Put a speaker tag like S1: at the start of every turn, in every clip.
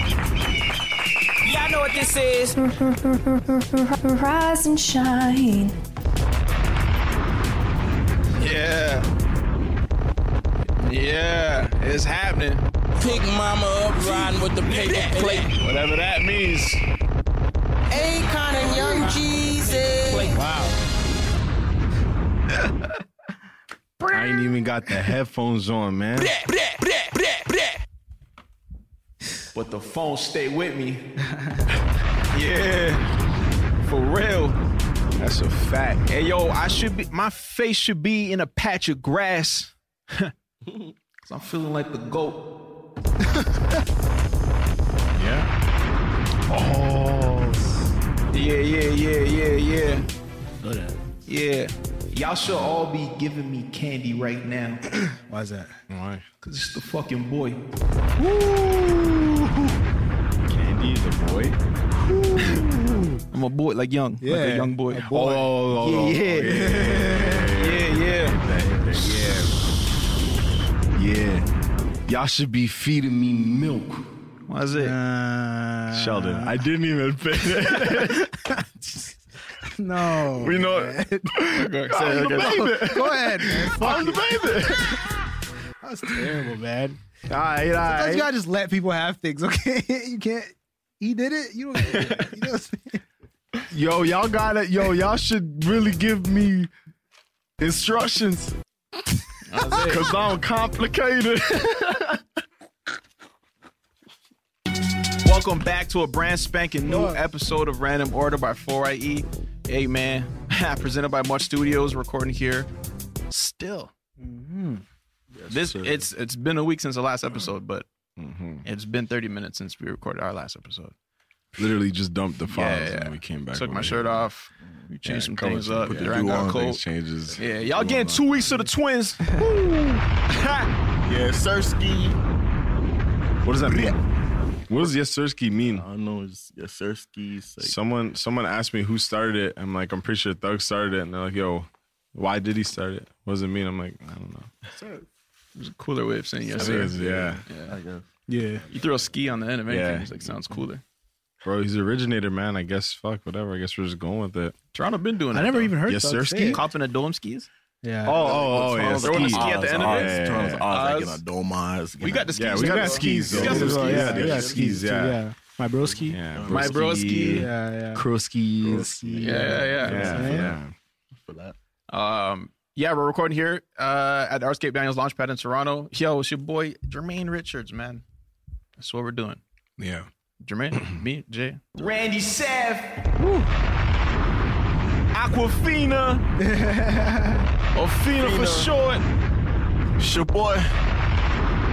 S1: Y'all know what this is.
S2: Rise and shine.
S3: Yeah. Yeah, it's happening.
S1: Pick mama up, riding with the paper plate.
S3: Whatever that means.
S1: Akon and Young Jesus.
S3: Wow. I ain't even got the headphones on, man. But the phone stay with me. yeah. For real. That's a fact. Hey yo, I should be my face should be in a patch of grass. Cause I'm feeling like the goat. yeah. Oh. Yeah, yeah, yeah, yeah, yeah.
S4: Know that.
S3: Yeah. Y'all should all be giving me candy right now.
S4: Why is that? Why?
S3: Cause it's the fucking boy.
S4: Candy is a boy.
S3: I'm a boy, like young. Like a
S4: Yeah,
S3: young boy.
S4: a boy.
S3: Oh,
S4: Oh,
S3: yeah, yeah. yeah, yeah.
S4: Yeah.
S3: Yeah. Y'all should be feeding me milk. Why is it?
S4: Uh,
S3: Sheldon, I didn't even pay
S4: No.
S3: We know it. I'm the baby.
S4: Go ahead, man.
S3: I'm the baby.
S4: That's terrible, man.
S3: all right, all
S4: Sometimes
S3: right.
S4: you gotta just let people have things, okay? You can't. He did it. You don't. You know what I'm saying?
S3: Yo, y'all gotta, yo, y'all should really give me instructions. Cause I'm complicated. Welcome back to a brand spanking new episode of Random Order by 4IE. Hey man, presented by Much Studios, recording here. Still.
S4: Mm-hmm.
S3: this it's it's been a week since the last episode, but
S5: Mm-hmm.
S3: it's been 30 minutes since we recorded our last episode.
S5: Literally just dumped the files
S3: Yeah, yeah.
S5: and we came back.
S3: Took
S5: over
S3: my
S5: here.
S3: shirt off. We changed some things
S5: Colours and
S3: up.
S5: Put the
S3: Drank
S5: do
S3: our
S5: on
S3: Coke.
S5: things changes.
S3: Yeah, y'all
S5: Do
S3: getting
S5: on.
S3: two weeks of the twins.
S6: Yeah, Sirski.
S5: What does that mean? What does Yesurski mean?
S6: I don't know. It's yeah, Sirski's. Like,
S5: Someone someone asked me who started it. I'm like, I'm pretty sure Thug started it, and they're like, Yo, why did he start it? What does it mean? I'm like, I don't know.
S3: There's a cooler way of saying yes,
S5: I think
S3: sir.
S5: it's- yeah,
S6: I guess.
S4: Yeah.
S3: You throw a ski on the end of anything.
S5: Yeah.
S3: It's like sounds cooler.
S5: bro, he's the originator, man. I guess fuck, whatever. I guess we're just going with it.
S3: Toronto been doing it.
S4: I never
S3: though.
S4: even heard.
S5: Yes,
S4: Thug
S5: sir,
S4: say
S5: ski.
S4: it.
S3: Copping a dome skis.
S4: Yeah.
S5: Oh, oh, oh, yeah.
S6: Toronto's
S3: throwing a
S5: ski.
S3: ski at the end of
S6: Oz,
S3: it?
S5: Yeah,
S6: Toronto's
S5: yeah,
S6: Oz,
S3: Oz.
S6: like, in a dome, Oz,
S3: We
S6: in
S3: got
S6: a-
S3: the skis.
S5: Yeah, we
S3: now,
S5: got
S3: though.
S5: skis,
S3: We got
S5: though.
S3: some skis.
S5: Yeah,
S4: Yeah,
S5: yeah,
S4: yeah,
S5: skis,
S4: skis. too,
S5: yeah.
S4: Yeah. My broski.
S5: Yeah, bro
S3: My bro ski.
S4: Yeah, yeah.
S5: Crow skis.
S4: Broski.
S3: Yeah, yeah, yeah.
S5: Yeah, yeah.
S6: for that.
S3: Um, yeah, we're recording here uh, at the Artscape Daniels Launchpad in Toronto. Yo, it's your boy Jermaine Richards, man. That's what we're doing.
S5: Yeah.
S3: Jermaine, me, Jay.
S1: Randy Seth.
S3: Aquafina. Afina Oh, for short.
S6: It's your boy.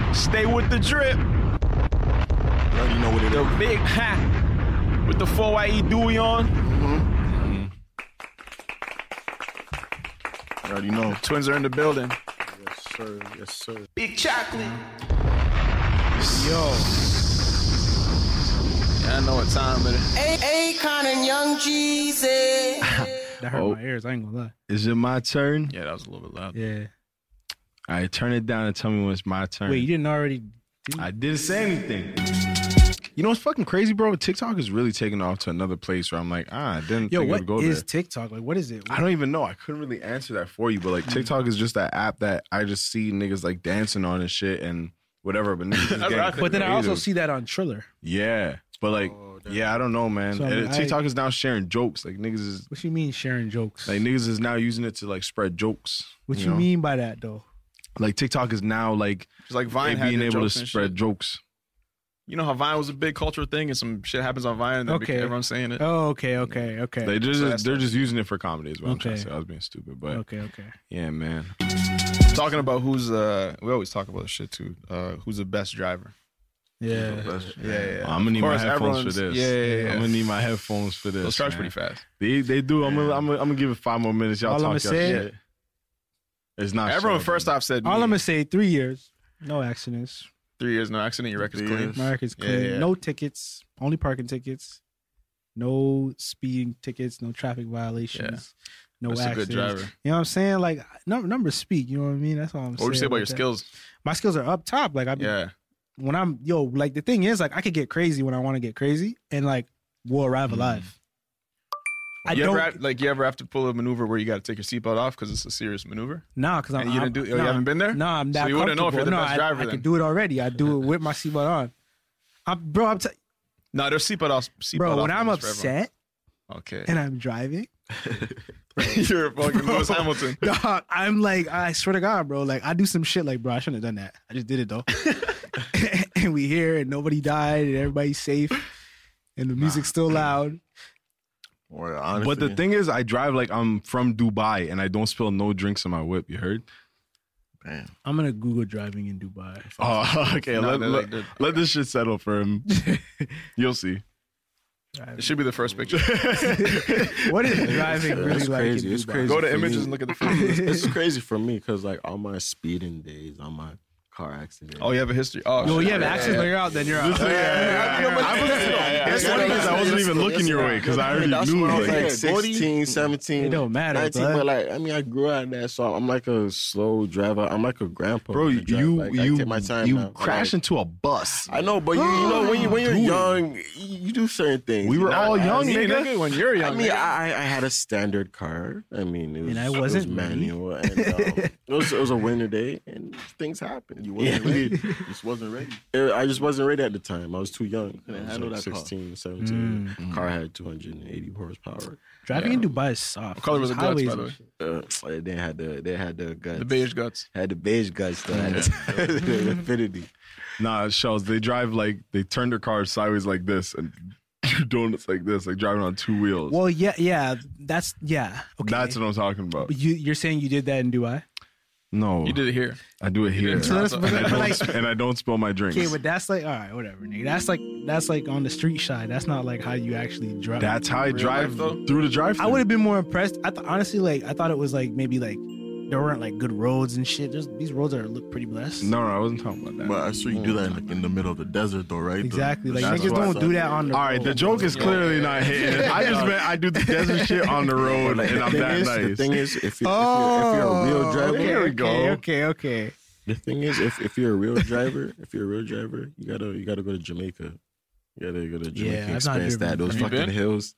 S6: You
S3: Stay with the drip.
S6: already know what it
S3: The
S6: is.
S3: big hat with the 4YE Dewey on.
S6: You already know.
S3: Twins are in the building.
S6: Sir, yes, sir.
S1: Big chocolate.
S3: Yeah, I know what time it is.
S1: Akon and Young Jesus.
S4: That hurt
S5: Oh.
S4: my ears. I ain't gonna lie.
S5: Is it my turn?
S3: Yeah, that was a little bit loud.
S4: Yeah.
S5: All right, turn it down and tell me when it's my turn.
S4: Wait, you didn't already?
S5: I didn't say anything. You know what's fucking crazy, bro? TikTok is really taking off to another place where I'm like, ah, I didn't
S4: Yo,
S5: think it
S4: what
S5: would go
S4: is
S5: there.
S4: TikTok? Like, what is it?
S5: I don't even know. I couldn't really answer that for you, but like TikTok is just that app that I just see niggas like dancing on and shit and whatever. But niggas is
S3: what I
S5: getting
S3: think.
S4: But then I also
S5: creative.
S4: see that on Triller.
S5: yeah, But like,
S3: Oh,
S5: yeah, I don't know, man.
S4: So, I
S5: And
S4: mean,
S5: TikTok
S4: I-
S5: is now sharing jokes. Like niggas is
S4: What you mean sharing jokes?
S5: like niggas is now using it to like spread jokes.
S4: what you
S5: know?
S4: mean by that though?
S5: Like TikTok is now like
S3: Just like
S5: they
S3: Vine had
S5: being
S3: their
S5: able to
S3: jokes and
S5: spread
S3: shit.
S5: jokes.
S3: You know how Vine was a big cultural thing, and some shit happens on Vine, and then
S4: Okay.
S3: everyone's saying it.
S4: Oh, okay, okay, okay.
S5: They just
S3: So that's-
S5: they're just using it for comedy. Is what I'm trying to
S4: Okay.
S5: say. I was being stupid, but
S4: okay, okay.
S5: yeah, man.
S3: Talking about who's uh, we always talk about this shit too. Uh, who's the best driver?
S4: Yeah.
S3: Yeah, yeah. yeah.
S5: I'm gonna need
S3: Of
S5: my
S3: course,
S5: headphones for
S3: everyone's-
S5: this.
S3: Yeah, yeah, yeah.
S5: I'm gonna need my headphones for this.
S3: Those charge
S5: man.
S3: pretty fast.
S5: They they do. I'm gonna I'm gonna, I'm gonna give it five more minutes. Y'all
S4: All
S5: talk
S4: I'ma
S5: your
S4: say-
S5: shit. It's not
S3: Everyone
S5: shit.
S3: first off said
S4: All I'm
S3: me.
S4: gonna say, three years, no accidents.
S3: three years no accident. Your record's
S2: Three
S3: clean.
S2: years.
S4: My record's
S3: Yeah,
S4: clean.
S3: yeah.
S4: No tickets. Only parking tickets. No speeding tickets. No traffic violations. No
S3: That's a
S4: accidents.
S3: good driver.
S4: You know what I'm saying? Like num- numbers speak. You know what I mean? That's all I'm saying.
S3: What would you say about your
S4: that.
S3: skills?
S4: My skills are up top. Like I, be
S3: Yeah,
S4: when I'm yo, like the thing is, like I could get crazy when I want to get crazy, and like we'll arrive alive. I
S3: Mm. you
S4: don't
S3: ever have, like you ever have to pull a maneuver where you got to take your seatbelt off because it's a serious maneuver?
S4: nah, because I'm.
S3: And you
S4: I'm-
S3: didn't do- Oh, you
S4: nah,
S3: haven't been there?
S4: Nah, I'm
S3: So
S4: that.
S3: you wouldn't know if you're the
S4: comfortable. No,
S3: best
S4: I-
S3: driver
S4: I,
S3: then.
S4: can do it already. I do it with my seatbelt on. I'm, bro, I'm t-
S3: No, there's seatbelt off. Seatbelt
S4: bro.
S3: off
S4: When I'm
S3: limits for everyone.
S4: upset
S3: okay,
S4: and I'm driving,
S3: you're a fucking
S4: Bro.
S3: Lewis Hamilton.
S4: Dog, I'm like, I swear to God, bro. Like, I do some shit like, bro, I shouldn't have done that. I just did it though. and we here, and nobody died, and everybody's safe, and the music's still loud.
S2: Or honestly,
S5: But the thing is, I drive like I'm from Dubai, and I don't spill no drinks in my whip. You heard?
S2: Damn.
S4: I'm gonna Google driving in Dubai.
S5: Oh, okay.
S3: No,
S5: let,
S3: they're
S5: let,
S3: like- they're-
S5: let this shit settle for him. You'll see.
S3: It should be the first picture.
S4: What is driving really
S6: That's
S4: like?
S6: crazy.
S4: in
S6: It's
S4: Dubai?
S6: crazy.
S3: Go to
S6: for
S3: images
S6: me.
S3: and look at the photos.
S6: It's crazy for me because like all my speeding days, all my car accidents.
S3: Oh, you have a history. Oh,
S4: Well,
S3: shit.
S4: yeah, but actually, when you're out, then you're out.
S5: It's
S2: yeah, yeah,
S5: funny because
S2: yeah,
S5: I wasn't
S2: yeah,
S5: even
S2: yeah,
S5: looking your way because I already
S6: That's
S5: knew.
S6: when I was
S5: like-
S6: like
S2: Yeah, 40.
S6: 16, 17.
S4: It don't matter,
S6: 19,
S4: bud.
S6: but like, I mean, I grew out of that, so I'm like a slow driver. I'm like a grandpa.
S5: Bro,
S6: when I drive.
S5: you
S6: Like, I
S5: you
S6: take my time now.
S5: you
S6: Like,
S5: crash into a bus.
S6: I know, but you, you know when you when you're
S5: Dude.
S6: young, you, you do certain things.
S5: We
S6: You
S5: were
S6: know,
S5: all
S6: I-
S5: young,
S6: I,
S3: Yeah,
S5: nigga.
S3: nigga, when you're
S6: I
S3: young.
S6: mean,
S3: nigga.
S6: I, I I had a standard car. I mean, it was,
S4: I
S6: it was
S4: wasn't ready.
S6: manual, and um, it, was, it was a winter day, and things happened.
S2: You wasn't
S6: Yeah.
S2: ready. Just wasn't ready.
S6: It- I just wasn't ready at the time. I was too young. I
S2: Couldn't
S6: was
S2: handle
S6: like
S2: that car.
S6: 16, 17. Car had 280 horsepower.
S4: Driving in Dubai is soft.
S3: What color was the guts, by the way?
S4: Highways-
S6: Uh, they had the they had the guts.
S3: The beige guts.
S6: had the beige guts though. Had the, the affinity.
S5: Nah, shells. They drive like they turn their cars sideways like this and do donuts like this, like driving on two wheels.
S4: Well, yeah, yeah. That's yeah. Okay.
S5: That's what I'm talking about.
S4: But you, you're saying you did that in Dubai?
S5: No,
S3: You did it here.
S5: I do it here,
S4: So that's,
S5: and, I
S4: but like,
S5: don't, and I don't spill my drinks.
S4: Okay, but that's like all right, whatever, nigga. That's like that's like on the street side. That's not like how you actually drive.
S5: That's how I drive
S3: life, though?
S5: through the drive.
S4: I would have been more impressed. I th- honestly like I thought it was like maybe like there weren't like good roads and shit. There's, these roads are look pretty blessed.
S5: No, no, I wasn't talking about that.
S2: But I sure you do that in, like in the middle of the desert, though, right? The-
S4: exactly. Like
S5: That's
S4: niggas
S5: why-
S4: don't do that on the.
S5: All right, the
S4: road.
S5: joke is clearly not hitting. I just meant I do the desert shit on the road,
S6: Like,
S5: and I'm
S6: thing
S5: that
S6: is, The
S5: nice.
S6: thing is, if you're,
S4: Oh,
S6: if you're, if you're a real driver,
S4: okay,
S5: There we
S4: okay,
S5: go.
S4: Okay, okay.
S6: the thing is, if, if you're a real driver, if you're a real driver, you gotta you gotta go to Jamaica. You gotta go to Jamaica.
S4: I've not
S6: experience
S4: driven.
S6: that those
S3: Have you
S6: fucking
S3: been?
S6: hills.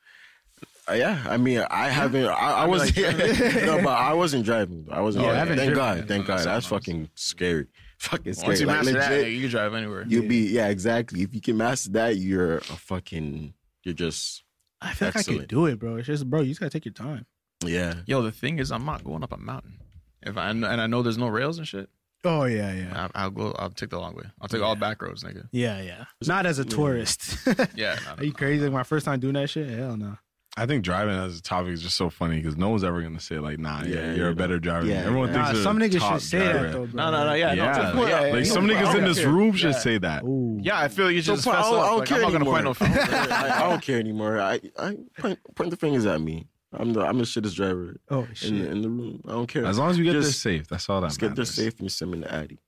S6: Uh, yeah, I mean, I haven't. I, I
S3: mean,
S6: was
S3: like,
S6: no, but I wasn't driving. I wasn't.
S3: Yeah, I
S6: driving.
S3: haven't
S6: thank
S3: driven.
S6: God, thank God. That's fucking scary. Fucking scary.
S3: Once you
S6: Like,
S3: master that,
S6: legit,
S3: nigga, you can drive anywhere.
S6: You'll be yeah, exactly. If you can master that, you're a fucking you're just
S4: I feel like I
S6: Excellent.
S4: could do it, bro. It's just bro, you just gotta take your time.
S6: yeah.
S3: Yo, the thing is, I'm not going up a mountain. If I and I know there's no rails and shit,
S4: Oh yeah, yeah,
S3: I, I'll go. I'll take the long way. I'll take all back roads, nigga.
S4: yeah, yeah. Not as a tourist.
S3: Yeah, no, no,
S4: Are you crazy? Like my first time doing that shit? Hell no.
S5: I think driving as a topic is just so funny because no one's ever gonna say like, "Nah, yeah,
S6: Yeah,
S5: you're
S6: you
S5: a
S6: know.
S5: better driver." than
S6: Yeah,
S5: Everyone
S6: yeah.
S5: thinks
S4: Nah,
S5: they're
S4: some
S5: the
S4: niggas
S5: top
S4: should say
S5: driver.
S4: that though, bro.
S3: no, no, no. Yeah, no,
S5: Yeah.
S3: to the point.
S5: Like some niggas in this room should say that.
S4: Ooh.
S3: Yeah, I feel you should just
S6: So,
S3: fess
S6: I don't- I
S3: up.
S6: don't
S3: Like,
S6: care
S3: I'm not gonna point no
S6: anymore.
S3: fingers.
S6: I, I don't care anymore. I, I point, point the fingers at me. I'm the I'm the shittest driver
S4: Oh
S6: in the,
S4: shit.
S6: in the room. I don't care.
S5: As long as you get
S6: Just-
S5: there safe, that's all that
S6: just get there
S5: matters.
S6: safe and send me the Addy.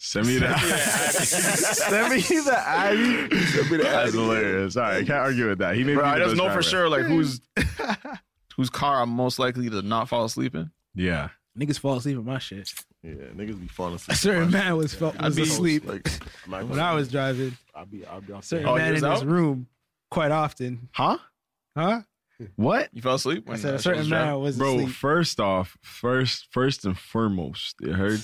S5: Send me that.
S6: send me the Addy. Send me the
S5: that's
S6: Addy.
S5: hilarious. All right, I can't argue with that. He may
S3: Bro,
S5: be
S3: I
S5: the
S3: just
S5: best
S3: know for
S5: driver.
S3: sure like who's whose car I'm most likely to not fall asleep in.
S5: Yeah,
S4: Niggas fall asleep in my shit.
S2: Yeah, niggas be falling
S4: A
S2: asleep.
S4: certain man was felt
S3: I'd
S4: was
S3: be-
S4: asleep
S6: Like I'm not
S4: when
S6: gonna-
S4: I was driving.
S6: I'll be I'll be
S4: A
S6: off
S4: certain
S3: Oh,
S4: man
S3: he
S4: in
S3: was
S4: this
S3: out?
S4: room quite often.
S5: huh?
S4: Huh?
S5: What?
S3: You fell asleep when
S4: I said
S3: uh,
S4: a
S3: she
S4: certain
S3: was
S4: man
S3: driving?
S4: was
S5: Bro,
S4: asleep.
S5: first off, first, first and foremost, you heard.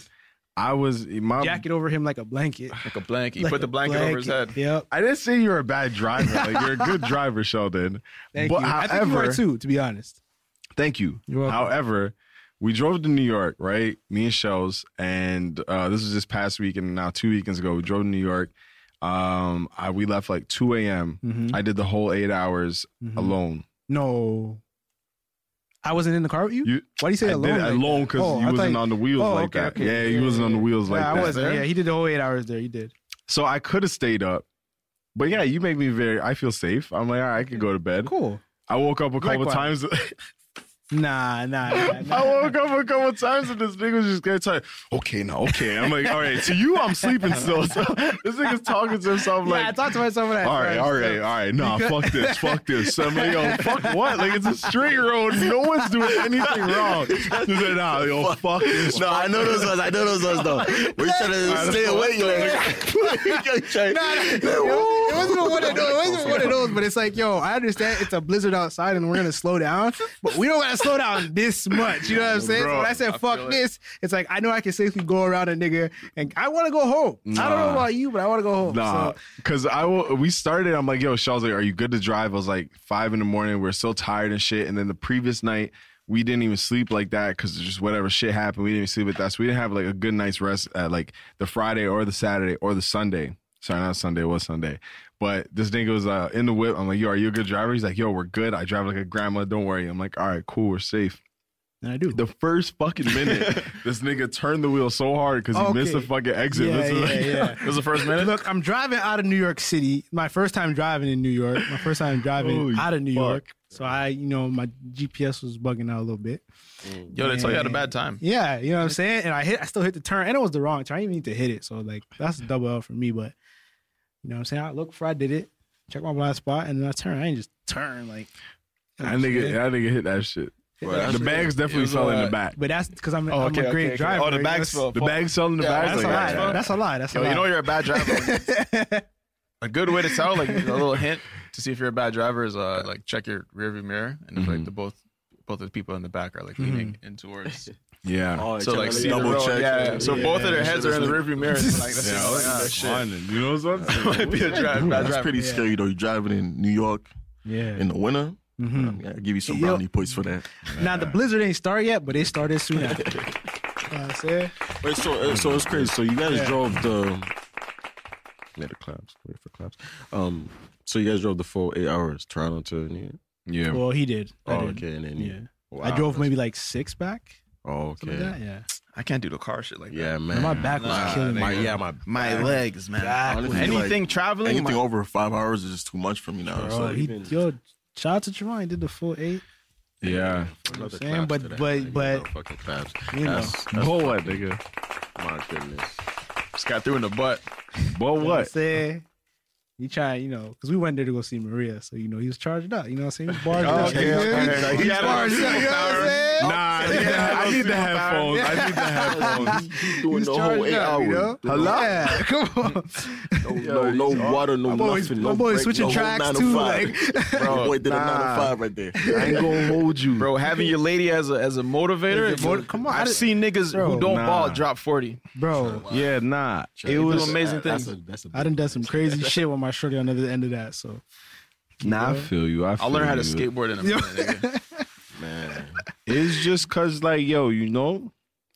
S5: I was my
S4: jacket over him like a blanket.
S3: Like a blanket. You
S4: Like
S3: put the
S4: a
S3: blanket, over his head.
S4: blanket. Yep.
S5: I didn't say you were a bad driver. Like you're a good driver, Sheldon.
S4: Thank
S5: but
S4: you.
S5: however,
S4: I think you are too, to be honest.
S5: Thank you.
S4: You're welcome.
S5: However, we drove to New York, right? Me and Shells, and uh, this was this past week, and now two weekends ago, we drove to New York. Um, I, we left like 2 a.m. I did the whole eight hours
S4: Mhm.
S5: alone.
S4: No. I wasn't in the car with you?
S5: You,
S4: Why do you say
S5: I
S4: alone?
S5: did it
S4: like
S5: alone
S4: that?
S5: because
S4: Oh,
S5: you
S4: I
S5: wasn't
S4: thought-
S5: on the wheels
S4: oh,
S5: like
S4: okay,
S5: that.
S4: okay.
S5: Yeah, you wasn't on the wheels like
S4: yeah,
S5: that.
S4: I wasn't. Yeah, he did the whole eight hours there. You did.
S5: So I could have stayed up, but yeah, you make me very. I feel safe. I'm like, all right, I could go to bed.
S4: Cool.
S5: I woke up a couple
S4: Likewise.
S5: times.
S4: Nah, nah, nah. nah.
S5: I woke up a couple times and this nigga was just getting tired. Okay, now, okay. I'm like, all right, to you, I'm sleeping still. So this nigga's talking to himself
S4: yeah, I
S5: like,
S4: talked to myself when I
S5: all right, all right, all right. Nah, fuck this, fuck this. So I'm like, yo, fuck what? Like, it's a straight road. No one's doing anything wrong. He's like, nah, yo, fuck this.
S6: No, I know those ones. I know those ones though. We're trying to stay away, yo. You're trying-
S4: It wasn't even one of those. It wasn't even one of those. But it's like, yo, I understand it's a blizzard outside and we're gonna slow down, but we don't gotta slow down this much. You know what I'm saying? so
S5: Bro,
S4: when I said
S3: I
S4: fuck
S3: feel it.
S4: this, it's like I know I can safely go around a nigga, and I want to go home. I don't know
S5: Nah.
S4: about you, but I want to go home.
S5: Nah,
S4: So,
S5: because I will, we started. I'm like, yo, Shaw's like, are you good to drive? I was like, five in the morning. We're so tired and shit. And then the previous night, we didn't even sleep like that because just whatever shit happened, we didn't even sleep with that. So we didn't have like a good night's rest at like the Friday or the Saturday or the Sunday. Sorry, not Sunday. It was Sunday. But this nigga was uh, in the whip. I'm like, yo, are you a good driver? He's like, yo, we're good. I drive like a grandma. Don't worry. I'm like, all right, cool. We're safe.
S4: and I do.
S5: The first fucking minute, this nigga turned the wheel so hard because he missed the
S4: Oh, Okay.
S5: fucking exit.
S4: Yeah,
S5: This is like-
S4: yeah, yeah.
S3: It was the first minute.
S4: Look, I'm driving out of New York City. My first time driving in New York. My first time driving
S5: Holy
S4: out of New
S5: fuck.
S4: York. So I, you know, my GPS was bugging out a little bit.
S3: Yo, they tell you had a bad time.
S4: Yeah, you know what I'm saying? And I hit I still hit the turn and it was the wrong turn. I didn't even need to hit it. So like that's a double L for me, but you know what I'm saying? I look for I did it, check my blind spot, and then I turn. I ain't just turn like
S5: That nigga, that nigga hit that shit. the bags definitely
S3: was,
S5: fell in
S3: uh,
S5: the back.
S4: But that's because I'm, I'm
S3: okay,
S4: a great
S3: okay, okay.
S4: driver.
S3: Oh, the
S4: you
S3: bags
S4: know,
S3: fell.
S5: The bags fell in the bags.
S4: That's
S5: like,
S4: a lie.
S5: yeah.
S4: That's a lie. That's a
S3: Yo,
S4: lie.
S3: you know you're a bad driver. a good way to tell, like a little hint to see if you're a bad driver is uh like check your rearview mirror and if like the both both of the people in the back are like leaning in towards.
S5: yeah.
S2: Oh,
S3: So Mm-hmm. like see
S6: double
S3: the road.
S6: check.
S3: Yeah, yeah. So
S6: Yeah,
S3: both of their
S6: yeah,
S3: heads
S6: sure,
S3: are in the
S6: that's
S3: rearview mirror. Like that's
S5: Yeah,
S3: just like, ah, shit.
S5: You know what I'm saying?
S3: Might be a drive, bad
S6: That's
S3: driver.
S6: pretty scary though. You're driving in New York
S4: yeah.
S6: in the winter. Um,
S4: Mhm.
S6: I will give you some
S4: Yo.
S6: brownie points for that.
S4: Now the blizzard ain't started yet, but it started soon after. you know what I'm saying?
S6: Wait, so uh, so it's crazy. So you guys drove the yeah, the claps. Wait for claps. Um, so you guys drove the full eight hours Toronto to New York.
S5: Yeah.
S4: Well he did. I
S6: Oh,
S4: did.
S6: okay, and then you-
S4: Yeah.
S6: Wow.
S4: I drove maybe like six back.
S6: Oh,
S4: Something
S6: okay.
S4: like that. Yeah.
S3: I can't do the car shit like
S6: Yeah,
S3: that.
S6: man.
S4: My back was killing me.
S6: My, yeah, my
S3: My
S6: back.
S3: legs, man.
S6: Honestly,
S3: anything
S6: like,
S3: traveling,
S6: Anything
S3: my-
S6: over five hours is just too much for me now. It's
S4: Bro,
S6: like-
S4: he, yo, shout out to Trevon. He did the full eight.
S5: Yeah.
S6: Another
S4: saying?
S6: claps
S4: But-
S6: to that.
S4: but-
S6: I give
S4: but,
S6: no fucking claps.
S4: you know.
S6: That's- that's
S5: But what, nigga?
S6: my goodness.
S3: just got through in the butt.
S5: But
S4: You know what I'm
S5: what?
S4: saying? He tried, you know, because we went there to go see Maria. So, you know, he was charged up. You know what I'm saying? He was barged up.
S3: Okay,
S4: you know?
S3: okay.
S4: He
S3: Yeah,
S4: barged up. You know what I'm saying?
S5: Nah, I need the- I need the headphones. I need the headphones.
S6: Doing
S4: He's
S6: the
S4: charged
S6: whole eight
S4: up, you
S6: hours.
S4: know?
S5: Hello?
S4: Yeah, come on.
S6: No, no, no water, no
S4: My boy's,
S6: nothing.
S4: my
S6: no
S4: boy's
S6: break,
S4: switching
S6: no whole
S4: tracks
S6: nine to
S4: too.
S6: five.
S4: Like,
S6: Bro, boy did a nine
S5: nah.
S6: to five right there.
S5: I ain't gonna hold you.
S3: Bro, having your lady as a as a motivator.
S4: As a motiv-
S3: yo,
S4: come on, I
S3: I've
S4: did-
S3: seen niggas
S4: Bro.
S3: who don't
S5: Nah.
S3: ball drop 40.
S4: bro,
S5: Yeah, nah. It
S3: do
S5: was
S3: amazing things.
S4: I done done some crazy shit with my shorty on the other end of that. So,
S5: Nah, I feel you. I feel
S3: I'll learn how to
S5: you.
S3: skateboard in a minute. nigga.
S6: man.
S5: It's just cause like, yo, you know,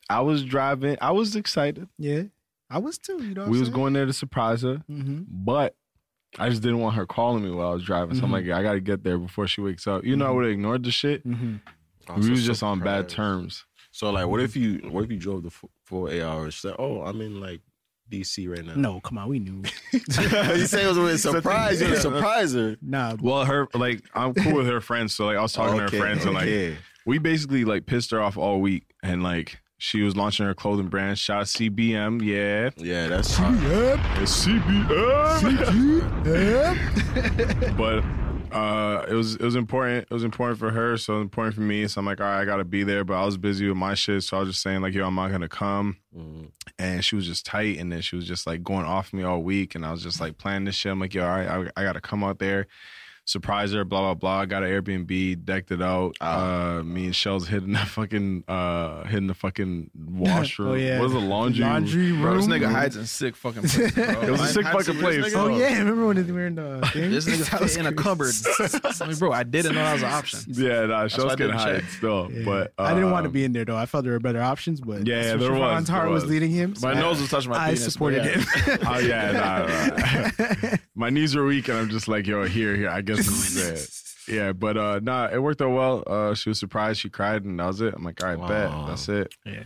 S5: I was driving. I was excited.
S4: yeah, I was too. You know, what
S5: We
S4: I'm
S5: was
S4: saying?
S5: going there to surprise her.
S4: Mm-hmm.
S5: but I just didn't want her calling me while I was driving. So I'm like, I gotta get there before she wakes up. You know, I would have ignored the shit. We was just on bad terms.
S6: So like, what if you what if you drove the full, full eight hours? She's like, oh, I'm in like DC right now.
S4: No, come on, we knew.
S6: you say it was a surprise. You're a surpriser.
S4: Nah,
S5: Well, her like I'm cool with her friends, so like I was talking to her friends and like
S6: okay.
S5: we basically like pissed her off all week and like she was launching her clothing brand. Shout out CBM, yeah,
S6: yeah, that's
S5: it's CBM. but uh, it was it was important. It was important for her, so it was important for me. So I'm like, all right, I gotta be there. But I was busy with my shit, so I was just saying like, yo, I'm not gonna come.
S4: Mm-hmm.
S5: and she was just tight and then she was just like going off me all week and i was just like planning this shit i'm like yo all right i, I gotta come out there surprised her, blah blah blah. Got an Airbnb, decked it out.
S4: Ah.
S5: Uh, me and Shell's hitting the fucking uh, hitting the fucking washroom.
S4: Oh, yeah.
S5: What is the laundry?
S4: Laundry room.
S3: Bro, this nigga hides in sick fucking places. Bro.
S5: It was a
S3: I
S5: sick
S3: ain't
S5: fucking
S3: seen this
S5: place.
S3: nigga.
S4: Oh yeah, remember when they were in the thing?
S3: This nigga house in a cupboard. I mean, bro, I didn't know that was an option.
S5: Yeah, nah,
S3: why
S5: Shell's
S3: I
S5: getting
S3: didn't
S5: hide
S3: check.
S5: still,
S4: Yeah.
S5: but
S4: I didn't want to
S5: um,
S4: be in there though. I felt there were better options, but
S5: Yeah, yeah,
S4: since
S5: there was,
S4: Siobhan's
S5: there
S4: heart was.
S5: was.
S4: leading him.
S3: My
S4: so
S3: nose was touching my
S4: I
S3: penis. but
S4: supported
S3: yeah.
S4: him.
S5: Oh yeah, nah, nah. my knees are weak, and I'm just like, yo, here, here. I guess this is it. Yeah, but uh, nah, it worked out well. Uh, she was surprised, she cried, and that was it. I'm like, all right, bet, that's it.
S4: Yeah.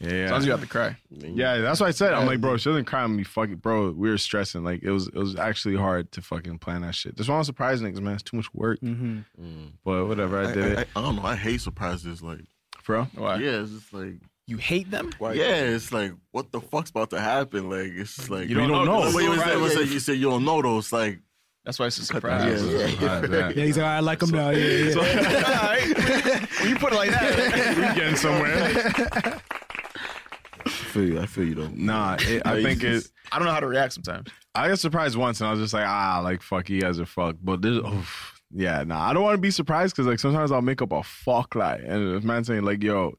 S5: yeah, yeah.
S3: As long as you have to cry.
S5: Yeah, that's what I said. I'm like, bro, she doesn't cry on me. Fucking, bro, we were stressing. Like, it was it was actually hard to fucking plan that shit. That's why I'm surprised niggas, man. It's too much work. Mm.
S4: Mhm.
S5: But whatever, I
S6: I,
S5: did
S6: I,
S5: it,
S6: I, oh, I don't know. I hate surprises. Like,
S5: bro.
S3: Why?
S6: yeah, it's just like,
S3: You hate them?
S6: yeah, it's like, what the fuck's about to happen? Like, it's just like
S3: You don't know.
S6: Wait, wait, wait,
S3: Right,
S6: wait,
S3: yeah.
S6: wait, You said you don't know those. Like,
S3: That's why it's a
S5: Yeah,
S3: surprise.
S5: yeah, yeah.
S4: Yeah, he's like, I like him now. Yeah, yeah.
S3: When you put it like that,
S5: We getting somewhere.
S6: I feel you. I feel you though.
S5: Nah, it, I think it.
S3: I don't know how to react sometimes.
S5: I got surprised once, and I was just like, ah, like fuck, you guys are fucked. But this, oof. yeah, nah, I don't want to be surprised because like sometimes I'll make up a fuck lie, and if man saying like, yo,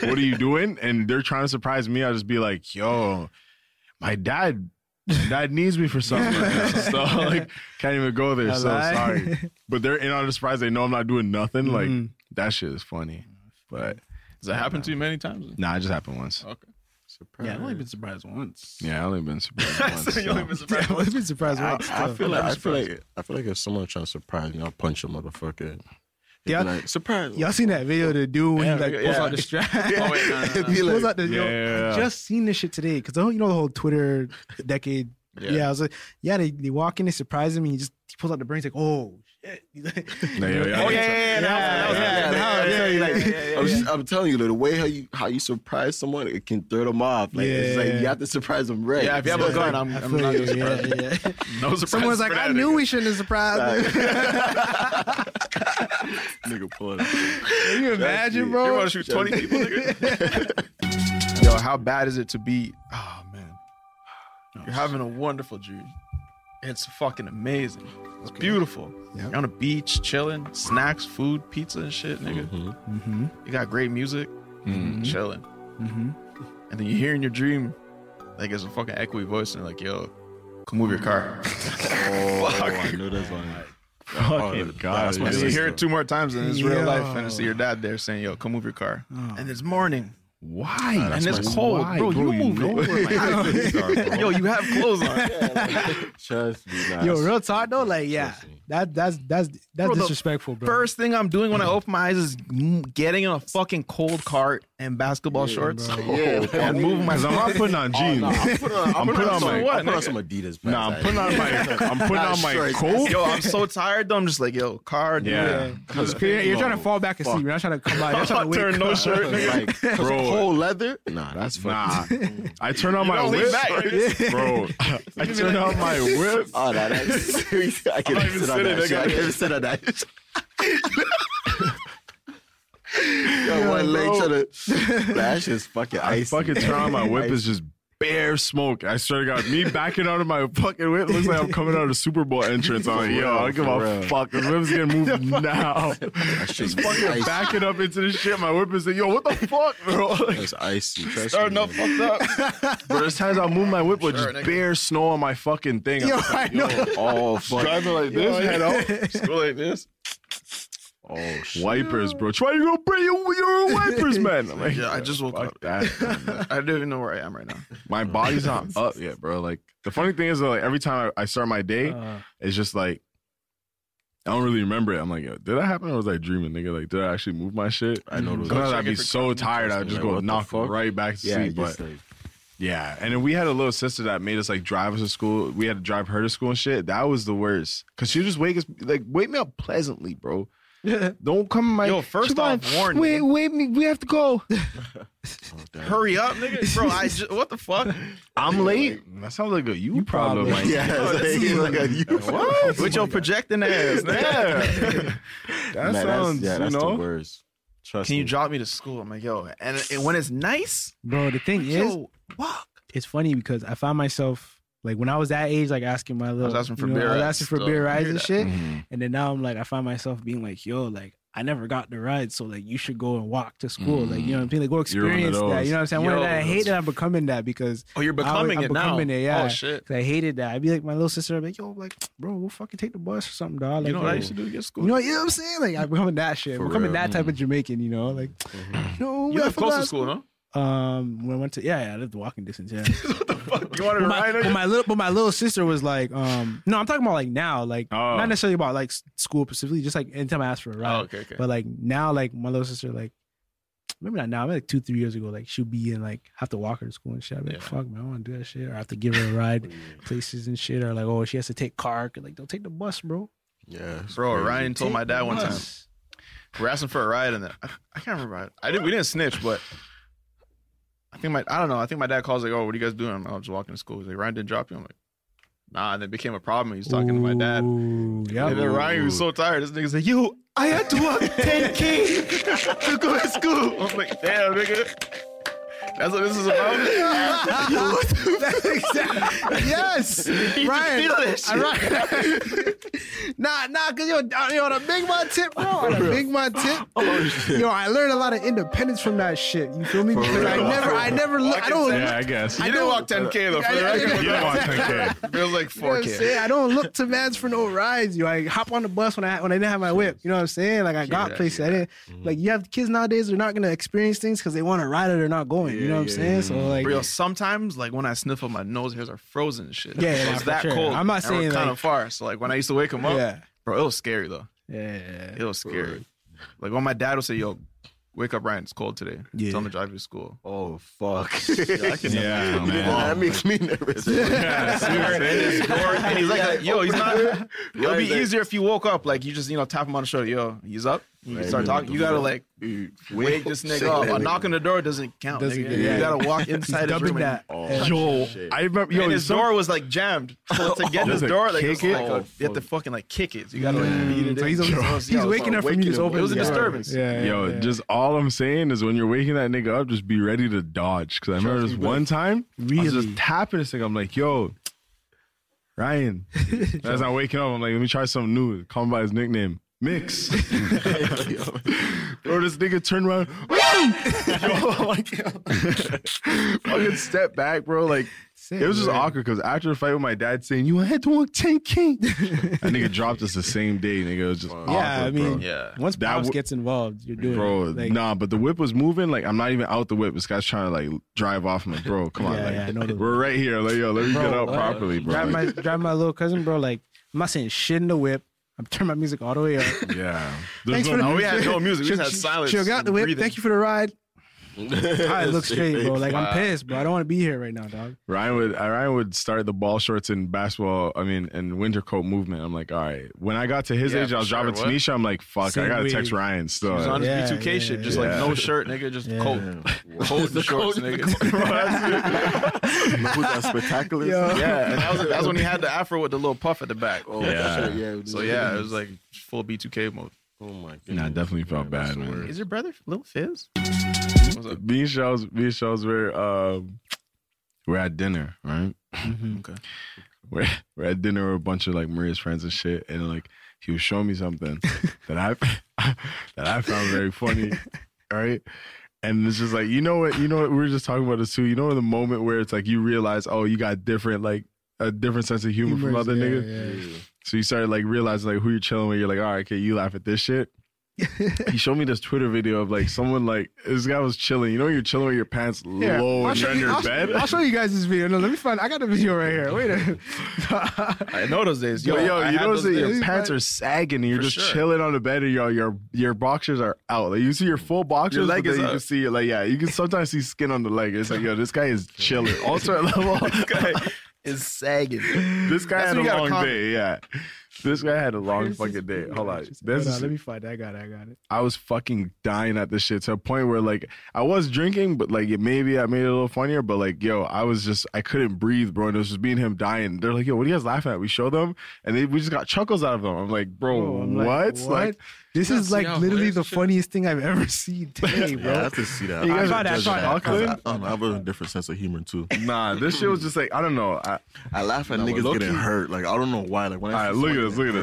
S5: what are you doing? And they're trying to surprise me. I'll just be like, yo, my dad, my dad needs me for something. right now. so like, can't even go there. so
S4: lie.
S5: sorry. But they're in on the surprise. They know I'm not doing nothing. Like
S4: Mhm.
S5: that shit is funny. But
S3: Does that happen to you many times?
S5: nah, it just happened once.
S3: Okay.
S4: Yeah,
S3: Uh,
S4: I've only been surprised once.
S5: Yeah, I only been surprised once.
S3: so you only
S5: so.
S3: been surprised
S4: I've only
S3: once.
S4: been surprised
S6: I,
S4: once.
S6: I
S4: too.
S6: feel like I feel like I feel like if someone trying to surprise me, I'll punch a motherfucker.
S4: Yeah.
S6: Yeah, like, surprise.
S4: Y'all seen that video of the dude when
S3: Yeah,
S4: he like
S3: yeah.
S4: pulls out the strap?
S3: Oh, wait, no, no, no.
S4: He pulls out the yo,
S5: Yeah.
S4: I just seen this shit today because you know the whole Twitter decade.
S3: Yeah.
S4: Yeah. I was like, yeah, they, they walk in, they surprise him, and he just he pulls out the brain, he's like, oh shit. He's like-
S5: Nah, yo, yo,
S3: Oh, yeah, yeah, yeah. That was- that was-
S6: yeah,
S3: that was- yeah, yeah,
S6: I'm, just, I'm telling you, the way how you how you surprise someone, it can throw them off. Like it's like you
S4: Yeah.
S6: have to surprise them right.
S3: Yeah, if you have a gun, I'm,
S4: I
S3: I'm
S4: feel
S3: not
S4: you,
S3: going to surprise you.
S4: yeah, yeah.
S3: No surprise.
S4: Someone's like, I knew we shouldn't have surprised him.
S6: nigga pull it. up.
S4: Can you imagine,
S3: You
S4: bro?
S3: want to shoot 20 people, nigga? Yo, how bad is it to be? Oh, man. You're having a wonderful dream. It's fucking amazing. It's beautiful. You're on a beach, chilling, snacks, food, pizza, and shit, nigga. You got great music, chilling. Mm-hmm. And then you hear in your dream, like, it's a fucking echoey voice, and like, yo, come move your car.
S6: Oh, I know that's one.
S5: Fucking God.
S3: And you hear it two more times, and it's real
S4: Yo.
S3: life. And it's your dad there saying, yo, come move your car. And it's morning.
S5: Oh, Why?
S3: and it's cold, bro. You move it. Yo, you have clothes on.
S6: Trust me, nah,
S4: Yo, real talk though, like yeah, that that's that's that's
S3: Bro, the
S4: disrespectful, bro.
S3: First thing I'm doing when I open my eyes is mm, getting in a fucking cold cart and basketball shorts
S6: Yeah,
S3: and moving my.
S5: Because I'm not putting on jeans.
S6: I'm putting on, I'm
S5: Oh, I'm
S6: putting
S5: putting
S6: on
S5: on
S6: some,
S5: my-
S6: I'm putting on some Adidas. pants,
S5: Nah, I'm
S6: I-
S5: putting on my. I'm putting
S6: Not
S5: on my
S6: straight.
S5: coat.
S3: Yo, I'm so tired though. I'm just like, yo, car. dude.
S5: Yeah.
S4: Cause you're, you're trying to fall back asleep. You're not trying to come out. You're trying to wake
S5: Turn
S4: up.
S5: no shirt, nigga.
S6: Like,
S5: bro.
S6: whole leather? Nah, that's fucking.
S5: Nah, I turn on my
S3: don't lean
S5: whip,
S3: back, nigga.
S5: bro. I turn on my whip.
S6: Oh, nah, that's serious. I can't
S5: not
S6: even
S5: even
S6: sit on
S5: sitting,
S6: that.
S5: nigga.
S6: shit. I can't even sit on that. Yo, one leg
S5: bro.
S6: trying to. That shit's fucking
S5: I
S6: icy.
S5: fucking turn on my whip is just bare smoke. I swear to God, me backing out of my fucking whip looks like I'm coming out of the Super Bowl entrance. I'm like, yo, I don't give
S6: For
S5: a
S6: real.
S5: fuck. This whip's getting moved now.
S6: That shit's
S5: Fucking
S6: icy.
S5: backing up into the shit. My whip is like, yo, what the fuck, bro? Like,
S6: That's icy. Trust me,
S3: Starting up
S6: man.
S3: fucked up.
S5: Bro, there's times I move my whip with
S3: Sure,
S5: just
S3: nigga.
S5: bare snow on my fucking thing. I'm
S4: Yo,
S5: just
S4: I
S5: like, yo,
S4: know.
S5: oh fuck. Driving like this, head out, just go like this.
S6: Oh shit.
S5: Wipers, bro. Try you gonna bring your, your wipers, man. I'm like,
S3: Yeah, I just woke
S5: fuck
S3: up.
S5: that, man.
S3: I don't even know where I am right now.
S5: my body's not up yet, bro. Like the funny thing is, though, like every time I, I start my day, it's just like I don't really remember it. I'm like, yo, did that happen or was I dreaming, nigga? Like, did I actually move my shit?
S6: I know those-
S5: Sometimes I'd
S3: Check it
S5: be
S3: for
S5: so tired, I'd just
S6: Like,
S5: go
S6: what the
S5: knock
S6: fuck?
S5: right back to
S6: Yeah,
S5: sleep.
S6: just
S5: But
S6: like,
S5: Yeah, and then we had a little sister that made us like drive us to school. We had to drive her to school and shit. That was the worst because she would just wake us like wake me up pleasantly, bro. Don't come in my
S3: Yo, first
S5: She's
S3: off,
S5: like,
S3: warn
S5: Wait,
S3: me.
S5: wait, me. We have to go.
S3: Hurry up, nigga, bro. I just, what the fuck?
S5: I'm late. That sounds like a you,
S4: problem.
S5: problem. Like,
S6: yeah, it's like, like, you,
S5: What?
S6: Oh
S3: With your projecting ass, nigga.
S5: Yeah. that
S6: Nah, that's-
S5: sounds.
S6: yeah, that's
S5: you
S6: the
S5: know.
S6: worst. Trust
S3: Can you
S6: me.
S3: drop me to school? I'm like, yo, and, and when it's nice,
S4: Bro, the thing is,
S3: yo, fuck.
S4: it's funny because I found myself Like when I was that age, like asking my little,
S3: asking for
S4: you know,
S3: beer
S4: I was
S3: rides
S4: asking for
S3: still.
S4: beer
S3: I
S4: rides
S3: hear
S4: and
S3: that.
S6: Mm.
S4: shit.
S6: Mm-hmm.
S4: And then now I'm like, I find myself being like, yo, like I never got the ride, so like you should go and walk to school, like you know what I'm saying, like go
S2: You're one of
S4: experience that.
S2: those.
S4: You know what I'm saying? One of
S3: Yo,
S4: that. I hate
S3: that's-
S4: that I'm becoming that because
S3: Oh, you're
S4: I always-
S3: becoming
S4: I'm
S3: it now.
S4: becoming it, yeah.
S3: Oh shit.
S4: 'cause I hated that. I'd be like my little sister, I'd be like, yo, like bro, we'll fucking take the bus or something, dog. Like,
S3: You know what I
S4: yo.
S3: used to do to get school?
S4: You know, you know what I'm saying? Like I'm becoming that shit.
S2: For
S4: I'm becoming
S2: real.
S4: that type of Jamaican, you know? Like no,
S3: Mm. Mm-hmm. you
S4: I
S3: live close to
S4: forgot-
S3: school, no?
S4: Um when I went to yeah, yeah, I lived walking distance, yeah.
S3: You wanted to
S4: But my,
S3: ride?
S4: but my little but my little sister was like, um, no, I'm talking about like now, like
S5: Oh.
S4: not necessarily about like s- school specifically, just like anytime I asked for a ride.
S3: Oh, okay, okay.
S4: But like now, like my little sister, like maybe not now, maybe like two, three years ago, like she'll be in like have to walk her to school and shit. I'm like,
S3: Yeah. Oh,
S4: fuck man, I want to do that shit, or I have to give her a ride places and shit, or like oh she has to take car, like don't take the bus, bro.
S2: Yeah,
S3: Bro, Ryan told
S4: Take
S3: my dad
S4: the
S3: one time.
S4: bus.
S3: We're asking for a ride, and then I, I can't remember. I didn't. We didn't snitch, but I think my I don't know. I think my dad calls like, "Oh, what are you guys doing?" I'm like, "Oh, just walking to school." He's like, "Ryan didn't drop you." I'm like, "Nah." And it became a problem. He's talking to my dad,
S4: Ooh,
S3: and then
S4: yeah.
S3: Ryan was so tired. This nigga's like, "Yo, I had to walk 10k to go to school." I'm like, "Damn, nigga." That's what this is about. Yo, what the
S4: yes,
S3: You
S4: Ryan.
S3: feel that shit.
S4: Ryan. nah, nah, cause yo, uh, yo, on a big man tip, bro. On a big man tip,
S3: Oh,
S4: yo, I learned a lot of independence from that shit. You feel me? Because I
S2: real.
S4: never, I never, look, I don't, look,
S5: Yeah, I guess.
S3: You didn't walk 10k though. For the
S4: I- I-
S3: record,
S5: You don't want 10K.
S3: feels like
S4: you know what I'm
S3: 4k.
S4: saying? I don't look to vans for no rides. Yo, I hop on the bus when I when I didn't have my whip. You know what I'm saying? Like I got
S3: that,
S4: places. I didn't
S3: Mm-hmm.
S4: like you have kids nowadays. They're not gonna experience things because they want to ride or they're not going. you know what I'm saying? So like,
S3: Real. Sometimes, like when I sniffle, my nose hairs are frozen and shit.
S4: Yeah, yeah,
S3: so
S4: nah,
S3: it's
S4: for
S3: that
S4: sure.
S3: cold.
S4: I'm not
S3: and we're
S4: saying,
S3: kind
S4: like-
S3: of far. So like when I used to wake him up,
S4: yeah,
S3: bro, it was scary though.
S4: yeah.
S3: It was scary. Like when my dad would say, "Yo, wake up, Ryan. It's cold today.
S4: Yeah.
S3: Tell him to drive you to school."
S2: Oh fuck!
S5: Yeah, man.
S2: that makes me nervous.
S5: Yeah, seriously.
S3: and he's like, that, "Yo, he's not. It'll be
S2: Right, like-
S3: easier if you woke up. Like you just, you know, tap him on the shoulder. Yo, he's up. You
S2: Right,
S3: start
S2: dude.
S3: talking. You gotta like wake this nigga up. A knock on the door doesn't count.
S4: Doesn't
S3: nigga.
S4: get-
S3: you
S4: yeah.
S3: gotta walk
S4: He's
S3: inside his
S4: dubbing
S3: room. and-
S4: that.
S6: Oh.
S5: Yo, I remember. Yo,
S3: and
S5: it's
S3: his
S5: so-
S3: door was like jammed. So to get his
S5: Just, like,
S3: door, like,
S5: kick
S3: it's
S5: it?
S3: like a-
S2: Oh,
S3: you have to
S2: fuck.
S3: fucking like kick it. So you gotta like
S4: Yeah.
S3: beat it.
S4: So
S3: in.
S4: he's,
S3: Yeah,
S4: he's,
S3: it's
S4: waking
S3: like
S4: up from you
S2: waking
S4: just
S2: him up.
S4: open.
S3: It was a
S4: the door.
S3: disturbance.
S4: Yeah,
S5: Yo,
S4: yeah.
S5: just all I'm saying is when you're waking that nigga up, just be ready to dodge. Because I remember this one time, I was
S4: Really?
S5: just tapping this thing. I'm like, yo, Ryan. As I'm waking up, I'm like, let me try something new. Call him by his nickname, Mix. Bro, this nigga turned around. yo, I'm like, fucking step back, bro. Like,
S4: Sick,
S5: it was just
S4: man.
S5: awkward because after the fight with my dad saying, you had to walk 10K. that nigga dropped us the same day, nigga. It was just awkward,
S4: Yeah, I mean,
S5: bro.
S3: Yeah.
S4: once
S5: That
S4: pops
S5: w-
S4: gets involved, you're doing
S5: Bro,
S4: it. Like,
S5: nah, but the whip was moving. Like, I'm not even out the whip. This guy's trying to like drive off. I'm like, bro, come on,
S4: Yeah,
S5: like,
S4: yeah, I know the-
S5: we're right here. Like, yo, let me get out
S4: what?
S5: properly, bro.
S4: drive my
S5: Like,
S4: drive my little cousin, bro. Like, I'm not saying shit in the whip. I'm turning my music all the way up.
S5: yeah,
S4: Thanks for the-
S3: No, we had no music. We just had silence.
S4: She'll got the
S3: and
S4: whip.
S3: breathing.
S4: Thank you for the ride. I
S2: I
S4: look straight, bro. Like
S3: Wow.
S4: I'm pissed, bro. I don't want to be here right now, dog.
S5: Ryan would I- Ryan would start the ball shorts and basketball. I mean, and winter coat movement. I'm like, all right. When I got to his
S3: Yeah,
S5: age, I was
S3: for sure,
S5: driving
S3: what?
S5: Tanisha. I'm like, fuck, I
S4: Same
S5: gotta
S4: way.
S5: text Ryan still.
S3: He was on his
S4: Yeah,
S3: B2K
S4: yeah,
S3: shit,
S4: yeah,
S3: just like
S5: yeah.
S3: no shirt, nigga, just
S4: Yeah.
S3: coat, coat and shorts, nigga.
S2: that spectacular. is?
S4: Yo.
S3: yeah, and that was that's when he had the afro with the little puff at the back.
S2: Oh,
S5: Yeah.
S2: shit, yeah.
S3: So yeah, it was like full B2K mode.
S2: Oh my god.
S5: Nah, definitely felt bad, man.
S3: Is your brother Lil Fizz? What's up?
S5: me and Shells, me and Shells were um, we're at dinner, right?
S3: Mm-hmm. Okay.
S5: We're we're at dinner with a bunch of like Maria's friends and shit, and like he was showing me something that I that I found very funny, all right? And it's just like you know what you know what we were just talking about this too. You know the moment where it's like you realize oh you got different like a different sense of humor from
S4: Humorous,
S5: other
S4: yeah,
S5: niggas. So you started like realizing like who you're chilling with. You're like, all right, okay, you laugh at this shit. he showed me this Twitter video of like someone like this guy was chilling. You know, when you're chilling with your pants
S4: Yeah.
S5: low
S4: I'll
S5: and
S4: show
S5: you're in
S4: you-
S5: your
S4: I'll-
S5: bed.
S4: I'll show you guys this video. No, let me find. I got a video right here. Wait a.
S3: I know those days.
S5: Yo,
S3: Yo,
S5: yo,
S3: I
S5: you
S3: had
S5: know,
S3: those
S5: so your
S3: days.
S5: pants are sagging and you're
S3: For
S5: just
S3: sure.
S5: chilling on the bed and your your your boxers are out. Like you see your full boxers,
S3: Your leg
S5: but then
S3: is
S5: you
S3: up.
S5: can see like yeah, you can sometimes see skin on the leg. It's like yo, this guy is chilling. Ultimate level. this guy,
S3: is sagging. That's when
S5: had a
S3: you gotta
S5: long
S3: calm-
S5: day. Yeah, this guy had a long fucking day. Hold on,
S4: Hold
S5: this
S4: on,
S5: is
S4: let me find. It. I got it. I got it.
S5: I was fucking dying at this shit to a point where like I was drinking, but like it maybe I made it a little funnier. But like yo, I was just I couldn't breathe, bro. And it was just me and him dying. They're like, yo, what are you guys laughing at? We show them, and they, we just got chuckles out of them. Oh, I'm like, bro,
S4: Bro, I'm
S5: what?
S4: like,
S5: Like,
S4: what? This is
S6: see
S4: like
S6: how
S4: literally
S6: hilarious
S4: the
S6: this shit-
S4: funniest thing I've ever seen today,
S6: Yeah, I
S4: bro.
S6: have to see that.
S4: You
S6: I
S4: guys
S6: have
S4: are
S6: to judge
S4: judging
S6: that,
S4: Auckland?
S6: 'cause I, I don't know, I have a different sense of humor too.
S5: Nah, this shit was just like I don't know. I,
S6: I laugh at
S5: No,
S6: niggas
S5: low-key-
S6: getting hurt. Like I don't know why. Like when
S5: all
S6: I
S5: right,
S6: see
S5: look at this,
S6: someone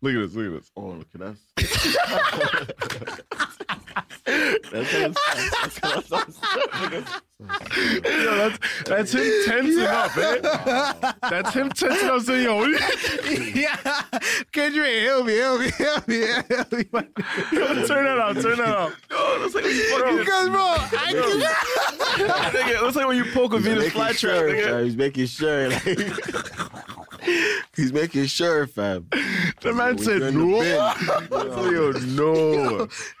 S5: look at this, look at this, look at this.
S6: Oh, look at that. Oh, that's what I'm saying. That's what I'm saying.
S5: Yo, that's that's him tensing up, man. That's him tensing up. Saying, yo, what you-
S4: yeah, Kendrick, help me, help me, help me, help me.
S5: yo, turn that off, turn that off.
S4: Because, bro, I can
S3: Nigga, it looks like when you poke a
S6: He's
S3: Venus
S6: making
S3: flytrap,
S6: sure,
S3: nigga.
S6: fam. He's making sure. like- he's making sure, fam.
S5: The man
S6: When
S5: said
S6: you're in the
S5: no.
S6: bin,
S5: Yo,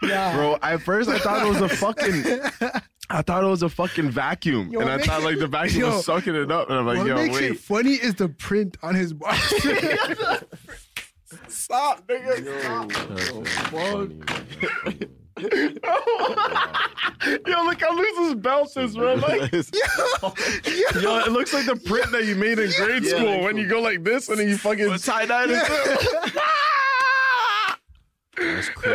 S5: no. Bro, at first I thought it was a fucking I thought it was a fucking vacuum.
S4: Yo,
S5: and I
S4: make-
S5: thought like the vacuum
S4: yo,
S5: was sucking it up. And I'm like,
S4: What
S5: yo,
S4: makes
S5: wait.
S4: it funny is the print on his bar.
S3: Stop, nigga.
S5: yo, look how loose his belt is, bro. Like, yo, it looks like the print that you made in grade school when you go like this and then you fucking
S3: With tie-dye and
S6: That's crazy.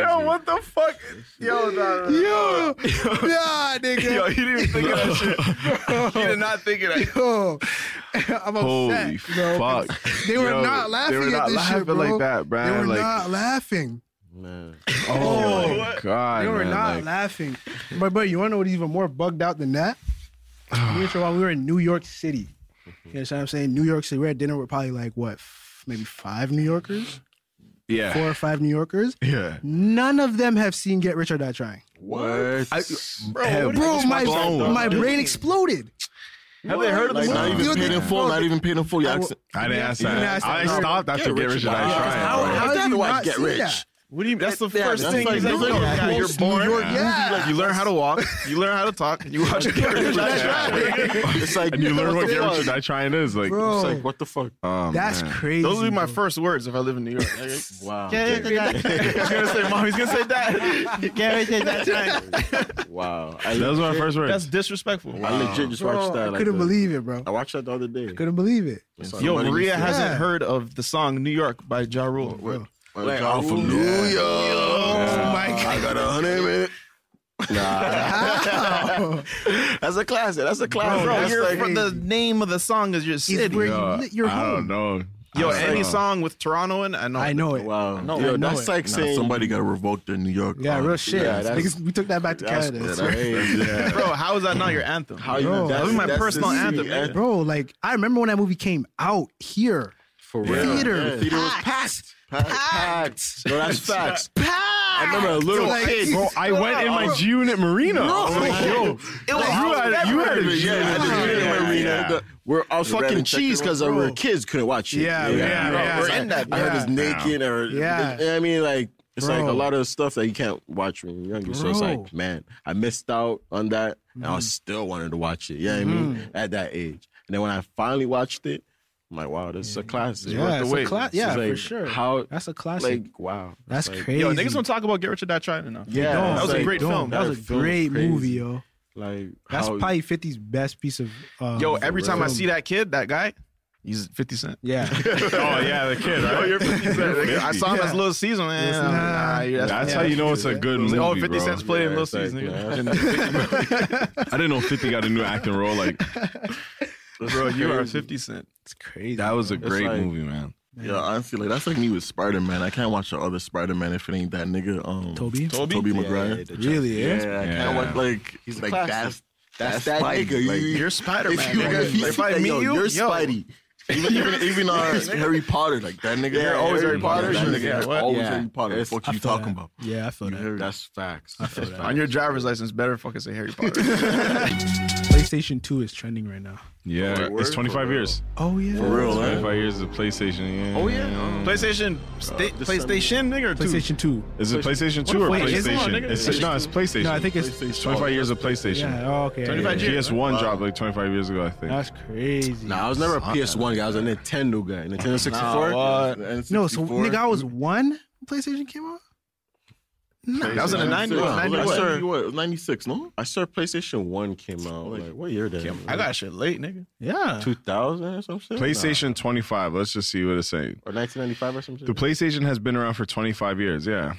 S5: Yo, what the fuck? Yo, nah, nah.
S4: yo, nah, nigga.
S3: Yo, he didn't even think of that shit. He did not think of that.
S4: Yo, I'm upset.
S5: Holy
S4: bro.
S5: fuck.
S4: They were
S5: Yo,
S4: not laughing
S5: They were
S4: at
S5: not
S4: this
S5: laughing
S4: shit, bro.
S5: like that, bro.
S4: They were
S5: like,
S4: not laughing.
S6: Man.
S5: oh,
S3: Yo,
S5: my
S3: what?
S5: God.
S4: They were
S5: man,
S4: not
S5: like-
S4: laughing. But but you wanna know what's even more bugged out than that? we, were talking- we were in New York City. You understand what I'm saying? New York City. We're at dinner with probably like what, f- maybe five New Yorkers,
S5: Yeah.
S4: four or five New Yorkers.
S5: Yeah.
S4: None of them have seen Get Rich or Die Trying.
S6: What?
S5: I, bro, have,
S4: Bro, my
S5: blown.
S4: my brain exploded.
S5: Have they heard of
S6: Like,
S5: this?
S6: not
S4: Yo,
S6: even paid
S4: the-
S6: in full. Not even paid in full. Your
S4: I will-
S6: accent.
S5: I didn't ask
S4: You
S5: that.
S4: didn't ask
S5: I
S4: that.
S5: stopped after Get Rich or Die
S6: Yeah,
S5: Trying.
S6: how-
S5: bro.
S6: how-
S4: did
S6: that's
S4: you
S6: why
S4: not
S6: Get
S4: see
S6: Rich.
S4: that?
S3: What do you? That's the
S6: Yeah,
S3: first
S6: that's
S3: thing.
S6: like-
S3: he's like,
S6: that's like
S3: oh,
S6: a
S3: yeah, you're
S6: most
S3: born.
S4: New York, yeah.
S5: You learn how to walk. You learn how to talk. You watch Get Rich or Die Trying.
S6: It's like
S5: And you learn what
S6: the
S5: Get Rich or
S6: fuck?
S5: Die Trying is. Like,
S4: Bro.
S6: It's like what the fuck?
S5: oh,
S4: That's
S5: man.
S4: crazy.
S3: Those would be my
S4: bro.
S3: first words if I live in New York. nigga.
S6: Wow.
S3: Yeah, yeah, yeah. He's gonna say, "Mom, he's gonna say that."
S6: Wow. I,
S5: That was my first word.
S3: That's disrespectful.
S6: I legit just
S4: Bro,
S6: watched that.
S4: I
S6: like,
S4: couldn't
S6: the-
S4: believe it, bro.
S6: I watched that the other day.
S4: Couldn't believe it.
S3: Yo, Maria hasn't
S4: Yeah.
S3: heard of the song "New York" by Ja Rule.
S6: Like, I'm from New York. Oh my god. I got a hundred man. Nah. that's a classic. That's a classic.
S3: Bro,
S6: that's
S3: you're
S6: like,
S3: from the name of the song is your
S4: It's
S3: city.
S4: where
S5: Yo,
S4: you lit your
S5: Uh, I don't
S4: home.
S5: know.
S3: Yo,
S5: I don't
S3: any
S5: know.
S3: song with Toronto in, I know.
S4: I know it.
S6: wow.
S3: No,
S6: Yo,
S4: I know
S6: that's
S4: it.
S6: like saying somebody got revoked in New York.
S4: Yeah,
S6: Um,
S4: real shit.
S6: Yeah, that's,
S4: Niggas, we took that back to
S6: that's,
S4: Canada.
S6: that's crazy. Yeah.
S3: Bro, how is that not your anthem?
S6: How you?
S4: Bro,
S6: that's-
S3: that was my
S6: that's the eh?
S3: personal
S6: city
S3: anthem, nigga.
S4: Bro, like I remember when that movie came out here.
S6: For real.
S4: Theater.
S6: Yeah. Theater was packed. Packed. Packed. No, that's facts. I remember a little
S4: Like-
S6: kid.
S5: Bro, I went in my G Unit Marina. I was like, yo,
S3: It was
S5: you had you had a G
S6: Yeah,
S5: Unit
S6: yeah,
S5: Marina.
S6: yeah,
S5: Marina.
S6: yeah. The- We're all fucking cheese because we were kids couldn't watch it.
S4: Yeah, yeah,
S6: bro,
S4: yeah.
S6: it's
S3: We're in
S6: like,
S3: that,
S6: I heard
S4: yeah.
S6: it's naked or
S4: Yeah.
S6: you know what I mean, like it's like
S4: Bro.
S6: a lot of stuff that you can't watch when you're younger. So it's
S4: Bro. Mm-hmm.
S6: like, man, I missed out on that, and I still wanted to watch it. Yeah, I mean, at that age. And then when I finally watched it, I'm like, wow, this is a classic.
S4: Yeah, it's a
S6: wait.
S4: cla- yeah,
S6: It's
S4: for
S6: like,
S4: sure.
S6: How
S4: That's a classic.
S6: like wow,
S4: That's
S6: like-
S4: crazy.
S3: Yo, niggas don't talk about Get Rich or Die Trying enough.
S6: Yeah,
S4: Don't.
S3: That was a
S6: like,
S3: great
S4: Don't.
S3: film.
S4: That was a
S6: That film's
S4: great
S6: crazy.
S4: movie, yo.
S6: Like
S4: That's
S6: how-
S4: probably 50's best piece of. Uh,
S3: Yo, every time I
S4: film.
S3: see that kid, that guy, he's 50 Cent.
S4: yeah,
S5: Oh yeah, the kid.
S3: Yo,
S5: Right?
S3: you're 50 Cent. nigga. I saw him as Little Caesar, man.
S4: Yes,
S3: I'm like,
S4: nah.
S3: nah, you're-
S5: That's
S3: yeah.
S5: how you know it's a good
S3: I was
S5: movie,
S3: like, oh, 50
S5: bro.
S3: Cent's playing
S6: Yeah,
S3: Little
S6: it's like,
S3: Caesar.
S6: yeah.
S3: nigga.
S5: I didn't know 50 got a new acting role. Like
S3: Bro, you are 50 Cent.
S4: it's crazy.
S5: that was a great
S6: like-
S5: movie, man.
S6: Yeah, honestly, like that's like me with Spider Man. I can't watch the other Spider Man if it ain't that nigga. Um,
S4: Toby?
S6: Toby,
S3: Toby
S6: McGuire.
S4: really
S6: Yeah,
S4: is.
S6: I
S5: Yeah.
S6: can't watch like he's like that's that's, that
S7: Spidey.
S6: nigga.
S7: Like,
S6: you,
S3: You're Spider
S6: if you,
S3: Man.
S6: if you
S3: If
S6: see
S3: I
S6: that,
S3: meet
S6: yo,
S3: you,
S6: you're
S3: yo.
S6: Spidey. Even even even our Harry Potter, like that nigga.
S3: You're always
S6: Harry
S3: Harry
S6: Potter.
S3: Potter.
S6: That nigga
S3: Yeah,
S6: is
S3: what?
S6: always
S3: Yeah.
S6: Harry Potter. What the fuck you talking about?
S4: Yeah, I feel that.
S6: That's facts.
S3: On your driver's license, better fucking say Harry Potter.
S4: PlayStation 2 is trending right now.
S5: Yeah, it's 25 years.
S4: Oh yeah,
S6: For real, man.
S5: 25 years of PlayStation. Yeah. Mm.
S3: PlayStation, sta- PlayStation, nigga, or two?
S4: PlayStation 2.
S5: Is it PlayStation 2 or
S3: Wait, is it?
S5: PlayStation? It's, no, it's PlayStation.
S4: No, I think it's
S5: it's 25 years of PlayStation.
S4: yeah. Oh, okay. yeah, yeah.
S5: PS1 dropped like 25 years ago, I think.
S4: That's crazy.
S6: Nah, I was never a PS1 guy. I was a Nintendo guy. Nintendo 64.
S4: no, so nigga, I was one. when PlayStation came out.
S3: That was in the 90s.
S6: Wow, I
S3: 90s.
S6: started what, 96, no? I saw PlayStation 1 came out. Like, what year did
S3: I got shit late, nigga.
S4: Yeah.
S6: 2000 or some shit?
S5: PlayStation 25. Let's just see what it's saying.
S6: Nah. Or 1995 or some shit?
S5: The PlayStation has been around for 25 years. Yeah.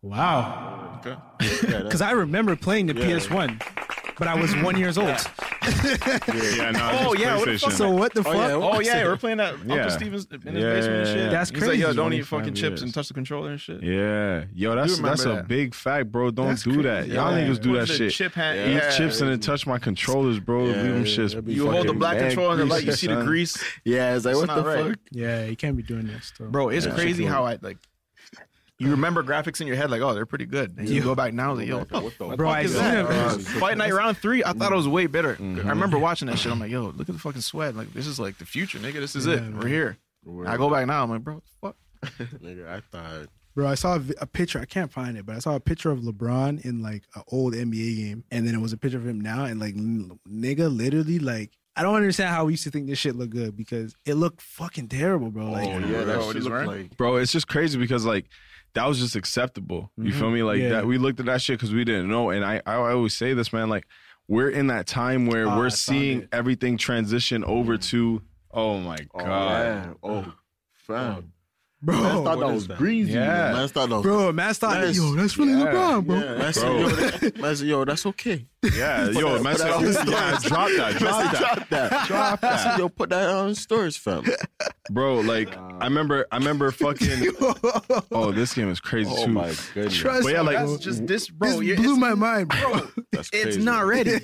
S4: Wow.
S5: Okay.
S4: Because I remember playing the PS1, but I was one years old.
S5: Yeah, no,
S3: Oh,
S5: it's
S3: yeah, what the
S5: PlayStation.
S3: fuck?
S4: So what the fuck?
S3: Oh yeah, we're playing that
S5: Yeah.
S3: Uncle Steven's in his
S5: Yeah,
S3: basement and
S5: yeah,
S3: shit.
S5: yeah.
S4: That's
S3: He's like,
S4: crazy.
S3: yo, don't eat
S5: 25
S3: fucking chips
S5: years.
S3: and touch the controller and shit.
S5: Yeah, yo, that's
S3: remember
S5: that's a
S3: that.
S5: big fact, bro. Don't
S4: That's
S5: do that.
S3: crazy.
S5: Y'all
S3: Yeah.
S5: niggas do
S3: What
S5: that
S3: the
S5: shit.
S3: chip hand-
S5: Eat
S3: yeah.
S5: chips and then touch my controllers, bro.
S2: Yeah,
S5: Leave them
S2: yeah,
S5: shits.
S2: that'd be
S3: You hold the
S5: fucking
S3: black
S5: mad
S3: controller and the light,
S5: greasy,
S3: you see the
S5: son.
S3: grease.
S2: Yeah, it's like what
S3: not
S2: the
S3: right.
S2: fuck?
S4: Yeah, you can't be doing that stuff.
S3: Bro, it's
S2: Yeah.
S3: crazy how I like you remember graphics in your head like, oh, they're pretty good. And you go back now, like, yo, what the
S4: Bro, I
S3: is
S4: seen
S3: that?
S4: a-
S3: Fight Night Round Three, I thought it was way better. I remember watching that shit. I'm like, yo, look at the fucking sweat. Like, this is like the future, nigga. This is it. We're here. And I go back now. I'm like, bro, what
S2: Nigga, I thought.
S4: Bro, I saw a, vi- a picture. I can't find it, but I saw a picture of LeBron in like an old NBA game, and then it was a picture of him now, and like n- nigga, literally like. I don't understand how we used to think this shit looked good because it looked fucking terrible, bro. Like,
S2: Oh, yeah,
S3: bro,
S2: that
S3: what
S2: shit
S3: he's
S2: looked
S3: wearing?
S2: like.
S5: bro. It's just crazy because like that was just acceptable. You feel me? Like
S4: Yeah.
S5: that. We looked at that shit because we didn't know. And I, I always say this, man. Like we're in that time where
S4: Ah, I
S5: we're
S4: found
S5: seeing
S4: it.
S5: everything transition over to. Oh my
S2: Oh,
S5: god.
S2: yeah. Oh, fam. Man thought
S4: bro,
S2: that was breezy.
S5: Yeah.
S2: Man thought that was.
S4: bro, Matt's thought,
S2: Yes.
S4: yo, that's really
S5: Yeah.
S4: LeBron, bro.
S2: Yeah, man said,
S5: Bro.
S2: yo, that- man said, yo, that's okay.
S5: Yeah, yo, man.
S2: that
S5: said-
S2: on the
S5: Yeah,
S2: stories.
S5: drop that. Drop
S2: Man said,
S5: that.
S2: Drop that. Drop that. Yo, put that on stories, fam.
S5: bro. Like I remember, I remember fucking. oh, this game is crazy
S2: Oh
S5: too.
S2: my goodness.
S4: Trust
S5: But yeah,
S4: me,
S5: like-
S3: that's just this bro.
S4: this
S3: you're-
S4: blew
S3: it's-
S4: my mind, bro.
S2: That's
S3: it's
S2: crazy.
S3: not ready.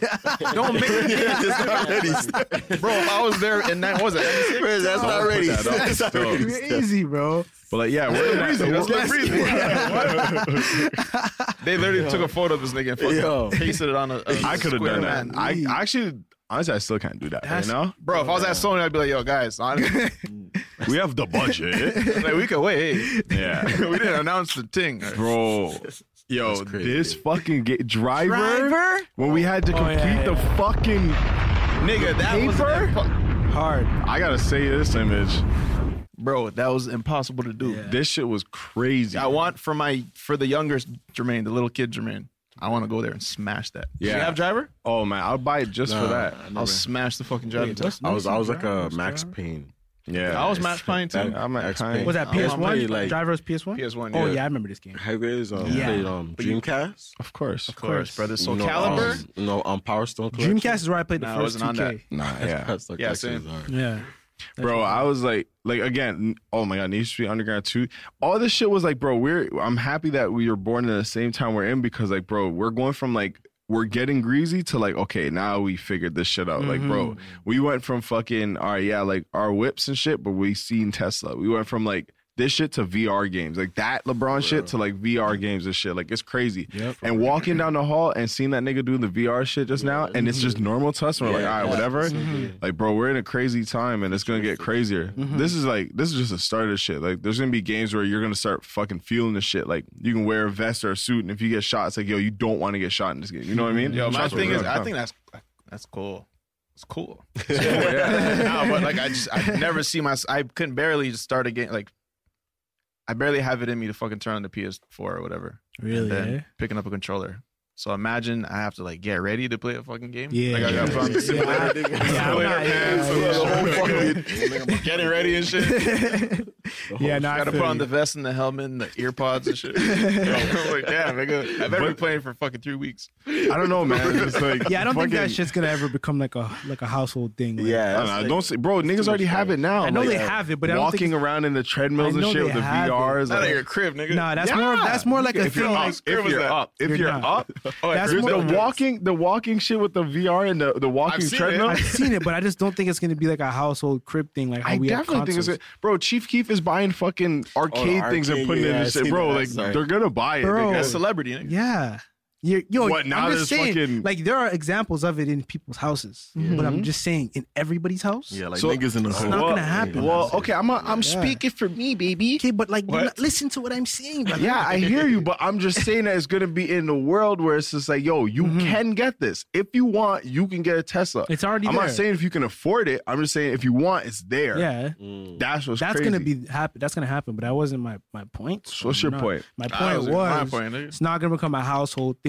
S3: Don't make
S2: It's not ready.
S3: bro, if I was there and that what was it. 96?
S2: Bro, That's not ready.
S5: that up.
S2: That's not ready.
S4: Crazy, bro.
S5: But like, yeah, we're in that- we're-
S3: They literally took a photo of this nigga and fucking
S2: Yo.
S3: pasted it on a. a
S5: I could have
S3: square
S5: done that.
S3: man.
S5: I I actually, honestly, I still can't do that. You know,
S3: Bro, if I was at Sony, I'd be like, yo, guys, honestly,
S5: we have the budget.
S3: like, we could wait.
S5: yeah,
S3: we didn't announce the thing.
S5: bro. Yo,
S2: crazy.
S5: this fucking ga- driver,
S3: Driver?
S5: When we had to complete the fucking,
S3: Nigga, that was
S5: Paper?
S3: impo-
S4: Hard.
S5: I gotta say this image.
S3: bro. That was impossible to do.
S5: This shit was crazy.
S3: I want for my for the younger Jermaine, the little kid Jermaine. I want to go there and smash that. Do
S5: Yeah.
S3: you have driver?
S5: Oh man, I'll buy it just for that.
S3: I'll smash the fucking driver. too.
S2: I was I was like a Max Payne.
S5: Yeah,
S3: I was Max Payne too.
S5: I'm at
S2: Max
S5: Pine.
S2: Payne.
S4: Was that
S2: I played,
S4: PS1?
S2: Like,
S4: Drivers PS1?
S3: PS1,
S4: Oh,
S3: yeah.
S4: yeah, I remember this game.
S2: Haggard's um,
S4: Yeah.
S2: played um, Dreamcast.
S5: Of course.
S3: Of course, brother. So
S2: No,
S3: caliber.
S2: Um, no, um, Power Stone. Collection.
S4: Dreamcast is where I played the
S3: Nah, I
S4: first
S3: wasn't on
S4: 2K.
S3: that.
S5: Nah, yeah.
S2: That's like
S3: Yeah,
S2: yeah,
S3: same.
S4: Yeah.
S5: bro i was like like again oh my god needs to be underground too all this shit was like bro we're i'm happy that we were born in the same time we're in because like bro we're going from like we're getting greasy to like okay now we figured this shit out like bro we went from fucking all right yeah like our whips and shit but we seen tesla we went from like this shit to VR games, like that LeBron shit to like VR games and shit, like it's crazy. and walking down the hall and seeing that nigga do the VR shit just now, and it's just normal to us. And we're like, all right, whatever. Like, bro, we're in a crazy time, and it's gonna get crazier. This is like, this is just the start of the shit. Like, there's gonna be games where you're gonna start fucking feeling the shit. Like, you can wear a vest or a suit, and if you get shot, it's like, yo, you don't want to get shot in this game. You know what I mean?
S3: Yo, my
S5: Trust me,
S3: thing
S5: we're
S3: is,
S5: gonna
S3: I
S5: come.
S3: think that's that's cool. It's cool. Nah, but like I just I never see my I couldn't barely just start a game like I barely have it in me to fucking turn on the PS4 or whatever.
S4: Really?
S3: than
S4: eh?
S3: picking up a controller. So imagine I have to like get ready to play a fucking game.
S4: Yeah.
S3: Like I got
S4: Yeah.
S3: fucking
S4: Yeah.
S3: simulator,
S4: Yeah, I'm
S3: simulator
S4: not-
S3: pants,
S4: yeah,
S3: the
S4: yeah.
S3: whole fucking getting ready and shit.
S4: Yeah, no, I
S3: Gotta
S4: feel
S3: put on
S4: you.
S3: the vest and the helmet and the ear pods and shit. Yo, I'm like, damn, nigga, I've been playing for fucking three weeks.
S5: I don't know, man. It's like,
S4: Yeah, I don't think that
S5: fucking-
S4: shit's gonna ever become like a like a household thing. Like,
S5: I
S2: Yeah,
S5: don't, know, don't say, bro. Niggas already have it now.
S4: I know
S5: Like,
S4: they have it, but I don't
S5: walking
S4: think it's-
S5: around in the
S4: I
S5: treadmills and
S4: know
S5: shit
S4: they
S5: with the
S4: have it.
S5: VRs.
S3: Not
S5: like-
S3: at your crib, nigga.
S4: Nah, that's
S5: Yeah.
S4: more that's more like a
S5: if you're
S4: thing. Like,
S5: up, if you're up, if you're,
S4: You're not.
S5: up, oh,
S4: That's
S5: if
S4: more-
S5: the walking, the walking shit with the VR and the, the walking
S3: seen
S5: treadmill.
S4: I've seen it, but I just don't think it's gonna be like a household crib thing. Like how
S5: I
S4: we
S5: definitely
S4: have
S5: think it's
S4: consoles.
S5: good. Bro, Chief Keef is buying fucking arcade
S2: the
S5: things and
S2: Oh, arcade,
S5: putting it
S2: yeah,
S5: in
S2: I
S5: this shit,
S2: seen
S5: bro.
S2: that,
S5: Like
S2: sorry.
S5: they're gonna buy it. They
S4: Bro.
S5: got-
S3: That's celebrity, nigga.
S4: Yeah. You're, yo,
S5: What, now
S4: I'm just
S5: there's
S4: saying,
S5: fucking-
S4: like there are examples of it in people's houses, but I'm just saying in everybody's house.
S2: Yeah, like
S5: So-
S2: niggas in the hood.
S4: not gonna happen.
S5: Well, okay, I'm a, I'm speaking for me, baby.
S4: Okay, but like, you're
S3: What?
S4: not- listen to what I'm saying. brother.
S5: Yeah, I hear you, but I'm just saying that it's gonna be in the world where it's just like, yo, you can get this if you want. You can get a Tesla.
S4: Mm-hmm. It's already
S5: I'm
S4: there.
S5: not saying if you can afford it. I'm just saying if you want, Mm, it's there.
S4: yeah.
S5: that's what's
S4: that's
S5: crazy.
S4: gonna be happen. That's gonna happen. But that wasn't my my point. So
S5: what's your
S4: no.
S5: point?
S4: My
S3: That
S4: point was,
S3: my point, nigga.
S5: Mm.
S4: it's not gonna become a household thing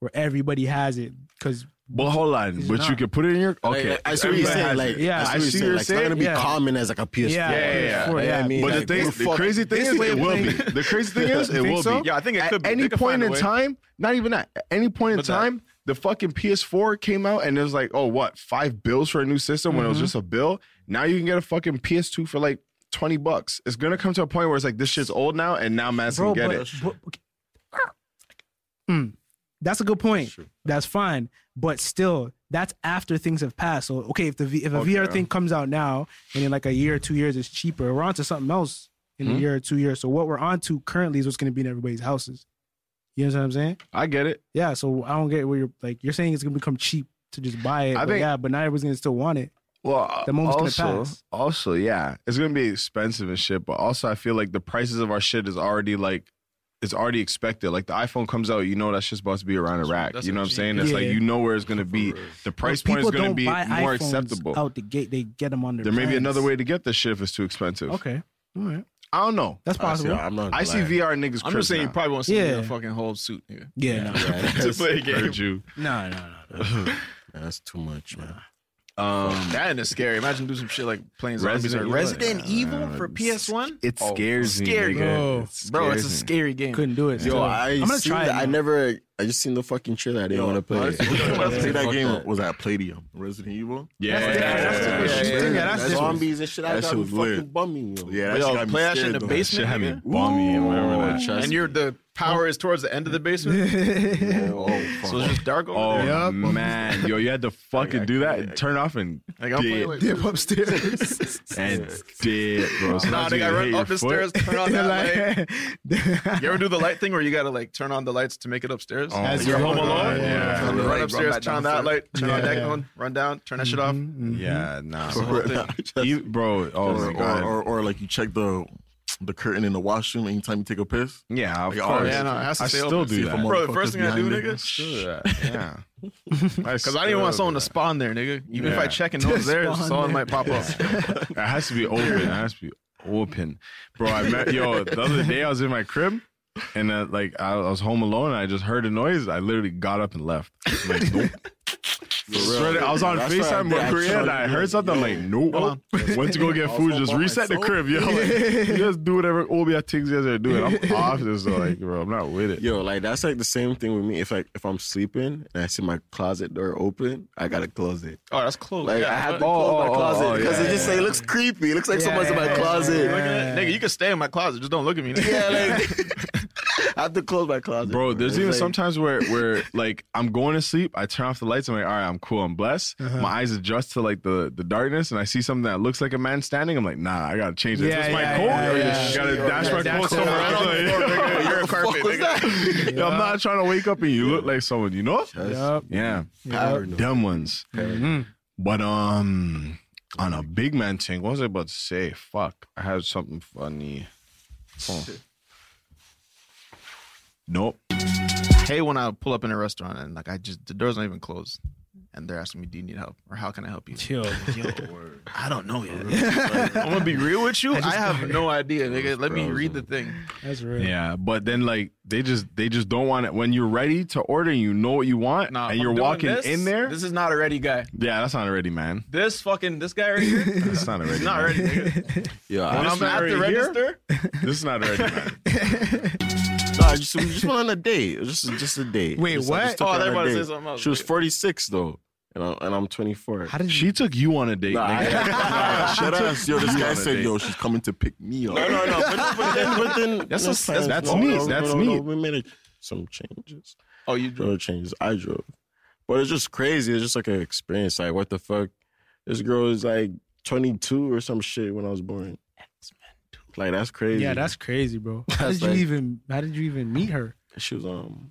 S4: where everybody has it because
S5: Well, hold on, but you can put it in your okay.
S2: I see what you're
S5: Everybody
S2: saying.
S5: has
S2: Like,
S5: it.
S4: Yeah,
S2: I see what you're saying. Like, it's not gonna be common as like a PS4.
S4: Yeah,
S5: yeah, yeah.
S2: You know what
S4: Yeah,
S2: I mean,
S5: But the
S2: Like,
S5: thing,
S2: what
S5: the
S2: fuck-
S5: crazy thing is,
S3: basically
S5: it
S3: a
S5: will
S3: thing.
S5: be. The crazy thing is, it
S3: Think
S5: will
S3: so?
S5: be.
S3: Yeah, I think it
S5: At
S3: could be. They
S5: any
S3: could
S5: point
S3: find a
S5: in
S3: way.
S5: time, not even that. At any point in
S3: What's that?
S5: time, the fucking PS4 came out and it was like, oh, what, five bills for a new system when it
S3: Mm-hmm.
S5: was just a bill. Now you can get a fucking PS2 for like twenty bucks. It's gonna come to a point where it's like this shit's old now, and now Matt's
S4: Bro,
S5: can get
S4: but-
S5: it.
S4: but- okay. Mm, that's a good point. That's fine, but still, that's after things have passed. So, okay, if the v, if a VR
S5: Okay.
S4: thing comes out now, and in like a year or two years, it's cheaper. We're on to something else in
S5: Hmm?
S4: a year or two years. So, what we're on to currently is what's going to be in everybody's houses. You know what I'm saying?
S5: I get it.
S4: Yeah. So, I don't get where you're like you're saying it's going to become cheap to just buy it.
S5: I
S4: but
S5: think-
S4: yeah, but not everyone's going to still want it.
S5: Well,
S4: The moment's gonna
S5: also,
S4: pass.
S5: also, yeah, it's gonna be expensive and shit. But also, I feel like the prices of our shit is already like it's already expected. Like the iPhone comes out, you know that's just supposed to be around a rack.
S3: that's
S5: You know
S3: a
S5: what I'm
S3: G.
S5: saying? It's like
S4: Yeah.
S5: you know where it's gonna be. The price
S4: But
S5: point is
S4: people
S5: gonna
S4: don't
S5: be
S4: buy
S5: more
S4: iPhones
S5: acceptable.
S4: out the gate. They get them on their.
S5: there may be
S4: plans.
S5: another way to get this shit if it's too expensive.
S4: Okay. All right.
S5: I don't know.
S4: That's
S2: I see,
S4: possible.
S2: I'm not.
S5: I see
S2: lying.
S5: VR niggas.
S3: I'm
S5: crib
S3: just saying you
S5: now.
S3: probably won't see me in a
S4: Yeah.
S3: fucking whole suit nigga.
S4: yeah. no.
S3: to play a game.
S5: Heard you.
S4: No, no, no.
S2: Nah, That's too much, man.
S5: Um,
S3: That and it's scary. Imagine do some shit like playing zombies or
S5: Resident-
S3: Resident Evil for PS One.
S5: it scares me,
S3: scary.
S5: nigga.
S4: Bro.
S5: It
S3: Bro, it's a
S5: scares me.
S3: scary game.
S4: Couldn't do it.
S2: Yo,
S4: So,
S2: I
S4: I'm gonna
S2: seen
S4: try.
S2: that-
S4: it.
S2: I never. I just seen the fucking trailer. I didn't want to play it.
S6: See that
S2: Fuck
S6: game
S2: that.
S6: was at Palladium, Resident Evil.
S5: Yeah,
S4: That's different. That's
S5: yeah,
S4: different.
S5: yeah,
S4: She's
S5: yeah.
S4: thinking that's different.
S2: Zombies and shit. I
S6: That
S2: got
S6: shit
S2: me
S6: was
S2: fucking
S6: lit.
S2: bumming. Yo.
S6: Yeah, that shit
S3: Yo,
S6: got me
S3: play that shit
S6: scared,
S3: in the
S6: though.
S5: Shit
S3: basement,
S5: had me
S3: nigga.
S6: Bummy, I remember that.
S3: Oh, and you're the power is towards the end of the basement, so it's just dark over
S5: Oh
S3: there.
S4: Yup.
S5: man, yo, you had to fucking do that, and turn off and
S3: Like I'm
S5: dip,
S3: playing like,
S4: dip upstairs.
S5: and dip, bro.
S3: nah,
S5: Sometimes
S3: nigga,
S5: you
S3: I
S5: hit
S3: run
S5: your
S3: up the
S5: foot.
S3: stairs, turn on
S4: They're
S3: that light.
S4: like,
S3: You ever do the light thing where you gotta like turn on the lights to make it upstairs?
S5: Oh,
S4: As
S5: my
S4: you're
S5: God.
S4: home alone?
S5: Yeah,
S3: Run
S6: Like, run
S3: upstairs,
S6: back
S3: turn on that
S6: downstairs.
S3: light, turn on
S4: Yeah,
S3: that
S4: yeah.
S3: one, run down, turn that shit off.
S5: Mm-hmm.
S4: Mm-hmm.
S5: yeah, nah,
S6: Or,
S5: bro. You- bro. Oh my
S6: or,
S5: god.
S6: or, or like you check the the curtain in the washroom anytime you take a piss.
S5: yeah, of
S6: Like, oh,
S5: course.
S3: yeah, no, it has to
S5: I
S3: stay
S5: still
S3: open.
S5: do
S6: See if a
S5: that.
S3: Bro, the first
S6: motherfucker's
S3: thing I do,
S6: behind it.
S3: nigga,
S5: Yeah,
S3: because I didn't want someone to spawn there, nigga. Even if I
S5: Yeah.
S3: check and no one's there,
S4: Spawn
S3: someone
S4: there.
S3: might pop up.
S5: It has to be open. It has to be open, bro. I met yo the other day. I was in my crib. And uh, like I I was home alone, and I just heard a noise. I literally got up and left. I'm Like, nope. Swear to- I was on
S6: That's what I
S5: FaceTime
S6: did.
S5: with
S6: I
S5: Korea, and
S6: showed
S5: I
S6: you,
S5: heard
S6: like,
S5: something. I'm like, nope. Went to go get
S6: I was
S5: food.
S6: all
S5: Just
S6: by
S5: reset the
S6: myself.
S5: crib, yo. Like, just do whatever Obi I things you guys are doing. I'm off this. So like, bro, I'm not with it.
S2: Yo, like that's like the same thing with me. If like if I'm sleeping and I see my closet door open, I gotta close it.
S3: Oh, that's close.
S2: Like
S3: Yeah,
S2: I have to
S3: but-
S2: close my
S5: oh, oh,
S2: closet because
S5: yeah,
S2: it just
S5: yeah,
S2: like looks creepy. It looks like someone's in my
S4: yeah,
S2: closet.
S3: Look at that. Nigga, you can stay in my closet. Just don't look at me. Nigga.
S2: Yeah, like I have to close my closet.
S5: Bro, there's
S2: It's
S5: even
S2: like-
S5: sometimes where where like I'm going to sleep, I turn off the lights, I'm like, all right, I'm cool, I'm blessed.
S4: Uh-huh.
S5: My eyes adjust to like the the darkness, and I see something that looks like a man standing. I'm like, nah, I gotta change this.
S4: Yeah,
S5: This is my
S4: yeah,
S5: coat.
S4: yeah,
S5: You
S4: yeah.
S5: gotta dash my
S4: Dash
S5: coat
S4: it
S5: somewhere
S4: out.
S5: else. Like,
S3: Nigga, You're a carpet. Nigga.
S5: yo, I'm not trying to wake up and you look like someone, you know?
S4: Yup. Mm-hmm.
S5: Yeah, dumb ones. But um, on a big man thing, what was I about to say? Fuck, I had something funny. Oh. Nope.
S3: Hey, when I pull up in a restaurant and like I just the door's not even closed, and they're asking me, "Do you need help?" or "How can I help you?"
S4: Yo,
S3: I don't know yet. I'm gonna be real with you. I, have no idea, nigga. Let me read the thing.
S4: that's real.
S5: Yeah, but then like they just they just don't want it. When you're ready to order, and you know what you want,
S3: Nah, if
S5: and
S3: I'm
S5: you're
S3: doing
S5: walking
S3: this,
S5: in there.
S3: This is not a ready guy.
S5: yeah, that's not ready, man.
S3: This fucking this guy right here.
S5: That's not ready.
S3: He's not
S5: man.
S3: ready. Nigga.
S2: Yeah,
S3: When
S2: I,
S3: I'm
S5: man
S3: at the
S5: right here?
S3: register,
S5: This is not ready, man.
S2: nah, I just, we just went on a date. It was just, just a date.
S4: Wait,
S2: Just- I just
S4: what?
S2: took
S3: Oh,
S2: her
S3: they
S2: on a
S3: about to say
S2: date.
S3: something else.
S2: She was 46 though, and I'm, and I'm 24.
S4: How did you?
S5: She took you on a date.
S2: Nah,
S5: nigga.
S2: I-
S6: Shut up, yo. This
S5: You on
S6: guy
S5: a
S6: said,
S5: date.
S6: yo, she's coming to pick me up.
S2: No, no, no. But, but then, but then
S3: That's
S2: no,
S3: a- that's-
S5: that's
S2: no,
S5: neat,
S2: no,
S5: that's
S2: no, no,
S5: neat.
S2: we made a, some changes.
S3: oh, you drove.
S2: No changes. I drove, but it's just crazy. It's just like an experience. Like what the fuck? This girl is like 22 or some shit when I was born. Like that's crazy.
S4: Yeah, that's crazy, bro. How
S2: That's
S4: did you
S2: like-
S4: even? How did you even meet her?
S2: she was um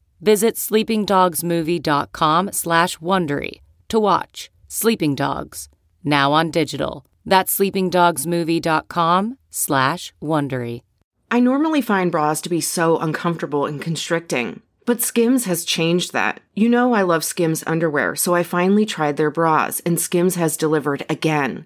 S8: Visit sleepingdogsmovie.com slash Wondery to watch Sleeping Dogs, now on digital. That's sleepingdogsmovie.com slash Wondery.
S9: I normally find bras to be so uncomfortable and constricting, but Skims has changed that. You know, I love Skims underwear, so I finally tried their bras, and Skims has delivered again.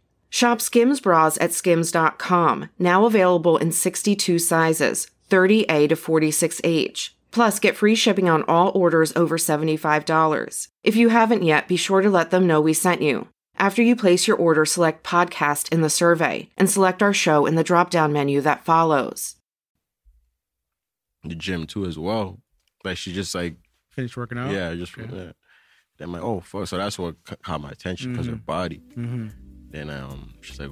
S9: Shop Skims bras at skims.com, now available in 62 sizes, 30A to 46H. Plus, get free shipping on all orders over $75. If you haven't yet, be sure to let them know we sent you. After you place your order, select podcast in the survey and select our show in the drop down menu that follows.
S6: the gym too as well. Like she just like
S4: Finished working out.
S6: yeah, just yeah. Then I'm like, oh fuck. So that's what ca- caught my attention because her body. Then um, she's like,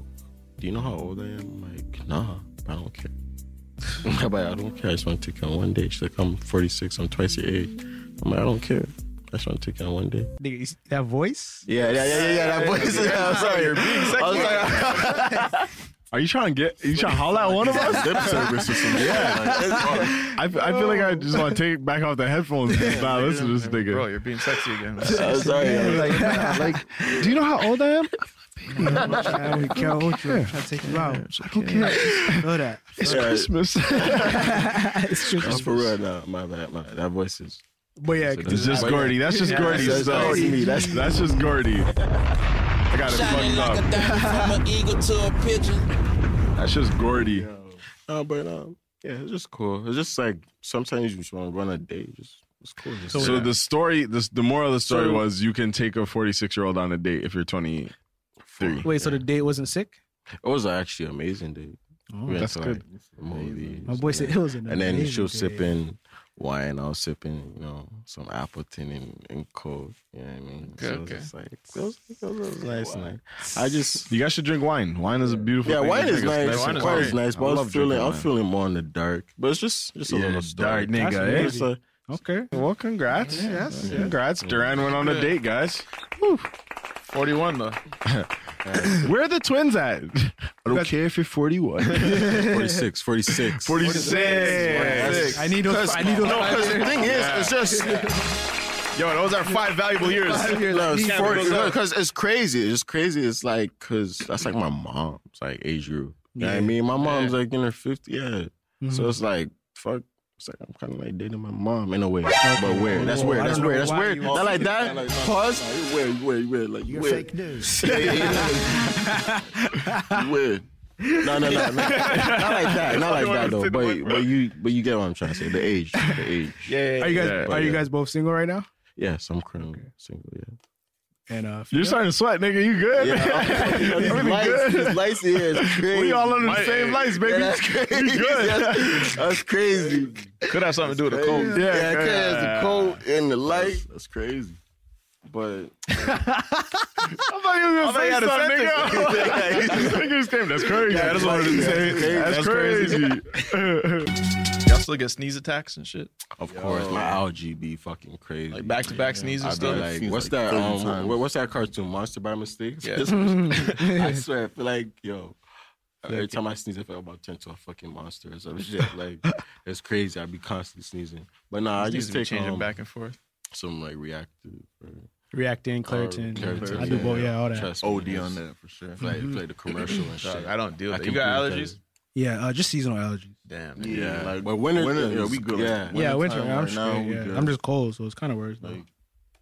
S6: do you know how old I am? I'm like, nah, I don't care. I'm like, I don't care. I just want to take it on one day. She's like, I'm 46. I'm twice your age. I'm like, I don't care. I just want to take it on one day.
S4: Nigga, you see that voice?
S6: Yeah, yeah, yeah, yeah, yeah. That voice. Yeah, I'm sorry. You're being I was like,
S5: Are you trying to get? Are you trying to holler at one of us?
S6: lip service or something. Yeah.
S5: I, f- I feel like I just want to take back off the headphones. and nah, listen to this nigga.
S3: Bro, you're being sexy again.
S6: I'm sorry. I was like,
S5: like, do you know how old I am?
S4: I don't care what you're trying to take you out.
S5: Okay,
S4: Know that.
S5: it's
S6: Yeah.
S5: Christmas.
S4: It's true.
S6: That's for real. Nah, my bad. My bad. That voice is.
S4: But yeah,
S5: it's just Gordy. That's just Gordy
S6: That's-
S5: stuff.
S6: that's me.
S5: That's,
S6: That's-
S5: just Gordy. I got it
S1: Shining
S5: fucked
S1: like a
S5: up.
S1: diamond from an eagle to a pigeon.
S5: That's just Gordy.
S6: No, but um, yeah, it's just cool. It's just like sometimes you just want to run a day. Just it's cool. Just
S5: So the story, the, the moral of the story
S6: So-
S5: was you can take a 46 year old on a date if you're 23.
S4: wait, so the date wasn't sick?
S6: It was actually an amazing day. We went
S5: that's
S6: to,
S5: good.
S6: Like, movies.
S4: My boy said it was an
S6: And then she
S4: amazing
S6: was
S4: day.
S6: sipping wine. I was sipping, you know, some Appleton and, and Coke. You know what I mean? so it was
S3: okay.
S6: just like, it was, it was, it was nice. night. I just.
S5: You guys should drink wine. Wine is a beautiful.
S6: Yeah,
S5: thing to
S6: wine is
S5: drink.
S6: nice.
S3: wine
S6: Wine
S3: is
S6: is,
S3: great.
S6: nice,
S5: I
S6: but I
S5: love
S6: was feeling,
S5: drinking
S6: I'm
S5: wine.
S6: feeling more in the dark. But it's just, just a
S5: Yeah,
S6: little story.
S5: dark nigga,
S6: That's-
S5: eh?
S6: it's a-
S4: Okay.
S5: Well, congrats.
S4: Yes.
S5: Congrats. Duran went on a date, guys.
S3: 41 though.
S5: Where are the twins at? I don't care if you're 41.
S6: 46, 46.
S5: 46.
S4: I need those. I need those.
S6: No, because the thing is, it's just
S5: Yo, those are five valuable years.
S6: no, it's because it's crazy. It's just crazy. It's like because that's like my mom's like age group. You know what I mean? My mom's like in her 50s. Yeah. So it's like fuck. It's like I'm kind of like dating my mom in a way, but weird. That's weird.
S4: I
S6: That's
S4: don't know
S6: weird. That's
S4: why
S6: weird.
S4: you-
S6: Not like that. Pause. You weird. You weird. You weird. Like you weird.
S4: news.
S6: Yeah, yeah, yeah. You weird. No, no, no, no. Not like that. Not like that though. But but you but you get what I'm trying to say. The age. The age.
S4: Are you guys?
S6: but
S4: Are you
S6: yeah.
S4: guys both single right now?
S6: Yes, I'm currently single. Yeah.
S4: And uh,
S5: You're starting to sweat, nigga. You good?
S6: Yeah,
S5: Everything
S6: lights,
S5: good?
S6: his lights here is crazy.
S5: We all under the same lights,
S6: Yeah,
S5: baby.
S6: that's crazy.
S5: You good?
S6: That's, that's crazy.
S3: Could have something to do with a
S6: Yeah,
S3: cold.
S6: yeah, cause
S5: yeah.
S6: the coat and the light. That's, crazy. But
S5: I thought you were gonna say
S3: you had a
S5: something, nigga. Nigga just came. That's crazy.
S6: Yeah,
S5: that's
S6: that's
S5: what I
S6: crazy.
S5: say. That's
S6: That's
S5: crazy.
S6: crazy.
S3: Y'all still get sneeze attacks and shit.
S6: of course, my algae be fucking crazy.
S3: Like back to back sneezes
S6: I'd be
S3: still.
S6: like, what's that? Um, what- what's that cartoon? Monster by mistake.
S3: Yeah.
S6: I swear, I feel like yo. Every time I sneeze, I feel about ten to a fucking monster or some shit. Like it's crazy. I'd be constantly sneezing. But nah, I just
S3: Sneezes be
S6: take
S3: changing
S6: um,
S3: back and forth.
S6: some like reactive. Or,
S4: reacting, Oh, Claritin. I do both. Yeah, all that. Mm-hmm.
S6: OD on that for sure. Play, play the commercial and shit.
S3: Dog, I don't deal
S6: I
S3: with that. You
S6: can
S3: got
S6: breathe
S3: allergies?
S4: Yeah, uh, just seasonal allergies.
S3: Damn.
S6: better.
S3: nigga.
S6: Yeah, like but winter,
S2: winter
S6: yeah,
S2: is
S6: we good.
S2: good.
S6: Yeah,
S4: yeah, winter.
S2: Wintertime
S4: I'm
S2: right now,
S4: straight,
S2: we
S4: yeah.
S2: good.
S4: I'm just cold, so it's kind of worse. though.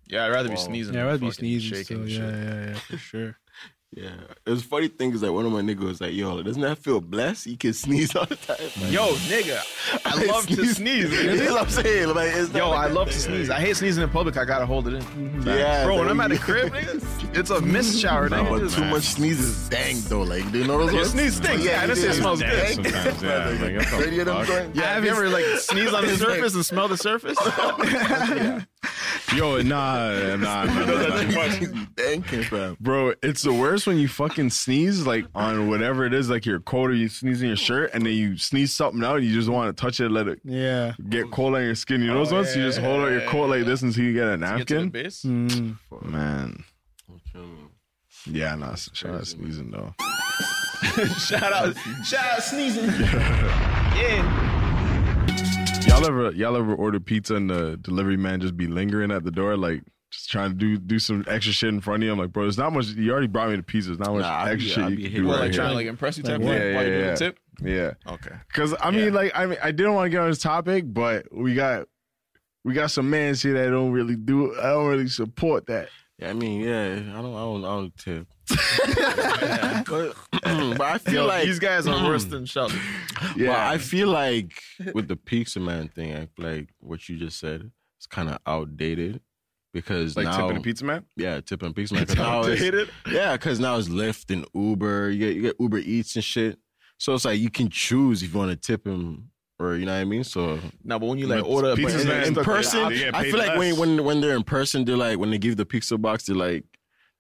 S3: Yeah, I'd rather be sneezing.
S4: yeah, I'd
S3: than
S4: rather be
S3: fucking
S4: sneezing.
S3: shaking
S4: So
S3: and
S4: yeah,
S3: shit.
S4: yeah, yeah, for sure.
S6: yeah. It was funny thing is that one of my niggas was like, "Yo, doesn't that feel blessed? You can sneeze all the time."
S3: Yo, nigga, I love to sneeze.
S6: That's
S3: nigga.
S6: what I'm saying. Like, it's not
S3: Yo,
S6: like
S3: I
S6: a
S3: love to
S6: thing.
S3: sneeze. I hate sneezing in public. I gotta hold it in.
S6: Yeah,
S3: Bro, when
S6: like,
S3: I'm at the
S6: you-
S3: crib, nigga, it's a mist shower,
S6: Nah,
S3: nigga.
S6: but
S3: Just-
S6: too much sneezes, dang though. Like, do you know those?
S3: Your
S6: ones?
S3: sneeze stinks. Yeah,
S6: you
S3: that shit
S6: do.
S3: smells good.
S5: Sometimes, yeah, I'm like, what the
S6: Thirty of them
S5: fuck?
S6: joints.
S3: Yeah, have you ever like sneeze on the
S6: It's
S3: surface and smell the surface?
S5: Yo, nah, nah, nah, nah, nah.
S6: Thank you, fam.
S5: Bro, it's the worst when you fucking sneeze like on whatever it is, like your coat or you sneeze in your shirt, and then you sneeze something out and you just want to touch it, let it
S4: Yeah.
S5: get cold on your skin. You know those ones? You just hold out your coat like this until you get a
S3: Oh, Get to the
S5: napkin.
S3: base.
S5: Man. Yeah, nah, shout out sneezing though.
S3: Shout out, shout out, sneezing. yeah.
S5: Y'all ever y'all ever order pizza and the delivery man just be lingering at the door, like just trying to do do some extra shit in front of you? I'm like, bro, there's not much. You already brought me the pizza. There's not much
S6: Nah, I be-
S5: extra
S6: I
S5: shit
S6: be
S5: you
S6: hitting
S5: can do
S3: Well,
S5: right
S3: like
S5: here.
S3: trying to like impress you type
S5: yeah,
S3: of thing
S5: yeah,
S3: while you're doing
S5: yeah.
S3: the tip.
S5: Yeah.
S3: Okay.
S5: Cause I mean,
S3: Yeah.
S5: like, I mean, I didn't want to get on this topic, but we got we got some man shit that don't really do. I don't really support that.
S6: Yeah, I mean, yeah, I don't, I don't, I don't tip. Yeah, but, but I feel like Hmm.
S3: these guys are worse than Sheldon.
S6: Yeah, I feel like with the pizza man thing, I feel like what you just said is kind of outdated because
S5: like
S6: now,
S5: tipping a pizza man.
S6: yeah, tipping pizza man. 'cause now it's- yeah, because now it's Lyft and Uber. You get you get Uber Eats and shit. So it's like you can choose if you want to tip him or you know what I mean. So
S3: No, but when you like
S5: But
S3: order
S5: pizza's
S3: but-
S5: not
S6: in
S5: stuck there.
S6: person,
S5: They get
S6: I
S5: paid
S6: feel like when
S5: less.
S6: when when they're in person, they're like when they give the pizza box, they're like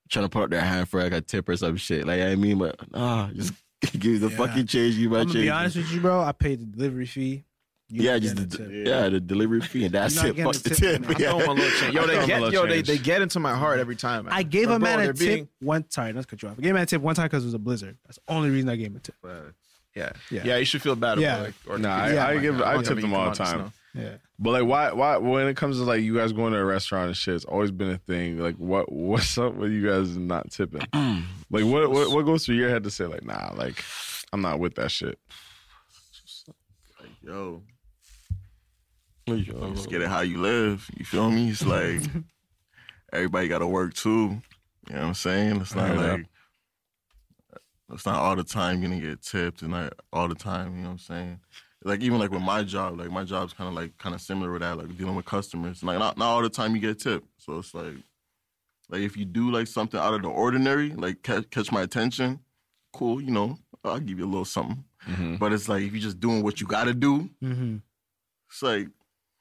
S6: trying to put out their hand for like a tip or some shit. Like I mean, but ah, just give the
S4: Yeah.
S6: fucking change. You my
S4: I'm gonna
S6: change.
S4: be honest with you, bro. I paid the delivery fee. You
S6: yeah,
S4: not
S6: just the,
S4: getting a tip.
S6: yeah, the delivery fee and that's
S4: You're not
S6: it. Fuck the
S4: getting a tip, man.
S6: tip.
S4: I
S6: yeah.
S3: Throw 'em a little change. Yo,
S5: Throw
S3: they
S5: 'em a
S3: get
S5: little
S3: yo, they,
S5: change.
S3: they get into my heart every time.
S4: I gave a
S3: But
S4: man
S3: bro,
S4: a
S3: they're
S4: tip
S3: being-
S4: one time. Let's cut you off. I gave a man a tip one time because it was a blizzard. That's the only reason I gave him a tip.
S3: Yeah.
S4: Yeah.
S3: yeah, you should feel bad.
S4: Yeah.
S3: about like, or
S5: Nah, I,
S4: Yeah,
S5: I
S4: why
S5: give.
S3: not?
S5: I
S3: Whatever
S5: tip
S3: you
S5: them
S3: come
S5: all
S3: on,
S5: the
S3: just
S5: time.
S3: know.
S4: Yeah.
S5: But like, why? Why? When it comes to like you guys going to a restaurant and shit, it's always been a thing. Like, what? What's up with you guys not tipping? like, what, what? What goes through your head to say like, nah, like, I'm not with that shit.
S6: Yo,
S1: I'm just get it how you live. You feel me? It's like everybody got to work too. You know what I'm saying? It's not
S5: Yeah.
S1: like it's not all the time you're gonna get tipped, and not all the time. You know what I'm saying? Like even like with my job, like my job's kind of like kind of similar with that, like dealing with customers. Like not not all the time you get tipped, so it's like like if you do like something out of the ordinary, like catch catch my attention, cool. You know, I'll give you a little something. But it's like if you're just doing what you got to do,
S4: Mm-hmm.
S1: it's like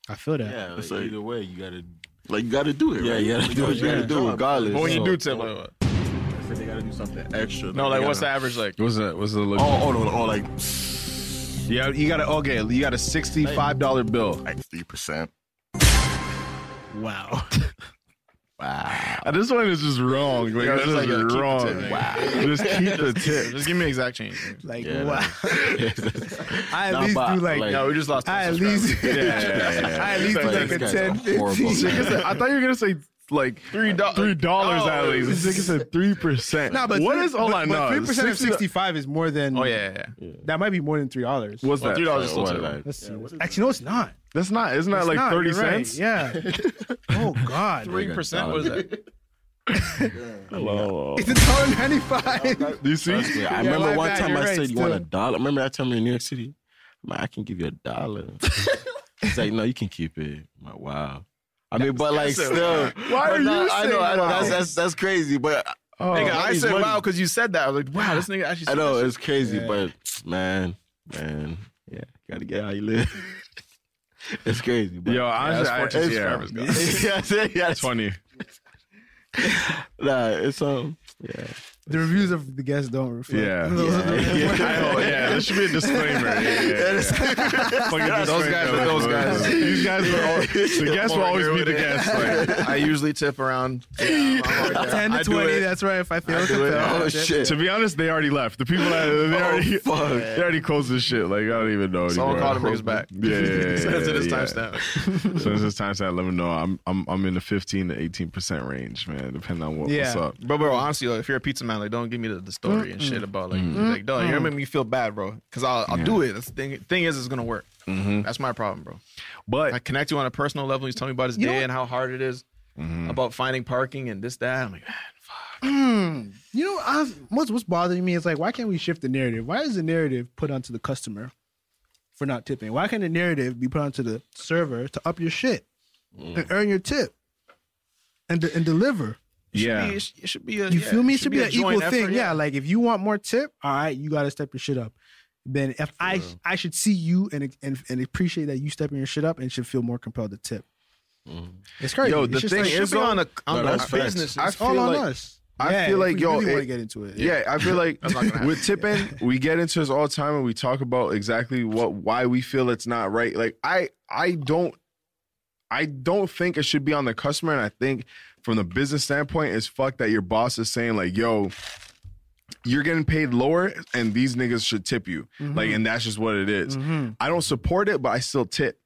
S4: I feel that.
S6: yeah,
S1: It's
S6: like,
S1: like-
S6: either way, you gotta,
S1: like you got to do it.
S6: yeah,
S1: right?
S6: you gotta do what you gotta do regardless.
S3: But when you
S6: So-
S3: do tip, like, what?
S1: So they gotta do something extra.
S3: no, like
S1: they
S3: what's the
S1: gotta-
S3: average like?
S5: What's that? What's the look?
S1: Oh, oh, no, oh, like
S5: Yeah, you got a okay. You got a sixty-five dollar bill.
S1: like three percent.
S4: Wow.
S5: Uh, This one is just wrong. Like,
S3: Yeah,
S5: this
S3: it's
S5: is
S3: like a keep the
S5: wrong.
S3: tip,
S5: wow. Just keep the tip.
S3: Just give me an exact change.
S4: like
S6: Yeah,
S4: wow. I at
S6: Nah,
S4: least
S6: but,
S4: do like,
S6: like-
S3: No, we just lost.
S4: I at
S3: 10 subscribers.
S4: least I at least do
S6: Like,
S4: like a
S6: these guys
S4: 10,
S6: are horrible.
S4: 15.
S5: Nigga said- I thought you were gonna say like three dollars. Three dollars
S3: Oh,
S5: at least. This nigga said three percent.
S4: Nah, but
S5: what
S4: three-
S5: is all
S4: but,
S5: I know?
S4: Three percent of
S5: 60
S4: sixty-five is more than.
S3: Oh yeah, yeah, yeah.
S4: that might be more than three dollars.
S5: What's
S3: Well,
S5: that?
S3: three dollars is still
S6: What,
S3: too
S6: like,
S4: Let's see. this. Actually, no, it's not.
S5: That's not. Isn't that
S4: It's
S5: like
S4: not,
S5: thirty
S4: you're right,
S5: cents?
S4: Yeah. Oh God.
S3: Three percent was that?
S5: Hello.
S4: It's a dollar ninety-five.
S5: Do you see?
S6: Trust me, I
S4: Yeah,
S6: remember
S4: my
S6: one
S4: bad,
S6: time
S4: you're
S6: I
S4: right,
S6: said you want a
S4: still.
S6: dollar. Remember that time we were in New York City? I'm like, I can give you a dollar. He's like, no, you can keep it. I'm like, wow. I mean, but like, still,
S5: Why are
S6: But no,
S5: you
S6: I
S5: saying
S6: know, I know,
S5: wow?
S6: that's that's that's crazy, but
S5: Oh,
S3: Nigga, I
S6: money's
S3: said
S6: money.
S3: wow because you said that. I was like, wow, this nigga actually.
S6: I
S3: said
S6: know
S3: that shit.
S6: it's crazy, but man, man, yeah, you gotta get how you live. it's crazy, but
S5: Yo, honestly,
S6: yeah,
S5: I,
S6: it's
S5: it's, yeah,
S6: fun.
S5: it's
S6: It's fun. yeah, it's
S5: twenty.
S6: Nah, it's um, yeah,
S4: the reviews of the guests don't reflect.
S5: Yeah. I know, yeah, this should be a disclaimer. Yeah, yeah, yeah. Fucking
S3: Those guys
S5: disclaimer.
S3: are those guys.
S5: These guys were all, the guests will always be the guests. Like,
S3: I usually tip around.
S4: Ten to
S3: I do
S4: twenty.
S3: it.
S4: That's right. If I fail, to fail.
S6: oh shit,
S5: to be honest, they already left. The people that they already they already closed this shit. Like I don't even know.
S3: Oh, Someone
S5: anymore.
S3: called them niggas back.
S5: Yeah, yeah, yeah, yeah,
S3: Send it to this
S5: yeah.
S3: timestamp.
S5: Since this time stamp, let me know. I'm I'm I'm in the 15 to 18 percent range, man. Depending on what, what's
S4: Yeah.
S5: up.
S3: But bro, honestly, like, if you're a pizza man, like don't give me the, the story and shit about like like dog, you're gonna make me feel bad, bro. Cause I'll, I'll do it. That's the thing thing is, it's gonna work.
S5: Mm-hmm.
S3: That's my problem, bro.
S5: But
S3: I connect you on a personal level. He's telling me about his day and how hard it is,
S5: Mm-hmm.
S3: about finding parking and this that. I'm like, man,
S4: You know, I, what's what's bothering me is like, why can't we shift the narrative? Why is the narrative put onto the customer for not tipping? Why can't the narrative be put onto the server to up your shit
S3: Mm.
S4: and earn your tip and de- and deliver?
S5: yeah,
S3: it should be- it should be a
S4: You
S3: yeah,
S4: feel me? It should be,
S3: a
S4: an
S3: joint
S4: equal
S3: effort,
S4: thing. yeah. like if you want more tip, all right, you got to step your shit up. Then if I I should see you and, and and appreciate that you stepping your shit up and should feel more compelled to tip. It's crazy.
S5: Yo,
S4: It's
S5: the
S4: just
S5: thing
S4: like-
S5: is,
S4: should be
S5: though-
S4: on a on
S5: No,
S4: a
S5: that's facts.
S4: business.
S5: I
S4: It's all
S5: feel
S4: on
S5: like-
S4: us.
S5: I
S4: Yeah,
S5: feel
S4: if
S5: like,
S4: we
S5: yo,
S4: really
S5: it-
S4: want to get into it.
S5: Yeah, I feel like
S3: That's not gonna happen.
S5: with tipping, we get into this all the time and we talk about exactly what why we feel it's not right. Like I I don't I don't think it should be on the customer. And I think from the business standpoint, it's fucked that your boss is saying, like, yo, you're getting paid lower and these niggas should tip you. Like, and that's just what it is. I don't support it, but I still tip.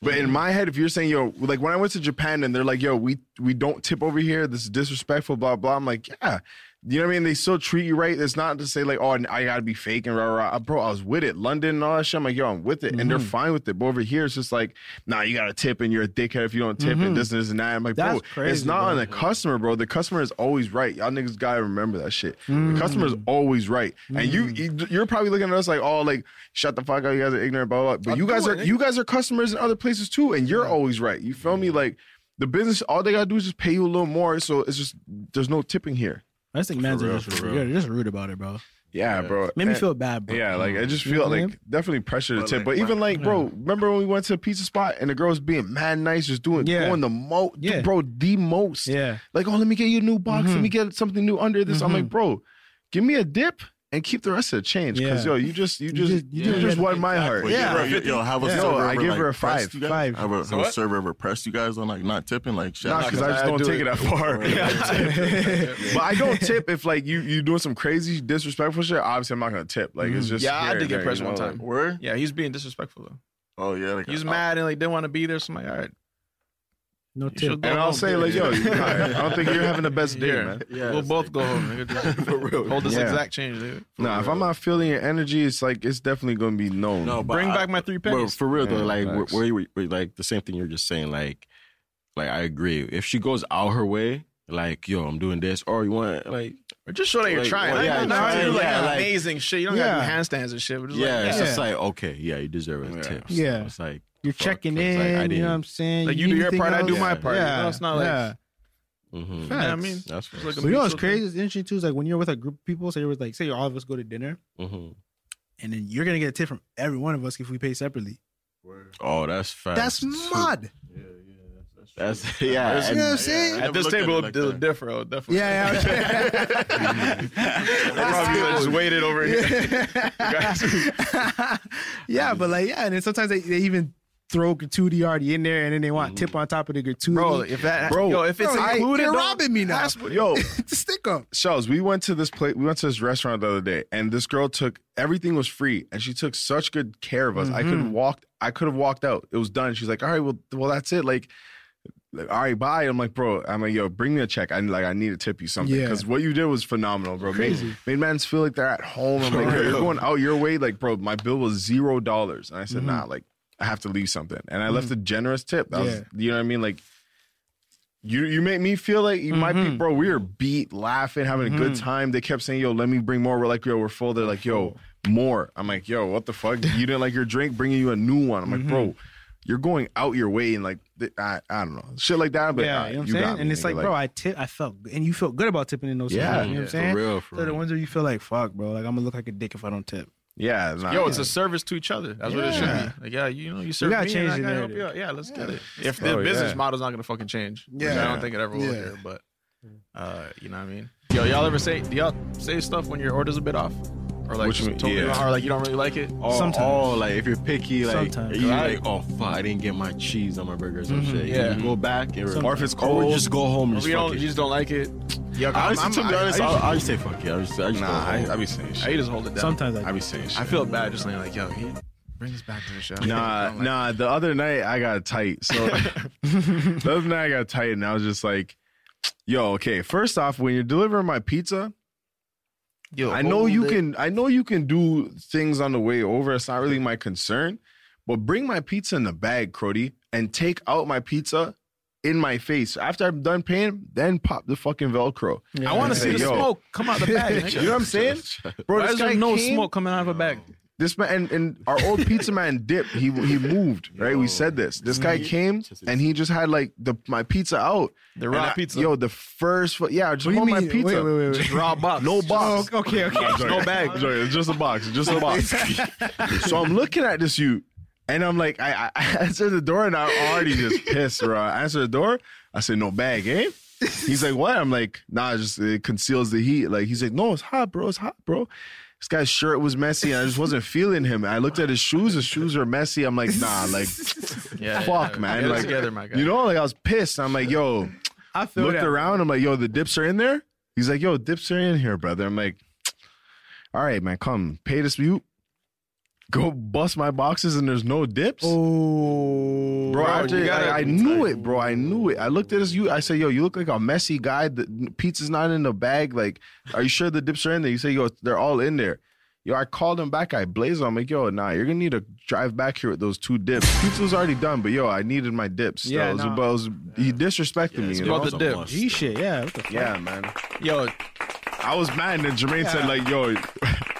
S5: But in my head, if you're saying, yo, like when I went to Japan and they're like, yo, we we don't tip over here, this is disrespectful, blah, blah. I'm like, yeah. You know what I mean? They still treat you right. It's not to say like, oh, I gotta be fake and rah rah. rah. Bro, I was with it. London and all that shit. I'm like, yo, I'm with it, and they're fine with it. But over here, it's just like, nah, you gotta tip, and you're a dickhead if you don't tip, and this and this and that. I'm like,
S4: That's
S5: bro, it's
S4: crazy,
S5: not
S4: bro.
S5: on the customer, bro. The customer is always right. Y'all niggas gotta remember that shit.
S4: Mm.
S5: The customer is always right, and you, you you're probably looking at us like, oh, like shut the fuck up, you guys are ignorant, blah blah. blah. But you guys are you guys are customers in other places too, and you're always right. You feel me? Like the business, all they gotta do is just pay you a little more. So it's just there's no tipping here.
S4: I just think man's are just, you're just rude about it, bro.
S5: Yeah, bro.
S4: Made me
S5: And-
S4: feel bad, bro.
S5: Yeah, like I just
S4: You know
S5: feel
S4: what I mean?
S5: like definitely pressure to tip. But even like, bro, remember when we went to a pizza spot and the girls being mad nice, just doing
S4: Yeah.
S5: doing the most,
S4: Yeah.
S5: bro, the most.
S4: Yeah. Mm-hmm.
S5: Like, oh, let me get you a new box. Let me get something new under this. I'm like, bro, give me a dip and keep the rest of the change. Cause
S4: Yeah.
S5: yo, you just you just you,
S4: just- you did
S5: just
S4: it.
S5: won my heart.
S1: Well,
S5: Yeah.
S1: yo, yo, yo, have a
S5: Yeah.
S1: server
S5: No, I
S1: ever,
S5: give
S1: like,
S5: her a
S1: pressed
S5: five.
S1: you guys?
S4: Five.
S1: Have a, have a
S3: what?
S1: server ever pressed you guys on like not tipping? Like, shut
S5: Nah,
S1: up.
S5: because I just
S6: I
S5: don't
S6: do
S5: take
S6: it.
S5: it that far. but I don't tip if like you you doing some crazy disrespectful shit. Obviously, I'm not gonna tip. Like
S4: Mm.
S5: it's just
S3: Yeah, I
S5: here
S3: did
S5: and
S3: get
S5: there,
S3: pressed
S5: you
S3: one
S5: know,
S3: time.
S5: like-
S1: Word?
S3: Yeah, he was being disrespectful though.
S1: Oh, yeah. Like,
S3: He was
S1: I-
S3: mad and like didn't want to be there. So I'm like, all right,
S4: No
S3: you should
S4: tip.
S3: go
S5: And I'll
S3: home,
S5: say
S3: dude.
S5: like, yo, you- I don't think you're having the best day,
S3: Yeah.
S5: man.
S1: Yeah,
S3: we'll
S1: it's
S3: both
S1: like-
S3: go home. nigga.
S1: For real.
S3: Hold this
S5: Yeah.
S3: exact change, dude.
S5: Nah, if I'm not feeling your energy, it's like it's definitely gonna be known.
S6: No, but
S3: Bring
S6: I-
S3: back my three
S6: But
S3: pennies.
S6: for real though,
S5: Yeah,
S6: like where,
S5: facts.
S6: where you were- where, like the same thing you're just saying, like like I agree. If she goes out her way, like yo, I'm doing this, or you want like
S3: Or just show that you're
S6: Like,
S3: trying.
S6: well,
S3: Like,
S6: yeah,
S3: yeah,
S6: I'm
S3: you're
S6: trying,
S3: like
S6: yeah, like-
S3: amazing shit. You don't
S5: Yeah.
S3: gotta do handstands and shit. We're just
S6: yeah,
S3: like,
S6: it's
S3: yeah.
S6: just like okay, yeah, you deserve a
S5: Yeah.
S6: tip.
S4: Yeah.
S6: it's like
S4: You're
S6: fuck,
S4: checking
S6: it's
S4: in.
S6: like, I
S4: you know
S6: didn't-
S4: what I'm saying?
S3: Like, you do your
S4: anything
S3: part, I do
S4: else?
S3: my part. You
S4: Yeah,
S3: know, it's not like-
S4: yeah.
S6: mhm.
S3: You know what I mean,
S6: That's facts.
S3: look at
S4: But you know what's
S3: It's okay.
S4: crazy? It's interesting too. Is like when you're with a group of people. Say you're with like, say all of us go to dinner,
S6: Mhm.
S4: and then you're gonna get a tip from every one of us if we pay separately.
S6: Oh, that's fast.
S4: That's mud.
S6: That's yeah.
S4: You know what I'm saying?
S3: at this table, it'll, it'll
S1: Like
S3: differ. It'll definitely.
S4: Yeah, yeah.
S3: probably
S4: yeah.
S3: just waited over here.
S4: yeah, but like, yeah, and then sometimes they, they even throw gratuity already in there, and then they want tip on top of the gratuity.
S3: Bro, if that,
S5: Bro,
S3: yo, if it's
S4: Bro,
S3: included,
S4: you're
S3: though,
S4: robbing me now.
S3: that's what-
S5: Yo,
S4: it's a stick up.
S5: Shells, we went to this place. We went to this restaurant the other day, and this girl took everything was free, and she took such good care of us. I
S4: Mm-hmm.
S5: could have walked. I could have walked out. It was done. She's like, all right, well, well, that's it. Like, like, all right, bye. I'm like, bro. I'm like, yo, bring me a check. I like, I need to tip you something
S4: Yeah.
S5: because what you did was phenomenal, bro. Made, made man's feel like they're at home. I'm like, yo, you're going out your way, like, bro. My bill was zero dollars, and I
S4: Mm-hmm.
S5: said, nah, like, I have to leave something, and I left a generous tip. That was,
S4: Yeah.
S5: you know what I mean, like. You you make me feel like you might
S4: Mm-hmm.
S5: be, bro. We were beat, laughing, having a good time. They kept saying, "Yo, let me bring more." We're like, "Yo, we're full." They're like, "Yo, more." I'm like, "Yo, what the fuck? You didn't like your drink? Bringing you a new one." I'm like, "Bro,
S4: Mm-hmm.
S5: you're going out your way and like, th- I, I don't know, shit like that." But
S4: yeah,
S5: uh,
S4: you know what
S5: you
S4: I'm
S5: got
S4: saying?
S5: me,
S4: And it's
S5: nigga,
S4: like, bro, I tip, I felt, good. and you feel good about tipping in those.
S5: Yeah.
S4: times, you know what I'm saying?
S6: for real, for
S4: so the
S6: real.
S4: ones where you feel like, fuck, bro, like I'm gonna look like a dick if I don't tip.
S5: Ah, yeah, nah,
S3: Yo, it's a service to each other. That's what it
S4: Yeah.
S3: should be. Like, yeah, you know, you serve
S4: gotta
S3: me,
S4: change
S3: and I
S4: the
S3: gotta help you
S4: narrative.
S3: out. Yeah, let's get it. If the
S5: Oh,
S3: business
S5: yeah.
S3: model's not gonna fucking change, yeah, I
S4: Yeah.
S3: don't think it ever will
S4: Yeah.
S3: here. But uh, you know what I mean. Yo, y'all ever say do y'all say stuff when your order's a bit off, or like
S5: Which
S3: just
S5: one-
S3: totally
S5: yeah.
S3: wrong, or like you don't really like it?
S6: Oh,
S4: Sometimes.
S6: oh, like if you're picky, like
S4: Sometimes.
S6: you
S3: Right.
S6: like, oh fuck, I didn't get my cheese on my burgers and shit.
S3: Mm-hmm. Yeah.
S6: Yeah, you go back and
S4: Sometimes.
S5: or if it's
S6: or
S5: cold,
S6: we just go home and
S3: Or
S6: just
S3: you
S6: fuck
S3: don't,
S6: it.
S3: you just don't like it. Yo,
S6: Honestly, to be honest,
S3: I,
S6: I,
S3: usually-
S6: I, just say fuck it. I just, I just
S5: nah,
S6: go
S5: I,
S6: home.
S5: I be saying
S3: I
S5: shit.
S3: just hold it down.
S4: Sometimes I
S5: I be saying shit.
S3: I feel bad just saying like, yo, he bring us back to the show.
S5: Nah, nah. The other night I got tight. So the other night I got tight, and I was just like, "Yo, okay. First off, when you're delivering my pizza,
S3: Yo,
S5: I know
S3: hold
S5: you
S3: it.
S5: can. I know you can do things on the way over. It's not really my concern, but bring my pizza in the bag, Crody, and take out my pizza." In my face. After I'm done paying, then pop the fucking Velcro.
S3: I want to see the
S5: Yo.
S3: smoke come out the bag.
S5: You know what I'm saying, bro?
S3: Bro,
S5: this
S3: There's
S5: guy
S3: no
S5: came-
S3: smoke coming out of a bag.
S5: this man and, and our old pizza man dipped. He he moved, right? We said this. This
S4: Mm-hmm.
S5: guy came and he just had like the my pizza out.
S3: The raw
S5: And I-
S3: pizza.
S5: Yo, the first fu- yeah, I just
S4: What do you
S5: want my
S4: mean?
S5: pizza.
S4: Wait, wait, wait, wait.
S5: Just raw box. No box.
S4: okay, okay.
S5: No bag. It's just a box. Just a box. so I'm looking at this you And I'm like, I, I- I answer the door and I'm already just pissed, bro. I answer the door. I said, no bag, eh? He's like, what? I'm like, nah, it's just it conceals the heat. Like, he's like, no, it's hot, bro. It's hot, bro. This guy's shirt was messy. And I just wasn't feeling him. I looked at his shoes. His shoes were messy. I'm like, nah, like,
S3: Yeah,
S5: fuck,
S3: yeah.
S5: man.
S3: Get it
S5: like,
S3: together, my guy.
S5: You know, like I was pissed. I'm like, yo,
S4: I feel
S5: looked
S4: that.
S5: around. I'm like, yo, the dips are in there. He's like, yo, dips are in here, brother. I'm like, all right, man, come pay this. You go bust my boxes and there's no dips.
S4: Oh,
S5: Bro,
S3: Bro,
S5: after,
S3: you gotta-
S5: I, I knew it, bro. I knew it. I looked at this. You, I said, "Yo, you look like a messy guy. The pizza's not in the bag. Like, are you sure the dips are in there?" You say, "Yo, they're all in there." Yo, I called him back. I blazed. him. I'm like, "Yo, nah, you're gonna need to drive back here with those two dips. Pizza was already done, but yo, I needed my dips. Still.
S4: Yeah,
S5: it was,
S4: nah.
S5: but it was, he disrespected me.
S10: it's
S5: you
S3: about the
S5: know?
S3: dip.
S4: G shit. Yeah. What the fuck?
S5: Yeah, man.
S3: Yo,
S5: I was mad, and then Jermaine said, "Like, yo,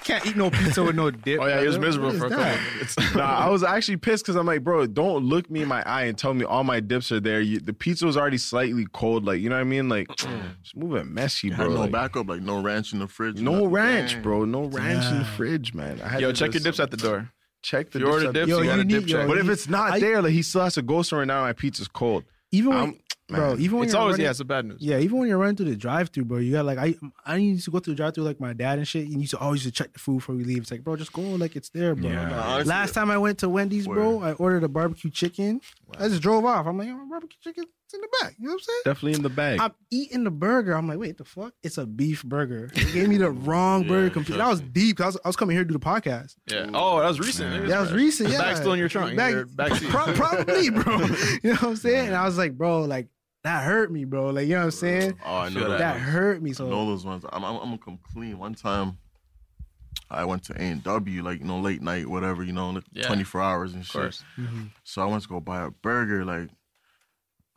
S4: Can't eat no pizza with no dip.
S3: oh yeah, he was
S4: brother.
S3: miserable
S4: What is
S3: for a couple
S4: that?
S3: of minutes.
S5: nah, I was actually pissed because I'm like, bro, don't look me in my eye and tell me all my dips are there. You, the pizza was already slightly cold, like you know what I mean? Like,
S3: Mm.
S5: just move it messy,
S6: Had
S5: bro.
S6: no
S5: like,
S6: backup, like no ranch in the fridge.
S5: no
S6: nothing.
S5: ranch,
S6: Dang.
S5: bro. No ranch in the fridge, man. I had
S3: Yo,
S5: to
S3: check your
S5: just
S3: dips at the door.
S5: Check the
S3: If you order
S5: at-
S3: dips,
S4: Yo,
S3: you got
S4: you
S3: a dip
S4: need- yo,
S3: check.
S5: But if it's not
S4: I-
S5: there, like he still has to go somewhere now. My pizza's cold.
S4: Even when,
S5: I'm-
S4: bro,
S5: man,
S4: even when
S3: It's
S4: you're
S3: always
S4: running-
S3: yeah, it's a bad news.
S4: Yeah, even when you're running through the drive through, bro, you got like I I used to go through the drive through like my dad and shit. And you used to always used to check the food before we leave. It's like, bro, just go like it's there, bro.
S5: Yeah.
S4: Like,
S6: Honestly,
S4: last time I went to Wendy's, bro, I ordered a barbecue chicken. I just drove off. I'm like, oh, barbecue chicken, it's in the back. You know what I'm saying?
S5: Definitely in the bag.
S4: I'm eating the burger. I'm like, wait, the fuck? It's a beef burger. They gave me the wrong burger. Completely. That was deep. 'cause I was, I was coming here to do the podcast.
S3: Yeah. Oh, that was recent. niggas,
S4: That was
S3: bro.
S4: recent.
S3: The
S4: Yeah,
S3: bag's still in your trunk,
S4: Bag-
S3: your back seat.
S4: pro- probably, bro. You know what I'm saying? And I was like, bro, like that hurt me, bro. Like you know what I'm saying?
S6: Oh, I know that.
S4: That hurt me.
S6: I
S4: So
S6: know those ones. I'm, I'm, I'm gonna come clean. One time, I went to A and W, like you know, late night, whatever, you know, like,
S3: Yeah.
S6: 24 hours and
S3: Of
S6: shit.
S3: course.
S6: So I went to go buy a burger. Like,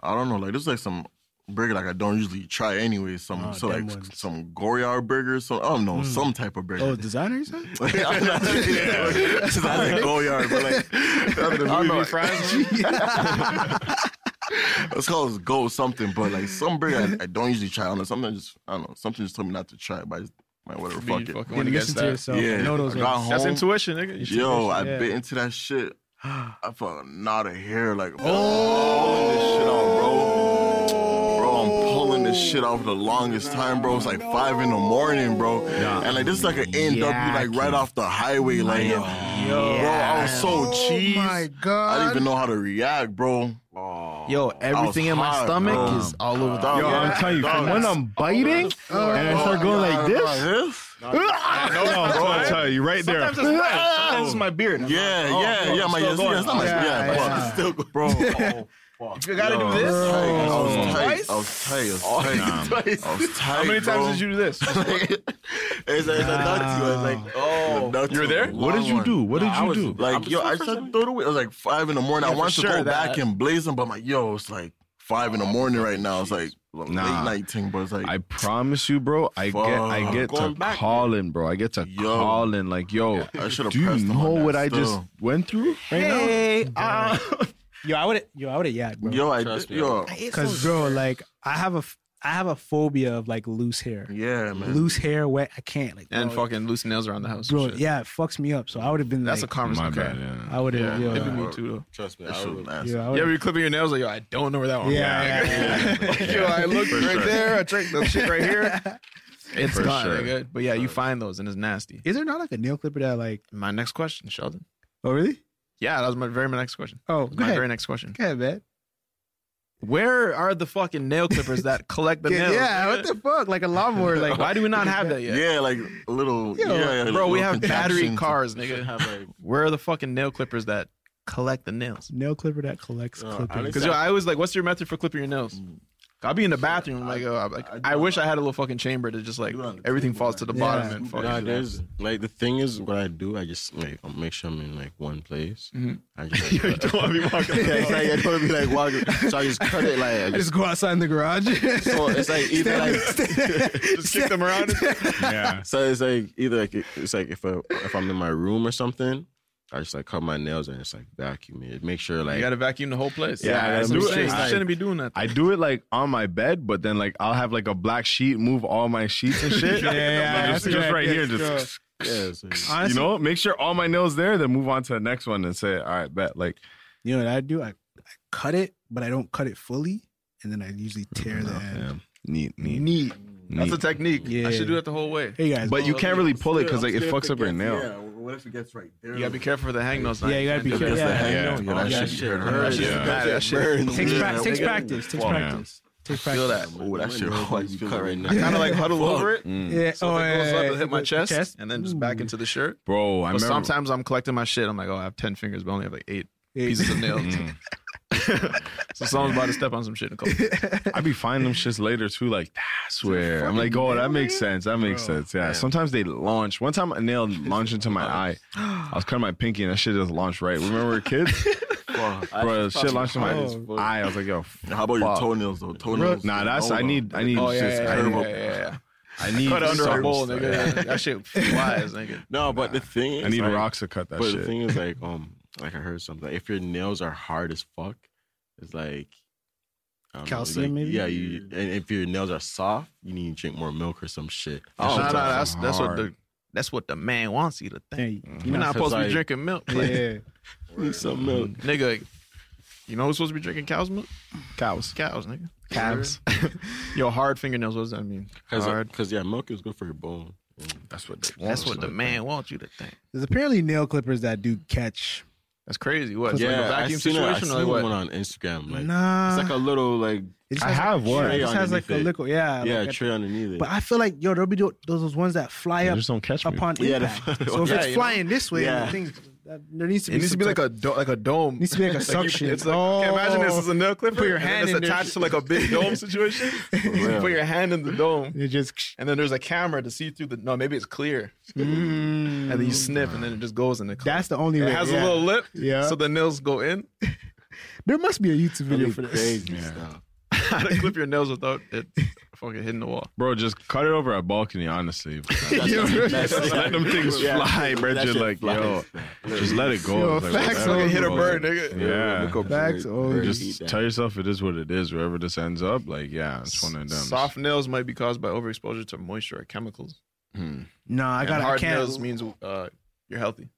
S6: I don't know, like this is like some burger like I don't usually try anyway. Some
S4: Ah,
S6: so
S4: them
S6: like
S4: ones.
S6: some Goryard burger. So I don't know, some type of burger.
S4: Oh, designer, you said?
S6: Like, I'm not- yeah, like, I like Goyard, but like I don't know, like, Let's call this go something, but like some burger I, I don't usually try. I don't know, something just I don't know, something just told me not to try, but I just, like, whatever, fuck it.
S3: fucking
S4: You
S3: went
S4: listen
S3: against
S4: to
S3: that.
S4: yourself.
S6: Yeah,
S4: Yeah, know those
S6: I got
S4: ones.
S6: home.
S3: That's intuition, nigga. Your
S6: Yo, I
S4: yeah.
S6: bit into that shit. I felt not a hair. Like, oh, pulling this shit out, bro. Bro, I'm pulling this shit out for the longest time, bro. It's like five in the morning, bro. And like this is like an NW, like right off the highway, like, bro. I was so cheesed.
S4: Oh my
S6: I
S4: God.
S6: didn't even know how to react, bro.
S3: Yo,
S6: everything in my hot, stomach bro. is
S3: all over
S6: Dog,
S5: Yo, I'm telling you,
S6: dog,
S5: when I'm biting and I start going like this, no, bro, I'm telling you, right there.
S3: oh,
S5: This is my beard.
S6: Yeah,
S10: Oh,
S6: yeah, yeah, my yes, yeah, it's not my yeah,
S4: Yeah,
S6: but
S4: yeah.
S6: it's still, bro. Oh,
S3: You gotta
S6: yo,
S3: do this.
S6: I was tight. I was tight. I was tight. I was tight. I was tight.
S3: Oh, How many
S6: bro.
S3: times did you do this?
S6: it's, it's like, it's like, oh,
S3: You were there?
S5: What did you do? What did you do?
S6: Like, yo, I tried to throw it away. It was like five in the morning. I
S3: for
S6: wanted to
S3: sure,
S6: go back
S3: that-
S6: and blaze them, but I'm like, yo, it's like five in
S10: Oh,
S6: the morning right now. It's like late night thing, but it's like,
S5: I promise you, bro. I get I
S6: Fuck.
S5: get to
S6: Going back,
S5: calling, bro. I get to
S6: Yo.
S5: calling. Like, yo,
S6: I should've
S5: do you
S6: pressed him on
S5: know
S6: that
S5: what I just
S6: still.
S5: went through right
S4: uh, Yo, I would, yo, I would have yacked, bro.
S6: yo, I, did- yo,
S4: Because, bro, like I have a, f- I have a phobia of like loose hair,
S6: yeah, man.
S4: loose hair, wet. I can't like.
S3: And
S4: bro,
S3: fucking loose nails around the house. and
S4: bro,
S3: shit.
S4: yeah, it fucks me up. So I would have been.
S3: That's a
S4: like,
S5: now?
S3: conversation.
S5: yeah.
S4: I would have. Yeah,
S3: Maybe
S4: yeah,
S3: me too, though.
S10: Trust me,
S6: That shit was nasty.
S4: Oh, yeah, I
S3: Yeah,
S4: would've-
S3: you're clipping your nails. Like, yo, I don't know where that one.
S4: yeah, yeah, yeah.
S3: went. yo, I looked right there. I checked the shit right here. It's
S5: For
S3: gone.
S5: sure.
S3: nigga. But yeah, you find those and it's nasty.
S4: Is there not like a nail clipper that like?
S3: My next question, Sheldon.
S4: Oh really?
S3: Yeah, that was my very my next question.
S4: Oh, go
S3: my
S4: ahead.
S3: very next question.
S4: Go ahead, man.
S3: Where are the fucking nail clippers that collect the
S4: yeah,
S3: nails?
S4: yeah, what the fuck? Like a lawnmower, like
S3: Why do we not have that yet?
S6: Yeah, like a little, yeah, yeah,
S3: Bro,
S6: like
S3: we
S6: little
S3: have battery
S6: contraption to-
S3: cars, nigga. Where are the fucking nail clippers that collect the nails?
S4: nail clipper that collects clippings.
S3: Because yo, Oh, I was like, what's your method for clipping your nails? I'll be in the bathroom, like, oh, I'm like,
S6: Mm. I do
S3: I
S6: it
S3: wish
S6: on-
S3: I had a little fucking chamber to just like
S6: do it on the
S3: everything
S6: table,
S3: falls to the
S4: man.
S3: bottom
S4: Yeah.
S3: and
S10: Nah,
S3: fucking.
S10: there's like the thing is what I do. I just like I'll make sure I'm in like one place.
S3: Mhm.
S10: I just like, don't want to be walking. it's like I don't want to be like walking. So I just cut it like I
S4: I
S10: just.
S4: just go outside in the garage.
S10: so it's like either like
S3: Just kick them around.
S5: Yeah.
S10: so it's like either like it's like if I, if I'm in my room or something, I just like cut my nails and it's like vacuum it. Make sure like
S3: you gotta vacuum the whole place.
S5: Yeah, I gotta
S3: that's
S5: make
S3: what I'm
S5: sure
S3: saying.
S5: it's
S3: You
S5: tight.
S3: shouldn't be doing that.
S5: I do it like on my bed, but then like I'll have like a black sheet, move all my sheets and shit.
S4: Yeah, yeah,
S5: Just,
S4: yeah.
S5: just right here,
S4: Sure.
S5: just
S1: Yeah,
S5: you
S4: Honestly-
S5: know, make sure all my nails there, then move on to the next one and say, all right, bet. Like,
S4: You know what I do? I, I cut it, but I don't cut it fully, and then I usually tear
S3: Oh,
S4: the end.
S5: neat, neat.
S4: Neat.
S3: That's a
S5: neat.
S3: technique.
S4: Yeah.
S3: I should do that the whole way.
S4: Hey guys,
S5: But you can't really pull it because like it
S1: Still,
S5: fucks
S1: if
S5: up your
S1: gets-
S5: nail.
S1: Yeah, what if it gets right there?
S3: You gotta be careful for the hangnails.
S4: Yeah, you gotta be
S3: Can't do
S4: careful.
S3: that.
S4: Yeah.
S5: Yeah.
S1: Yeah,
S5: Oh,
S1: that
S5: yeah,
S1: shit
S5: shit
S1: be hurting.
S5: hurts.
S1: That shit-
S5: Yeah.
S1: that shit
S3: That shit-
S1: burns.
S4: Takes,
S1: Yeah.
S4: prac- takes practice. Takes
S5: Wow.
S4: practice. Takes practice.
S3: Feel that.
S1: Oh, that shit always feel
S6: cut right now.
S3: I kind of like huddle over it.
S5: Mm.
S4: Yeah. Oh,
S3: So if it goes up,
S4: yeah,
S3: it'll hit my
S4: yeah.
S3: chest, and then just
S4: Mm.
S3: back into the shirt.
S5: Bro, I
S3: But
S5: remember.
S3: sometimes I'm collecting my shit. I'm like, oh, I have ten fingers, but I only have like eight
S4: Yeah.
S3: pieces of nails.
S5: Mm.
S3: so someone's about to step on some shit. And call. it.
S5: I be finding them shits later too. Like that's where I'm like, oh, that makes sense. That makes sense. Yeah. Sometimes they launch. One time a nail launched into my eye. I was cutting my pinky and that shit just launched right. Remember we were kids, bro? Shit launched in my
S4: Oh.
S5: eye. I was like, yo,
S1: How about your
S5: fuck.
S1: toenails though? Toenails.
S5: Nah, that's
S1: no,
S5: I
S1: no.
S5: need. I need.
S3: Oh yeah,
S5: just
S3: yeah,
S5: curve
S3: yeah,
S5: up.
S3: yeah, yeah.
S5: I need.
S3: Cut it under a bowl,
S5: circles, like,
S3: nigga. That shit flies, nigga.
S6: No, but the thing is,
S5: I need
S6: like,
S5: rocks to cut that
S6: But
S5: shit.
S6: the thing is, like, um, like I heard something. If your nails are hard as fuck, it's like I don't know,
S4: Calcium,
S6: like,
S4: maybe?
S6: Yeah, you. And if your nails are soft, you need to drink more milk or some shit.
S3: Oh, nah,
S5: shit's
S3: nah, that's that's what
S5: hard.
S3: the that's what the man wants you to
S4: Yeah,
S3: think.
S4: you-
S3: You're not supposed to be
S6: like-
S3: drinking milk,
S4: yeah.
S3: like,
S6: Need some milk.
S3: nigga. You know who's supposed to be drinking cow's milk?
S5: Cows.
S3: Cows, nigga.
S5: Calves.
S3: Yo, hard fingernails. What does that mean? Hard.
S6: Because uh, yeah, milk is good for your bone. Mm.
S5: That's what. They
S3: That's what the man wants you to think.
S4: There's apparently nail clippers that do catch.
S3: That's crazy. What? It's
S6: yeah,
S3: like a
S6: I
S3: vacuum
S6: seen it. I
S3: situation
S6: seen
S3: or like
S6: one
S3: what?
S6: on Instagram. Like,
S4: nah.
S6: it's like a little like
S4: it just
S5: I
S4: has like
S5: have
S4: a
S5: one.
S4: tray. It just has like a
S6: Underneath it.
S4: liquid. Yeah.
S6: yeah
S4: like
S6: a
S4: a-
S6: tray underneath it.
S4: But I feel like yo, there'll be tho- those, those ones that fly
S5: They
S4: up
S5: just don't catch me.
S4: upon
S6: Yeah,
S4: impact.
S6: they-
S4: so if
S6: Yeah,
S4: it's
S6: you know?
S4: flying this way,
S6: Yeah.
S4: yeah. things, that, there needs to
S3: It
S4: be
S3: needs to
S4: some
S3: be like
S4: type-
S3: a do- like a dome.
S4: needs to be like a suction. Oh.
S3: It's like, can't imagine this is a nail clipper.
S4: Put your
S3: and then
S4: hand
S3: it's
S4: in there.
S3: attached to like a big dome situation. you put your hand in the dome,
S4: It just
S3: and then there's a camera to see through the. No, maybe it's clear, and then you sniff, and then it just goes in the.
S4: Mm. that's the only
S3: it
S4: way.
S3: has
S4: yeah.
S3: a little lip,
S4: Yeah.
S3: So the nails go in.
S4: There must be a YouTube video for this.
S6: crazy stuff.
S3: How to clip your nails without it fucking hitting the wall?
S5: Bro, just cut it over a balcony, honestly.
S6: That's-
S5: Just let them things fly, bro.
S6: That
S5: Just
S6: shit
S5: like,
S6: flies.
S5: yo, just let it go.
S4: Yo,
S5: It's like,
S4: facts,
S5: whatever,
S4: nigga, hit a
S5: bro.
S3: bird, nigga.
S5: Yeah.
S4: Facts, oh,
S5: Just tell yourself it is what it is. Wherever this ends up, like, yeah, it's one of them.
S3: Soft nails might be caused by overexposure to moisture or chemicals.
S4: No, I
S3: And
S4: got. I
S3: hard
S4: can't.
S3: nails means uh, you're healthy.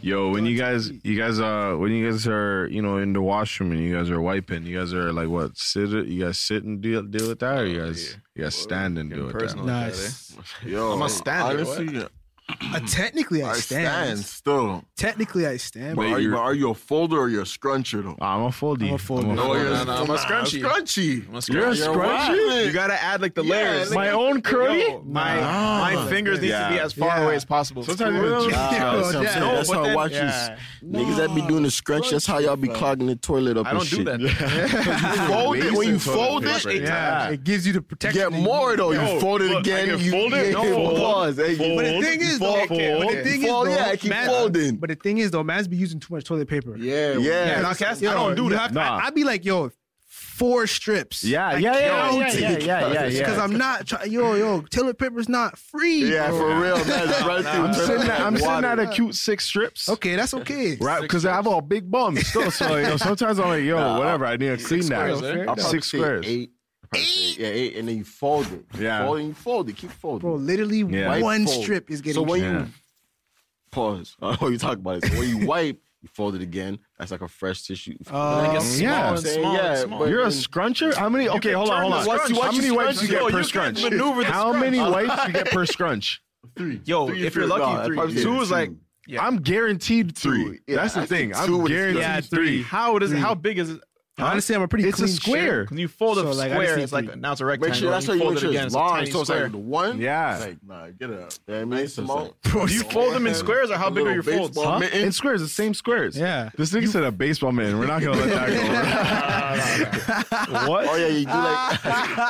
S5: Yo, when you guys, you guys, uh, when you guys are, you know, in the washroom and you guys are wiping, you guys are like, what, sit? You guys sit and deal deal with that, or you guys, you guys stand and deal with
S3: Personal.
S5: that.
S6: eh?
S4: Nice.
S1: Yo,
S3: I'm a standard,
S1: Honestly,
S4: Uh, technically, I,
S1: I
S4: stand.
S1: stand still.
S4: Technically, I stand.
S1: But
S5: Wait,
S1: are, you,
S5: you're-
S1: but are you a folder or you're a scruncher though?
S5: I'm a foldy.
S4: I'm a foldy. No,
S3: you're not. I'm a
S1: Nah,
S3: scrunchie.
S1: Scrunchie.
S3: I'm a
S5: You're a
S3: scrunchie.
S5: scrunchie?
S3: You gotta add like the
S1: Yeah,
S3: layers.
S1: nigga.
S5: My own curly.
S3: Yo, my my fingers need to be as far
S4: Yeah.
S3: away as possible.
S5: Sometimes even
S6: Ah, that's what I'm
S4: Yeah,
S6: saying.
S4: no,
S6: That's
S3: but
S6: how I
S3: then-
S6: watch
S4: yeah.
S6: you niggas that be doing the scrunch. That's how y'all be clogging the toilet up.
S3: I don't
S6: and
S3: do
S6: shit.
S3: that.
S6: Fold it when you
S5: Wasting
S6: fold
S5: toilet
S6: it.
S5: paper.
S6: it
S4: Yeah, it gives you the protection.
S6: Get
S4: that you
S6: more
S4: need.
S6: though.
S5: Yo,
S6: you fold it
S5: look, I
S6: again.
S5: can
S6: you
S5: fold it?
S6: Yeah,
S5: No.
S6: Pause. Hey, you-
S4: But the
S5: Fold,
S4: thing is, though, but
S5: fold,
S4: the
S5: fold,
S4: thing is,
S6: fold,
S4: though,
S6: yeah, I keep
S4: man-
S6: folding.
S4: But the thing is, though, man's be using too much toilet paper.
S6: Yeah,
S5: Yeah.
S6: yeah.
S3: Now, Cass,
S4: Yo,
S3: I don't do
S4: you
S3: that.
S4: have to- I, would be like, yo, four strips.
S5: Yeah,
S4: I
S5: yeah, yeah, yeah,
S4: counted.
S5: yeah, yeah, yeah, yeah.
S4: Because I'm not, try- yo, yo, toilet paper's not free.
S6: Yeah,
S4: bro.
S6: for real, man. It's Right through.
S5: I'm sitting at, I'm sitting
S6: Water.
S5: at a cute six strips.
S4: Okay, that's okay.
S5: Right, because I have all big bums still. So you know, sometimes I'm like, yo, whatever, I need to clean that.
S3: squares, eh?
S5: Six
S6: I'll probably say
S5: squares.
S6: Eight. Probably say Eight. Yeah, eight, and then you fold it.
S5: Yeah.
S6: fold it, you fold it. Keep folding.
S4: Bro, literally
S5: Yeah.
S4: one
S6: Fold.
S4: strip is getting
S6: So when
S5: Yeah.
S6: you pause, I know you talk about it. So when you wipe, you fold it again. That's like a fresh tissue.
S4: Like it's
S5: small
S6: yeah,
S5: and
S3: small and small.
S6: but
S5: You're a
S6: then-
S5: scruncher? How many? Okay, hold on, hold
S3: turn
S5: on.
S3: the scrunch.
S5: How
S3: Once you
S5: many wipes
S3: scrunch,
S5: you get
S3: yo,
S5: per
S3: you can
S5: scrunch?
S3: maneuver the
S5: How many wipes you get per scrunch?
S3: Yo,
S6: Three
S3: if you're
S6: is good.
S3: lucky,
S6: No, I'd
S3: three.
S6: probably say
S3: Two is like
S6: two.
S3: Yeah.
S5: I'm guaranteed three.
S6: Three. Yeah,
S5: That's the
S6: I think
S5: thing.
S6: two
S5: I'm
S6: would-
S5: guaranteed
S3: yeah,
S5: three.
S3: three. How does it? How big is it?
S4: Honestly, I'm a pretty
S5: It's a
S4: clean
S5: square.
S4: shit.
S3: When you fold a
S4: So, like, I just
S3: square,
S4: need
S3: it's like
S4: three.
S3: now it's a rectangle.
S6: Make sure that's how
S3: you
S6: you
S3: fold
S6: make
S3: it
S6: sure
S3: again.
S6: it's
S3: a
S6: long.
S3: tiny
S6: So it's like
S3: square.
S6: the one.
S5: Yeah.
S6: It's like, nah, get it out. Yeah, I mean, it's small.
S5: Bro,
S3: Do you fold them in squares or how big are your folds?
S5: Huh?
S6: Mitten.
S5: In squares, the same squares.
S4: Yeah.
S5: This nigga said a baseball man. We're not gonna let that go. what?
S6: Oh yeah, you do like.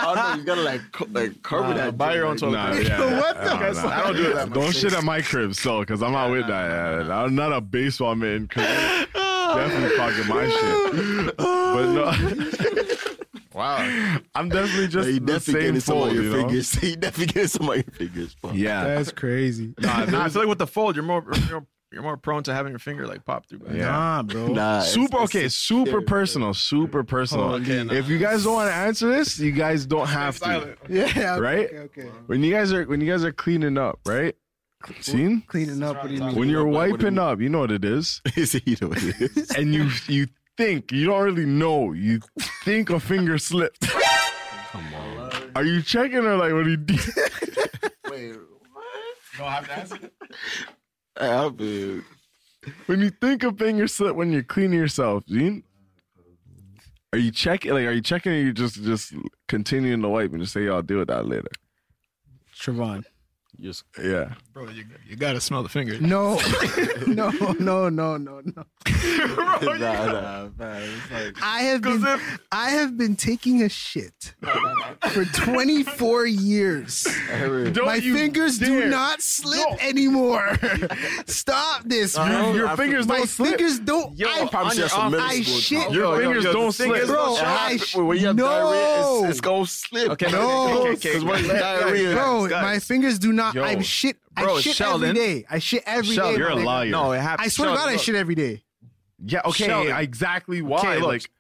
S6: oh no, you gotta like co- like cover
S3: Nah,
S6: that.
S3: buy
S6: joint,
S3: your own
S6: like,
S3: toilet
S5: Nah,
S3: paper.
S5: yeah, yeah.
S4: What the-
S5: Nah,
S4: Guys,
S5: nah.
S3: I don't do that
S5: Don't shit at my crib, so, because I'm not with that. I'm not a baseball man. 'cause I'm definitely talking my shit. But no,
S3: Wow.
S5: I'm definitely
S6: Yeah,
S5: just
S6: you
S5: the
S6: definitely
S5: same
S6: getting some
S5: fold,
S6: of
S5: you
S6: your
S5: know?
S6: fingers. You definitely getting some of your fingers. bro.
S5: Yeah.
S4: That's crazy.
S5: Nah,
S3: Nah, I
S5: there's-
S3: feel like with the fold, you're more you're, you're more prone to having your finger like pop through.
S5: Yeah.
S4: Nah, bro.
S6: Nah, it's-
S5: super
S6: it's-
S5: okay super personal super personal if you guys don't want to answer this you guys don't have to
S3: Silent.
S4: Yeah.
S5: Right?
S4: Okay. okay.
S5: when you guys are when you guys are cleaning up right Seen?
S4: Cleaning up. What do you mean?
S5: When you're wiping up, you know what it is.
S6: you know what it is.
S5: and you you think you don't really know. You think a finger slipped. Are you checking or like what do you do?
S6: I mean,
S5: when you think a finger slipped when you're cleaning yourself? do you- are you checking? Like are you checking? Or you just just continuing to wipe and just say, "Yo, I'll deal with that later."
S4: Trevon.
S6: just
S5: Yeah.
S3: Bro, you, you gotta smell the finger.
S4: No, no, no, no, no, no.
S6: nah, nah, man. It's like
S4: I have been, I have been taking a shit for 24 years.
S5: Don't
S4: My
S5: you
S4: fingers do
S5: dare.
S4: not slip anymore. Stop this.
S5: Your, your
S6: I-
S5: fingers
S4: My
S5: don't slip.
S4: fingers don't.
S6: Yo,
S4: I,
S6: probably
S4: I,
S6: just some middle school
S4: shit.
S6: trauma.
S5: Your fingers don't slip.
S4: Bro,
S6: It
S4: I
S6: happens when you have
S4: no.
S6: diarrhea, it's, it's gonna slip.
S3: Okay,
S4: No.
S3: okay, okay, okay,
S6: Because when
S3: okay.
S6: diarrhea,
S4: Bro,
S3: guys.
S4: my fingers do not. I
S5: Yo.
S4: shit. I
S3: Bro,
S4: shit
S3: Sheldon.
S4: every day. I shit every day.
S5: Sheldon, you're
S4: my
S5: a
S4: nigga.
S5: liar.
S3: No, it happens.
S4: I swear to
S3: Sheldon,
S4: God, I
S3: look.
S4: shit every day.
S5: Yeah, okay,
S3: Sheldon.
S5: exactly why.
S3: Okay, look.
S5: like,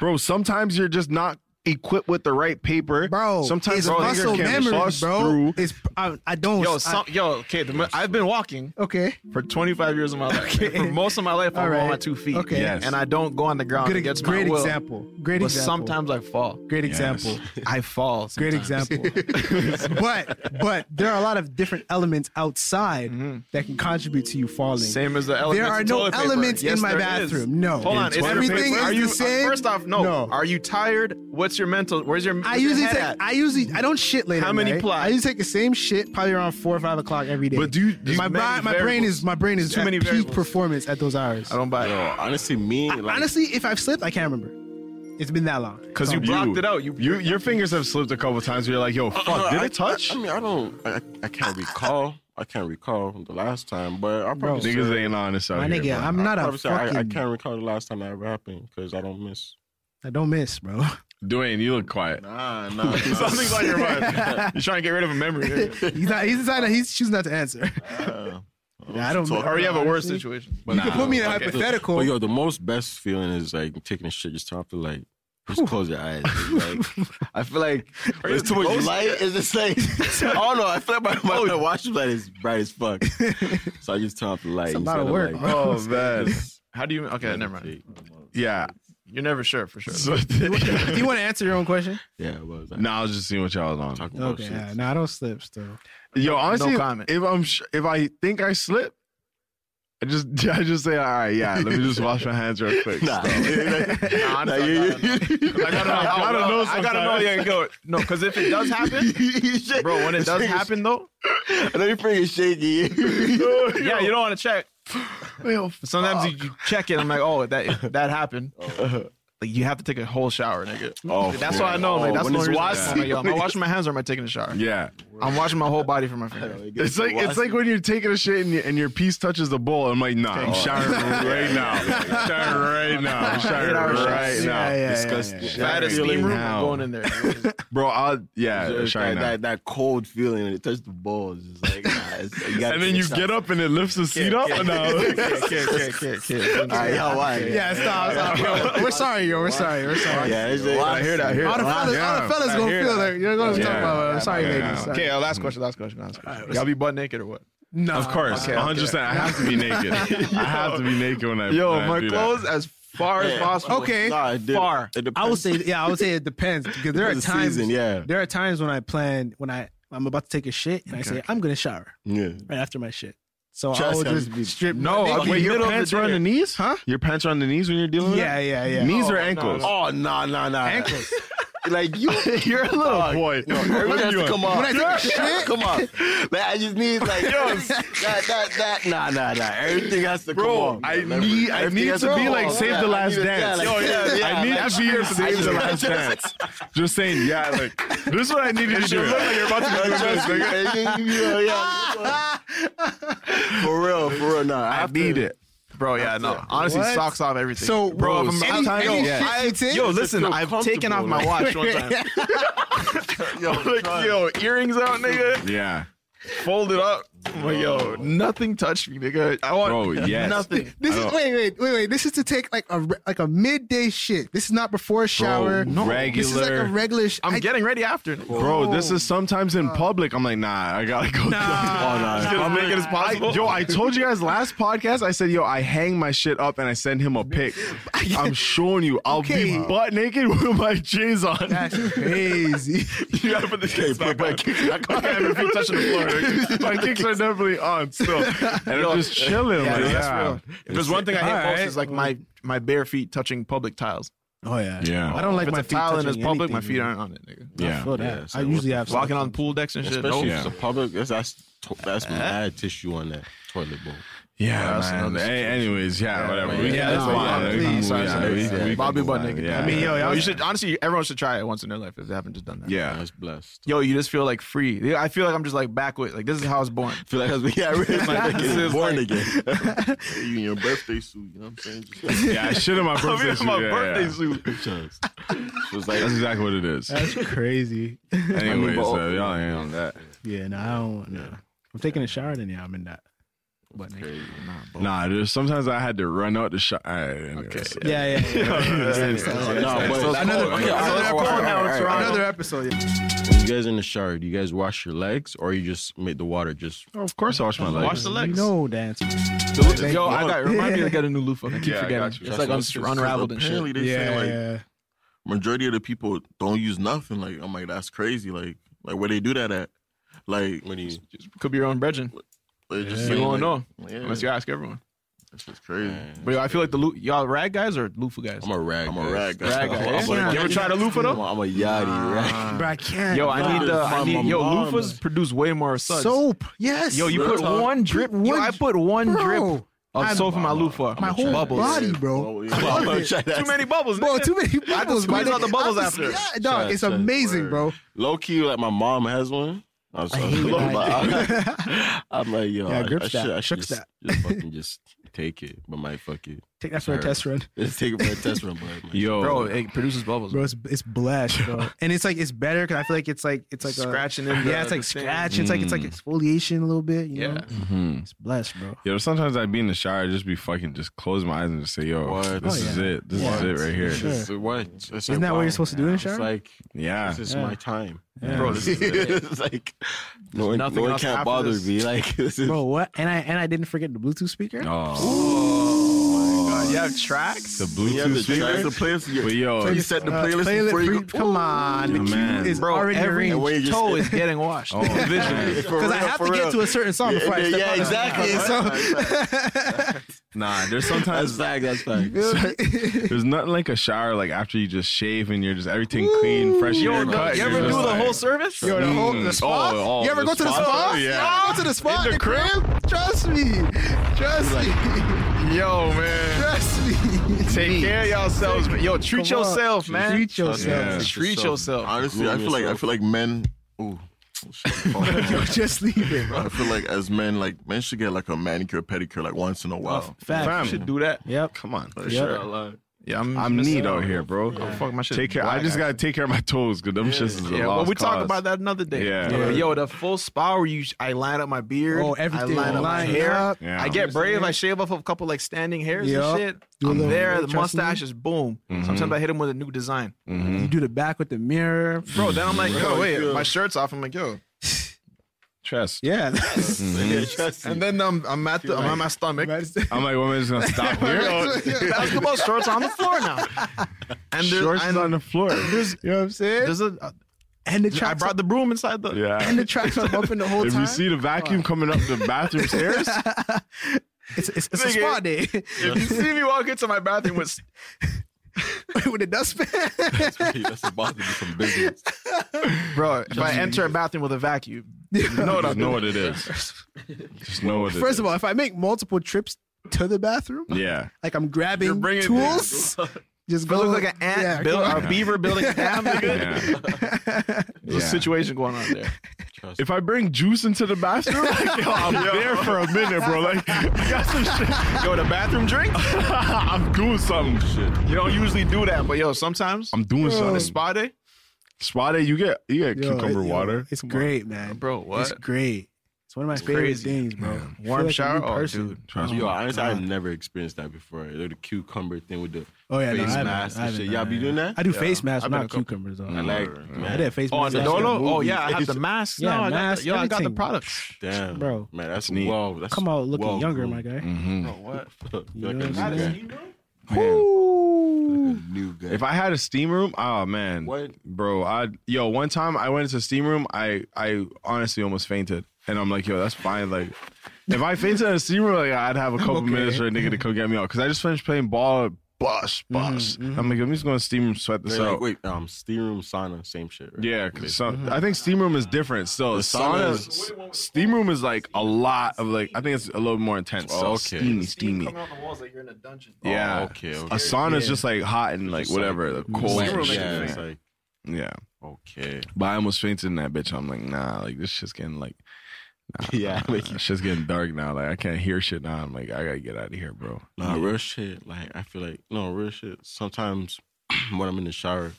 S5: bro, sometimes you're just not equipped with the right paper.
S4: Bro, it's
S5: sometimes your finger
S4: muscle
S5: can
S4: memory,
S5: bust
S4: bro.
S5: through.
S4: It's I, I don't.
S3: Yo,
S4: I-
S3: some, yo, okay. The, mo- I've been walking
S4: okay.
S3: for 25 years of my life. For most of my life, I'm
S4: Alright.
S3: on my two feet.
S4: Okay.
S5: Yes.
S3: And I don't go on the ground.
S4: Good,
S3: It gets my
S4: great
S3: will.
S4: example. Great
S3: But
S4: example.
S3: sometimes I fall.
S4: Great
S5: Yes.
S4: example.
S3: I fall.
S4: Great
S3: sometimes.
S4: example. but but there are a lot of different elements outside that can contribute to you falling.
S3: Mm-hmm. Same as the elements.
S4: There are
S3: in
S4: no
S3: toilet paper.
S4: elements in
S3: Yes,
S4: my
S3: there
S4: bathroom.
S3: is.
S4: No.
S3: Hold on.
S4: In
S3: Is
S4: toilet
S3: everything
S4: paper?
S3: are
S4: Are
S3: you
S4: you- same?
S3: First off, no.
S4: No.
S3: Are you tired? What's your mental? Where's your?
S4: I
S3: where's your
S4: usually
S3: head
S4: take,
S3: at?
S4: I usually I don't shit later.
S3: How many
S4: right?
S3: plots?
S4: I usually take the same shit probably around four or five o'clock every day.
S5: But do you-
S4: my
S3: many
S4: bri- my brain
S3: variables.
S4: is my brain is
S3: Too
S4: at
S3: many
S4: peak
S3: variables.
S4: performance at those hours.
S3: I don't buy it.
S6: yo, honestly, me, like,
S4: Honestly, if I've slipped, I can't remember. It's been that long.
S3: Because you blocked it out. You,
S5: you, your fingers have slipped a couple times. Where you're like, yo, fuck,
S6: Uh,
S5: did
S6: I-
S5: it touch?
S6: I, I mean, I don't, I, I can't recall. I can't recall the last time, but I probably say-
S5: Niggas ain't honest out
S4: My
S5: here.
S4: nigga,
S5: bro.
S4: I'm
S6: I
S4: not a
S6: probably say I,
S4: fucking.
S6: I
S4: I,
S6: can't recall the last time that ever happened because I don't miss.
S4: don't miss, bro.
S5: Dwayne, you look quiet.
S1: Nah, nah, nah.
S5: Something's on your mind. You're trying to get rid of a memory.
S4: He's not. He's decided. He's choosing not to answer.
S1: Uh,
S4: Yeah, I don't.
S1: So-
S3: or you have a worse
S4: honestly.
S3: situation.
S6: But
S4: You can put me in a hypothetical.
S6: But yo, the most best feeling is like taking a shit. Just time to like just close your eyes. Like, I feel like when it's too much light. It's just like I don't know. I feel like my, my,
S4: Oh.
S6: my watch light is bright as fuck. so I just turn off the light.
S4: It's a lot of
S6: instead
S4: work,
S6: like,
S5: oh man,
S3: How do you? Okay, never mind.
S5: yeah.
S3: You're never sure for sure.
S5: So,
S4: Do you want to answer your own question?
S6: Yeah, it was. Like,
S5: nah, I was just seeing what y'all was on.
S6: Talking about
S4: Okay.
S6: Oh, shit.
S4: Yeah, no, I don't slip still.
S5: Yo, honestly,
S3: comment.
S5: if I'm sh- if I think I slip, I just I just say, all right, yeah, let me just wash my hands real quick.
S6: Nah.
S3: Nah, I'm
S6: Nah,
S3: sorry,
S6: you-
S3: I gotta know. I gotta know.
S5: I
S3: how
S5: gotta
S3: well-
S5: know
S3: I gotta know.
S5: sometimes.
S3: you ain't go. No, because if it does happen, bro, when it does happen though,
S6: I know your finger's shaky.
S3: yeah, you don't want to check. Sometimes you, you check it. I'm like, oh, that that happened. Like you have to take a whole shower, nigga.
S6: Oh,
S3: that's why I know. Like
S6: oh,
S3: that's
S6: when
S3: the
S6: it's
S3: only reason.
S6: wassy.
S3: I'm like, yo, am I washing my hands or am I taking a shower?
S5: Yeah.
S3: I'm washing my whole body for my finger.
S5: It's like it's like when you're taking a shit and, your and your piece touches the bowl. I'm like, nah, I'm showering right now. I'm showering right now. I'm showering
S3: hour showers.
S5: right
S4: Yeah,
S5: now.
S4: yeah,
S6: disgusting.
S3: If I had a steam room, I'm
S5: Now.
S3: going in there.
S5: Bro, I'll yeah,
S6: Just
S5: showering
S6: that,
S5: now.
S6: that, that cold feeling, and it touched the balls. It's like, nah, it's, you gotta
S5: And then
S6: take
S5: you
S6: a shot.
S5: get up and it lifts the seat up. and now-
S3: Okay, okay, okay, okay.
S6: All right, y'all, why?
S4: Yeah, stop. stop. Yo, we're sorry, yo. We're sorry. We're sorry.
S6: Yeah, it's like,
S5: I hear that. I hear
S4: All the
S5: that.
S4: fellas, all
S5: Yeah.
S4: the fellas gonna feel that. You're gonna talk
S5: Yeah.
S4: about. it. Sorry,
S5: Yeah.
S4: ladies. Sorry.
S3: Okay, uh, last question, last question, last question. Y'all be butt naked or what?
S4: No,
S5: Of course,
S3: Okay,
S5: 100. percent I have to be naked. I have to be naked when I.
S3: Yo,
S5: when I
S3: my
S5: do that.
S3: clothes as far as possible.
S4: Okay.
S6: Nah, it did-
S3: Far.
S6: It
S4: I would
S6: depends.
S4: say, yeah, I would say it depends because there are
S6: The
S4: times,
S6: season, yeah.
S4: there are times when I plan when I I'm about to take a shit and I say I'm gonna shower
S6: Yeah.
S4: right after my shit, so I
S6: Just
S4: will
S6: gotta
S4: just
S6: be-
S4: strip.
S3: No,
S4: naked.
S3: I'm
S5: uh, Wait, your
S3: Middle of
S5: pants
S3: the
S5: are on
S3: day.
S5: the knees, huh? Your pants are on the knees when you're dealing with
S4: yeah,
S5: that?
S4: yeah, yeah.
S5: Knees
S3: No, no,
S5: or ankles?
S3: no.
S6: Oh, nah, nah, nah.
S4: ankles.
S6: Like, you, you're a little
S5: Oh, boy.
S6: Everybody has
S5: You
S6: to
S5: are-
S6: come on.
S4: When I take a shit?
S6: come on. Like, I just need like that, that, that. Nah, nah, nah. Everything has to come
S5: Bro,
S6: on.
S5: I
S6: Like,
S5: need I
S6: everything
S5: need
S6: has
S5: to be
S6: come
S5: like
S6: on.
S5: Save
S6: Yeah,
S5: the
S6: I
S5: Last
S6: need to- yeah,
S5: Dance.
S6: like- yeah,
S5: I need
S6: like,
S5: to be here
S6: I
S5: Save the
S6: just-
S5: Last Dance. Just saying, yeah, like this is what I needed to do.
S6: you're about to do this, nigga. For real, for real, nah.
S5: I
S6: have
S5: need
S6: to-
S5: it.
S3: Bro, yeah, no. Honestly,
S4: What?
S3: socks off everything.
S4: So,
S3: bro,
S4: any-
S3: if I'm outside,
S4: any
S3: yo,
S4: shit
S3: I-
S4: you take-
S3: yo, listen,
S6: feel
S3: I've taken off my watch one time. yo, like, yo, earrings out, nigga,
S5: Yeah.
S3: folded up. But yo, nothing touched me, nigga. I want
S5: Bro, yes.
S3: nothing.
S4: This is wait, wait, wait, wait. This is to take like a re- like a midday shit. This is not before a shower.
S5: no.
S4: This is like a
S5: regular-
S4: regular. Sh-
S3: I'm
S4: I-
S3: getting ready after.
S5: Bro, this
S3: Oh.
S5: is sometimes in public. I'm like, nah, I gotta go.
S3: Nah. Just gonna make it as possible.
S5: I, yo, I told you guys last podcast. I said, yo, I hang my shit up and I send him a pic. I'm showing you, I'll
S4: Okay.
S5: be butt naked with my jeans on.
S4: That's crazy.
S5: you gotta put the kicks back on.
S3: I can't even feel touching the floor.
S5: my kicks are definitely on still, and I'm just chilling.
S3: Yeah,
S5: like,
S3: that's
S5: yeah.
S3: real. If there's one thing I hate
S4: All
S3: most
S4: right.
S3: is like my my bare feet touching public tiles.
S4: Oh yeah.
S5: Yeah.
S4: I don't like
S3: if
S4: my
S3: it's
S4: feet
S3: a tile and
S4: touching
S3: it's public, my
S4: anything,
S3: feet
S4: man.
S3: aren't on it, nigga.
S5: Yeah.
S4: I feel that.
S6: Yeah, so
S4: I
S6: what
S4: ually have some-
S3: Walking on pool decks and shit.
S6: Especially
S3: no.
S6: if it's a public. That's that's, to- that's mad tissue on that toilet bowl.
S5: Yeah,
S3: that's
S5: man.
S3: another
S5: Hey, anyways, yeah, whatever.
S6: yeah,
S5: We
S4: yeah,
S5: can
S4: that's
S5: move
S4: fine.
S5: on.
S4: Yeah,
S5: We can
S4: please.
S5: move
S4: Sorry,
S5: on.
S4: sorry,
S5: We-
S6: sorry.
S5: we can
S3: Bobby
S5: move
S3: butt
S5: on.
S3: naked.
S5: Yeah.
S4: I mean, yo,
S3: Yo,
S4: y'all
S3: you should honestly. Everyone should try it once in their life if they haven't just done that.
S5: Yeah.
S6: That's blessed.
S3: Yo, you just feel like free. Yeah, I feel like I'm just like back with like this is how I was born.
S6: feel like that's what yeah, really, like,
S3: This
S6: getting
S3: is
S6: born
S3: like-
S6: again.
S1: you in your birthday suit. You know what I'm saying? Just,
S5: Yeah, I shit in my birthday
S3: I'm in
S5: suit.
S3: my
S5: yeah,
S3: birthday
S5: yeah.
S3: suit.
S6: Chunks. It was like uh,
S5: That's exactly what it is.
S4: That's crazy.
S5: Anyways,
S6: but-
S5: so y'all ain't on that.
S4: Yeah, no, I don't. No. I'm taking a shower, then yeah, I'm in that. But
S5: Nah, there's sometimes I had to run out the shot. Okay.
S4: yeah, yeah.
S6: no, but
S4: Another-
S6: Okay, all right, all right, all right, all right, all right.
S4: Another episode. Yeah.
S6: When you guys in the shower, do you guys wash your legs or you just make the water just
S5: Oh, Of course, I wash my legs.
S3: Wash the legs.
S4: No dance.
S3: Yo, I got remind me to get a new loofah. I keep
S5: Yeah, I
S3: forgetting.
S5: got you.
S3: It's like un- unraveled and
S1: apparently
S3: shit.
S1: they say like majority of the people don't use nothing. Like I'm like that's crazy. Like like where they do that at? Like
S6: what do you
S3: Could be your own brethren.
S1: they just
S3: You
S1: saying, like,
S3: won't know
S1: Yeah,
S3: unless you ask everyone.
S1: that's just crazy.
S3: But yo, I feel like the loo- y'all rag guys or loofah guys.
S6: I'm a rag.
S1: I'm a rag guy.
S3: Rag guy.
S6: I'm a-
S3: You ever tried a loofah
S6: I'm a,
S3: though?
S6: I'm a yachty, right?
S4: Bro, I can't.
S3: Yo, I need the. I
S1: My
S3: need yo
S1: mom-
S3: loofahs produce way more suds.
S4: soap. Yes.
S3: Yo, you
S1: Real
S3: put
S1: talk.
S3: one drip. Yo,
S4: one
S3: I put one
S4: Bro,
S3: drip of
S4: I'm-
S3: soap in my loofah.
S4: my whole
S3: bubbles.
S4: body, bro.
S1: Well,
S4: I
S1: yeah.
S4: love it.
S3: Too many bubbles.
S4: Bro,
S3: nigga.
S4: too many
S3: I
S4: bubbles.
S3: just
S4: bro.
S3: squeeze out the bubbles
S4: I just-
S3: after.
S4: Yeah, dog, it's
S6: Shut, shut,
S4: amazing,
S6: word.
S4: bro.
S6: Low key, like my mom has one. I was, I
S4: hate
S6: low,
S4: that.
S6: but I'm, I'm like, yo,
S4: Yeah,
S6: I,
S4: grip
S6: I
S4: that.
S6: should, I should
S4: Shucks
S6: just,
S4: that.
S6: just fucking just take it, but my fuck it.
S4: Take that for a
S6: Sure.
S4: test run,
S6: Let's take it for a test run, but like,
S5: Yo,
S3: Bro, it produces bubbles.
S4: bro. It's it's blessed, bro. and it's like it's better because I feel like it's like it's like a-
S3: Scratching in the-
S4: Yeah, it's like
S3: the sand.
S4: scratch. It's like it's like exfoliation a little bit. You
S3: Yeah.
S4: know?
S5: Mhm.
S4: it's blessed, bro.
S5: yo. Sometimes I'd be in the shower, I'd just be fucking, just close my eyes and just say, yo, this
S6: What?
S4: Oh,
S5: is
S4: yeah.
S5: it. This
S4: Yeah.
S5: is it right here.
S4: Sure.
S6: It's like, what? It's
S4: Isn't that what you're supposed to do in a shower?
S6: It's like
S3: Ah.
S5: Yeah.
S6: this is
S4: Yeah.
S6: my time,
S4: Yeah.
S6: bro. This is it. it's like no one,
S3: nothing
S6: no one
S3: else
S6: can't
S3: after
S6: bother
S3: this.
S6: me. Like this is
S4: Bro, what? And I and I didn't forget the Bluetooth speaker.
S5: Oh,
S3: Uh,
S4: Oh,
S3: you have tracks.
S5: the
S1: You have
S5: Bluetooth
S1: to track the
S5: speaker.
S1: playlist.
S5: But yo,
S1: you set the
S4: Uh,
S1: playlist
S4: play it
S1: before you
S4: free- Come on, the
S5: Yeah,
S4: cue
S5: man.
S4: is
S3: Bro,
S4: already
S3: every
S4: arranged.
S1: when you just-
S3: toe is getting washed.
S5: Oh, man.
S4: Because I have to get to a certain song before I
S1: Yeah,
S4: step
S1: yeah,
S4: on it.
S1: exactly.
S5: nah, there's
S6: that's
S5: sometimes
S6: fact. That's fact.
S5: there's nothing like a shower like after you just shave and you're just everything clean, fresh
S3: Yo,
S5: haircut.
S3: you
S5: you're
S3: ever do
S5: just
S3: the
S5: like-
S3: whole service?
S4: Yo, the whole the
S5: Mm.
S4: spa.
S5: Oh, oh,
S4: you ever
S5: the
S4: go to the
S5: spa?
S4: spa?
S5: Yeah.
S4: You go to the spa
S5: In
S4: in
S5: the
S4: the crib? Trust me. Trust me.
S3: Yo, Oh, man.
S4: Trust me.
S3: Take care of yourselves. man. Yo, treat
S4: Come on.
S3: yourself, man.
S4: Treat yourself.
S5: Yeah.
S3: Treat yourself.
S1: Honestly, I feel like I feel like men. Ooh. oh,
S4: Yo, just leave it, bro.
S1: I feel like as men, like men should get like a manicure, pedicure, like once in a while.
S4: Fact.
S3: You should do that.
S4: Yep.
S5: Come on.
S3: Sure. Yeah, I'm,
S5: I'm need out here, bro.
S3: Fuck my shit.
S5: Take care. I
S3: Black,
S5: just
S3: actually.
S5: gotta take care of my toes, cause them shits is a
S3: Yeah,
S5: lost
S3: well, we talk
S5: cause.
S3: about that another day.
S5: Yeah.
S3: But
S5: Yeah.
S3: Yo, the full spa where you, I line up my beard.
S4: Oh, everything.
S3: I line up my
S4: Line
S3: hair.
S4: up.
S5: Yeah.
S3: I get brave. I shave off a couple like standing hairs
S4: Yup.
S3: and shit.
S4: Do a
S3: I'm
S4: little
S3: there.
S4: hair
S3: The
S4: dressing.
S3: mustache is boom.
S5: Mm-hmm.
S3: Sometimes I hit him with a new design.
S4: You do the back with the mirror.
S5: Mm-hmm.
S3: Bro, then I'm like, yo, wait, my shirt's off. I'm like, yo.
S5: Chest.
S4: Yeah.
S3: Mm-hmm. And then
S4: um,
S3: I'm, I'm at the, I'm on my stomach.
S4: That's-
S5: I'm like, woman's gonna stop here.
S3: Basketball shorts on the floor now. And there's,
S5: Shorts
S3: and
S5: on the floor.
S4: You know what I'm saying?
S3: there's a, uh,
S4: And the
S3: I
S4: tracks.
S3: brought the broom inside the.
S5: Yeah.
S4: and the tracks are bumping the whole
S5: If
S4: time.
S5: you see the vacuum coming up the bathroom stairs,
S4: it's it's, it's a
S3: Nigga.
S4: spa day
S3: If you see me walk into my bathroom with
S4: with a dustpan.
S6: that's about to be some business.
S3: Bro, if I enter a bathroom with a vacuum, you know what
S5: just
S3: I'm
S5: know
S3: doing.
S5: what it is. Just know what it is.
S4: First of all, if I make multiple trips to the bathroom,
S5: yeah.
S4: like I'm grabbing
S3: bringing
S4: tools, just
S3: If I
S4: go
S3: look like an ant,
S4: Yeah,
S3: build,
S4: come
S3: a beaver building a dam, nigga.
S5: Yeah.
S3: There's a situation going on there.
S5: If I bring juice into the bathroom, like, yo, I'm there for a minute, bro. Like, you got some shit.
S3: Yo, the bathroom drink? Oh,
S5: I'm doing something.
S3: You don't usually do that, but yo, sometimes
S5: I'm doing
S3: on a
S5: something.
S3: spa day,
S5: Spotted, you get you get
S4: Yo,
S5: cucumber
S4: it- yo,
S5: water.
S4: It's great, man.
S3: bro,
S4: It's
S3: what?
S4: great. It's one of my
S3: It's
S4: favorite
S3: crazy.
S4: things, bro.
S5: Yeah.
S4: I feel
S3: Warm
S4: like a
S3: shower?
S4: new
S3: Oh,
S4: person.
S3: dude.
S5: Trust me.
S6: Yo, honestly,
S4: God.
S6: I've never experienced that before. The cucumber thing with the
S4: Oh yeah, no, I
S6: face
S4: haven't-
S6: mask
S4: I
S6: and
S4: haven't
S6: shit.
S4: done
S6: Y'all
S4: that
S6: be
S4: yet.
S6: doing that?
S4: I do
S3: Yeah.
S4: face masks,
S3: I've
S4: but
S3: been
S4: not
S3: a couple-
S4: cucumbers though.
S6: I like,
S4: I
S6: man.
S4: did face
S3: Oh,
S4: masks.
S3: and the
S4: last year.
S3: Dolo? Oh, yeah. I had the mask.
S4: Yeah, mask,
S3: no, I got the, yo, I got the
S4: everything.
S3: products.
S6: Damn,
S4: Bro,
S6: man, that's,
S5: neat.
S6: wow. That's
S4: Come out looking
S6: well
S4: younger,
S6: groomed.
S4: my guy.
S5: Mhm.
S3: Bro, what?
S6: You're
S4: know
S6: like a
S4: what I'm
S6: new guy.
S4: Ooh.
S6: Like a new guy.
S5: If I had a steam room, oh man,
S6: What?
S5: bro? I yo, one time I went into a steam room, I I honestly almost fainted, and I'm like, yo, that's fine. Like, if I fainted in a steam room, like I'd have a couple minutes for a nigga to come get me out because I just finished playing ball, bus, bus. I'm like, I'm just going to steam room, sweat this
S6: They're Mm-hmm, like,
S5: out.
S6: wait, um, steam room sauna, same shit. Right? oh,
S5: Yeah, 'cause some- I think steam room is different. So
S6: The
S5: sauna,
S6: sauna
S5: is- steam room is like a lot of like I think it's a little more intense.
S6: Oh,
S5: so
S6: okay.
S5: steamy,
S6: Oh,
S5: steamy. Yeah,
S6: okay,
S5: A
S6: okay.
S5: sauna is just like hot and like whatever, the cold.
S6: Wet,
S5: and shit.
S6: yeah, it's like
S5: yeah.
S6: okay.
S5: But I almost fainted in that bitch. I'm like, nah, like this shit's getting like,
S6: yeah, like
S5: this shit's getting dark now. Like I can't hear shit now. I'm like, I gotta get out of here, bro.
S6: Nah, real shit. Like I feel like no real shit. Sometimes when I'm in the shower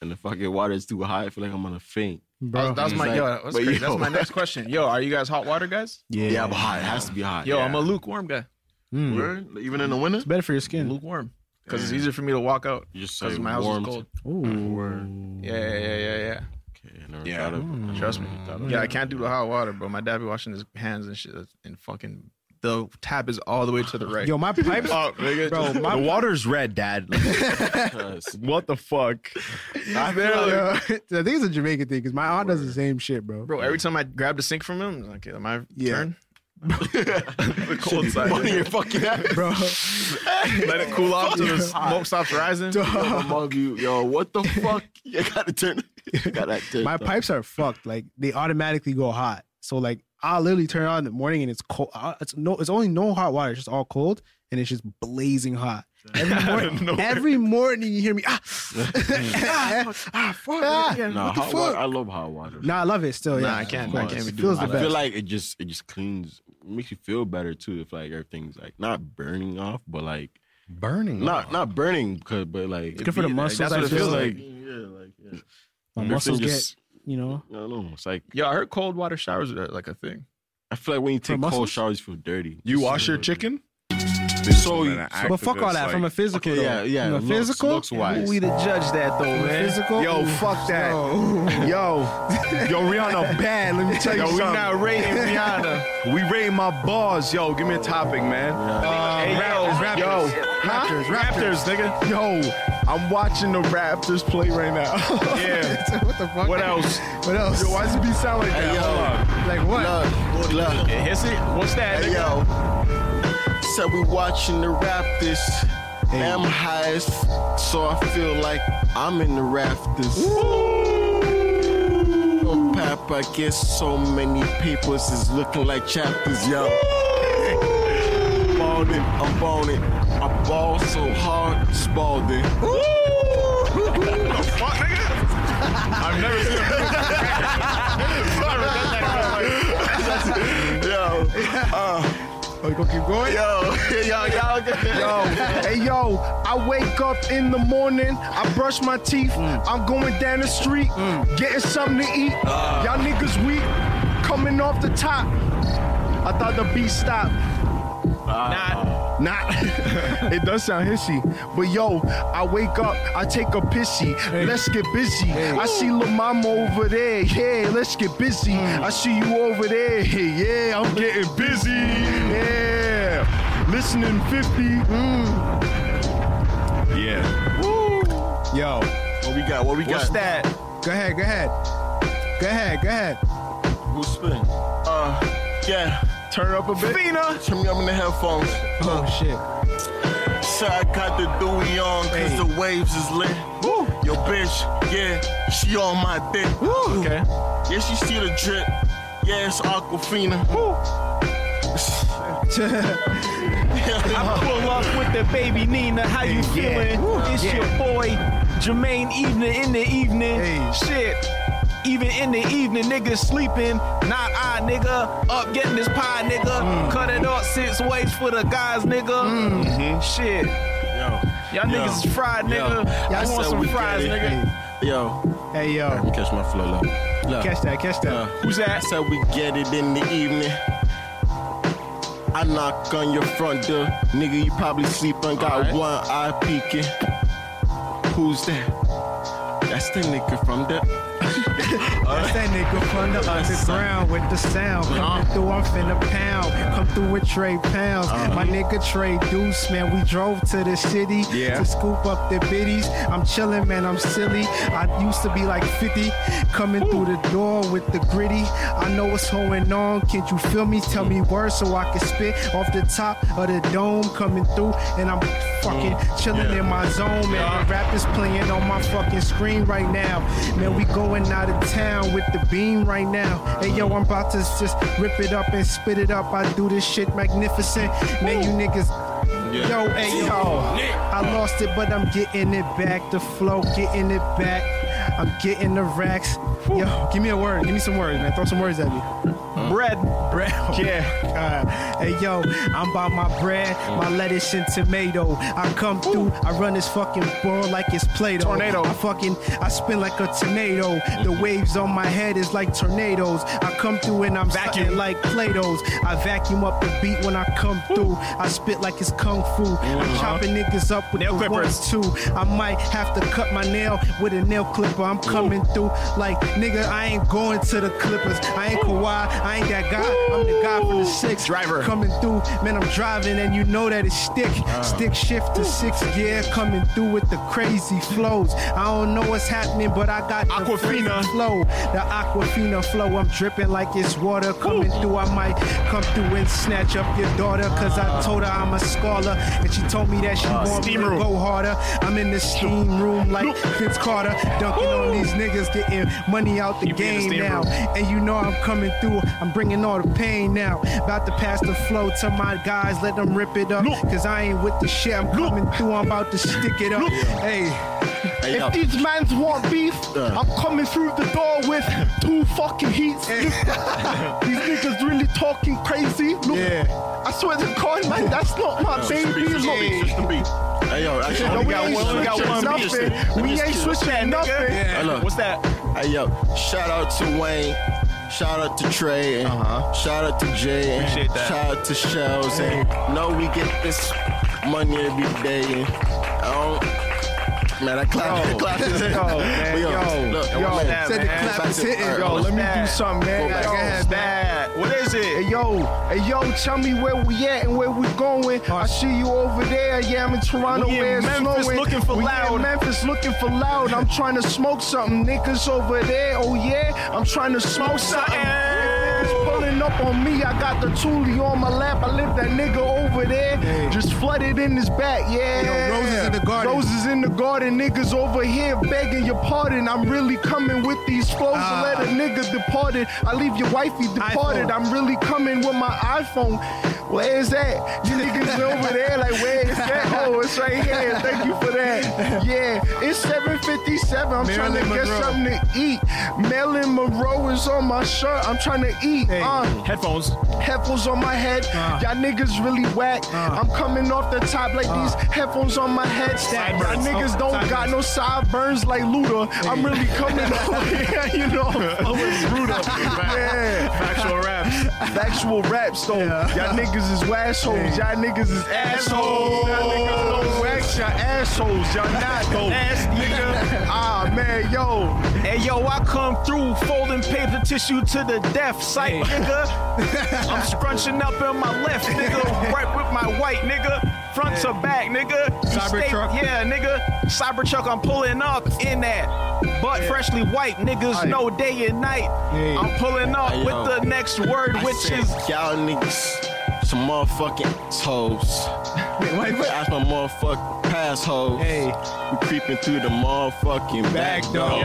S6: and the fucking water is too hot, I feel like I'm gonna faint.
S4: Bro.
S3: Oh, That's my
S6: Like,
S3: yo. That was
S6: but
S3: crazy.
S6: yo.
S3: That's my next question. Yo, are you guys hot water guys?
S6: Yeah, but hot. It has to be hot.
S3: Yo,
S6: yeah.
S3: I'm a lukewarm guy.
S4: Mm.
S6: Word? Like, even in the winter.
S4: It's better for your skin.
S3: Lukewarm, because it's easier for me to walk out
S6: You just
S3: because
S6: say
S3: my house
S6: warm.
S3: is cold.
S4: Ooh.
S3: Yeah, yeah, yeah, yeah, yeah.
S6: Okay, I never
S5: Yeah.
S6: thought of
S4: Mm.
S6: it.
S3: Trust me. Yeah, I can't do the hot water, bro. My dad be washing his hands and shit, and fucking the tap is all the way to the right.
S4: Yo, my pipes.
S3: Oh,
S4: Bro, my
S5: the water's red, Dad. Like,
S6: Cause
S5: what the fuck?
S4: I, think it's a Jamaican thing because my aunt does the same shit, bro.
S3: bro, every time I grab the sink from him, I'm like, okay, my
S4: Yeah.
S3: turn. the cold side.
S6: one of your fucking
S4: Bro,
S3: Let it cool off till the smoke stops rising.
S6: yo, mug you, yo, what the fuck? You gotta turn. You gotta turn.
S4: my pipes are fucked. Like they automatically go hot. So like I'll literally turn it on in the morning and it's cold. Uh, It's no, it's only no hot water. It's just all cold and it's just blazing hot. Every, morning, every morning you hear me ah, ah, ah, fuck, ah. what
S6: Nah,
S4: the
S6: hot water.
S4: fuck?
S6: I love hot water.
S4: Nah, I love it still. Yeah,
S3: Nah, I can't- I can't be
S4: It
S3: doing
S4: feels
S6: I
S4: the
S6: feel
S4: best.
S6: like it just it just cleans, makes you feel better too. If like everything's like not burning off, but like
S5: Burning.
S6: not not burning, cause but like
S4: It's good for the muscles.
S3: that's what
S4: I
S3: it
S4: feel
S3: feels
S4: like. My
S6: everything
S4: muscles
S6: just-
S4: get, you know,
S6: I don't know. It's like
S3: Yo, I heard cold water showers are like a thing.
S6: I feel like when you take cold
S4: muscles?
S6: showers, you feel dirty.
S5: You wash your chicken?
S6: So you-
S4: but fuck all that. from a physical,
S6: Okay,
S4: though.
S6: yeah, yeah,
S4: From a
S6: looks-
S4: physical,
S6: looks wise.
S4: who we the judge that though, man. Physical,
S5: Yo,
S4: Ooh,
S5: fuck that.
S4: no.
S5: Yo, yo, Rihanna bad. Let me tell you
S3: Yo, we
S5: something.
S3: not rating Rihanna.
S5: We rating my balls. Yo, give me a topic, man. Uh,
S3: Hey,
S5: Raptors, yo, Raptors, Raptors, nigga. Yo, I'm watching the Raptors play right now.
S3: Yeah.
S4: what the fuck?
S3: What else?
S4: What else?
S5: Yo, why does it be sound like that? Hold
S4: like what?
S6: Good luck.
S3: Yeah, hiss it. What's that?
S6: Hey,
S3: nigga?
S6: yo. Said we watching the Raptors. Am high, as f- so I feel like I'm in the rafters. Oh, Pap, I guess so many papers is looking like chapters, yo. I'm on it, I'm on it. I ball so hard, Spalding.
S3: I've never seen a
S6: Yo, uh,
S4: Oh, you gonna keep going?
S6: yo, yo, y'all get the
S5: Yo, hey yo, I wake up in the morning, I brush my teeth, I'm going down the street, getting something to eat. Y'all niggas weak, coming off the top. I thought the beat stopped. Not. it does sound hissy. But yo, I wake up, I take a pissy. Let's get busy. I see Lil Mama over there. Yeah, let's get busy. I see you over there. Yeah, I'm getting busy. Yeah. Listening 50. Mm. Yeah.
S4: Yo,
S6: What we got? What we
S3: What's
S6: got?
S3: that?
S4: go ahead, go ahead, go ahead, go ahead.
S6: Who's spinning? Uh, yeah.
S5: Turn up a bit.
S6: Fina. Turn me up in the headphones.
S4: Oh shit.
S6: So I got the Dewey on, cause
S4: Hey.
S6: the waves is lit. Woo. Yo, bitch, yeah, she on my dick. Woo.
S3: Okay.
S6: Yeah, she see the drip. Yeah, it's Aquafina. Woo.
S3: I pull up with the baby Nina. How you feeling? It's your boy Jermaine. Evening in the evening.
S4: Hey.
S3: Shit. Even in the evening, niggas sleeping. Not I, nigga. Up getting this pie, nigga. Cut it off six ways for the guys, nigga. Shit. Y'all
S6: Yo.
S3: niggas is fried, nigga.
S6: Yo.
S3: I
S6: I
S3: want
S6: said
S3: some
S6: we
S3: fries,
S6: get it.
S3: nigga.
S6: Yo,
S4: Hey
S6: let
S4: yo,
S6: me catch my flow low. Look.
S2: Catch that, catch that.
S6: Uh,
S11: Who's that?
S6: So we get it in the evening. I knock on your front door. Nigga, you probably sleep and got one eye peeking. Who's that? That's the nigga from the.
S2: That's that nigga from the underground with the sound. Coming through, I'm finna pound. Come through with Trey Pounds. My nigga Trey Deuce, man, we drove to the city
S12: Yeah.
S2: to scoop up the biddies. I'm chillin', man, I'm silly. I used to be like 50, coming through the door with the gritty. I know what's going on, can't you feel me? Tell me words so I can spit off the top of the dome. Coming through, and I'm fucking chillin' in my zone, man. The rap is playing on my fucking screen right now. Man, we going out of town with the beam right now. Hey yo, I'm about to just rip it up and spit it up. I do this shit magnificent. Man, you niggas. Yo, hey yo. I lost it, but I'm getting it back. The flow, getting it back. I'm getting the racks. Yo, give me a word. Give me some words, man. Throw some words at me.
S11: Bread.
S2: Bread.
S11: Yeah.
S2: God. Hey yo, I'm by my bread, my lettuce and tomato. I come through, I run this fucking world like it's Play-Doh.
S11: Tornado.
S2: I fucking, I spin like a tornado. The waves on my head is like tornadoes. I come through and I'm vacuum like Play-Dohs. I vacuum up the beat when I come through. I spit like it's kung fu. I'm chopping niggas up with
S11: Mm-hmm. Nail
S2: the ones,
S11: clippers.
S2: too. I might have to cut my nail with a nail clipper. I'm coming through like nigga. I ain't going to the Clippers. I ain't Kawhi. I ain't that guy. I'm the guy from the six.
S11: Driver. Uh.
S2: coming through. Man, I'm driving and you know that it's stick. Stick shift to six. Yeah, coming through with the crazy flows. I don't know what's happening, but I got the
S11: Aquafina.
S2: freezing flow. The Aquafina flow. I'm dripping like it's water coming through. I might come through and snatch up your daughter because I told her I'm a scholar and she told me that she want me
S11: Uh, steam
S2: to
S11: room.
S2: go go harder. I'm in the steam room like Vince Carter, dunking on these niggas, getting money out the
S11: You be in the
S2: game
S11: steam
S2: now. And you know I'm coming through, I'm bringing all the pain now. About to pass the flow to my guys, let them rip it up. Cause I ain't with the shit, I'm coming through, I'm about to stick it up. Hey,
S6: Hey, yo.
S2: these mans want beef, I'm coming through the door with two fucking heats. these niggas really talking crazy. Look, I swear to God, man, that's not my
S7: Switch the beat, switch the beat, switch the beat. Hey, yo, actually,
S2: no,
S7: only
S2: we
S7: got
S2: ain't
S7: one- only
S2: switching
S7: got one beat.
S2: nothing. We
S7: Just
S2: ain't
S7: kidding.
S2: switching nothing.
S7: Hey, look.
S11: What's that?
S6: Hey yo, shout out to Wayne. Shout out to Trey. And Shout out to Jay. and
S11: Appreciate that.
S6: Shout out to Shells. And no, we get this money every day. And I don't. Man, I clap.
S11: Yo.
S6: clap is
S11: Yo, man,
S6: But
S11: yo,
S6: look,
S11: yo,
S6: man,
S11: that,
S2: Said the
S11: man.
S2: clap is hitting.
S6: Alright,
S11: Yo,
S6: what's
S11: let me do something, man.
S6: Go
S11: Yo,
S6: back.
S11: what's that? What is it?
S2: Hey, yo, hey yo, tell me where we at and where we going. I see you over there. Yeah, I'm in Toronto.
S11: We in
S2: where it's
S11: Memphis
S2: snowing.
S11: looking for
S2: we
S11: loud.
S2: In Memphis looking for loud. I'm trying to smoke something. Niggas over there. Oh yeah, I'm trying to smoke something.
S11: eh?
S2: Niggas Pulling up on me, I got the toolie on my lap. I lift that nigga over there, just flooded in his back. Yeah, roses in the garden. Roses in the garden, niggas over here begging your pardon. I'm really coming with these flows to let a nigga departed. I leave your wifey departed. I'm really coming with my iPhone. Where is that? You niggas over there, like where is that? Oh, it's right here. Thank you for that. Yeah, it's 7:57. I'm trying to get something to eat. Marilyn Monroe is on my shirt. I'm trying to eat. Uh,
S11: Headphones.
S2: headphones on my head.
S11: Ah.
S2: Y'all niggas really whack. I'm coming off the top like these
S11: Ah.
S2: headphones on my head. Y'all niggas
S11: Oh,
S2: don't got no sideburns like Luda. I'm really coming over here, you know. I'm flowing through them. Yeah.
S11: Oh, Factual raps.
S2: Factual raps though. Y'all niggas is assholes. Y'all niggas is assholes. Y'all niggas don't wax your assholes. Y'all not though.
S11: Ass nigga.
S2: Ah man, yo.
S11: Hey yo, I come through folding paper tissue to the death, sight nigga. I'm scrunching up in my left, nigga, right with my white, nigga. Front to back, nigga. You
S2: Cybertruck.
S11: Yeah, nigga. Cybertruck, I'm pulling up in that. But freshly white, niggas know day and night. I'm pulling up
S6: Hey, yo.
S11: with the next word,
S6: I
S11: which
S6: said,
S11: is
S6: y'all niggas some motherfucking toes. That's my motherfucking pass hoes.
S2: Hey.
S6: We creeping through the motherfucking back door.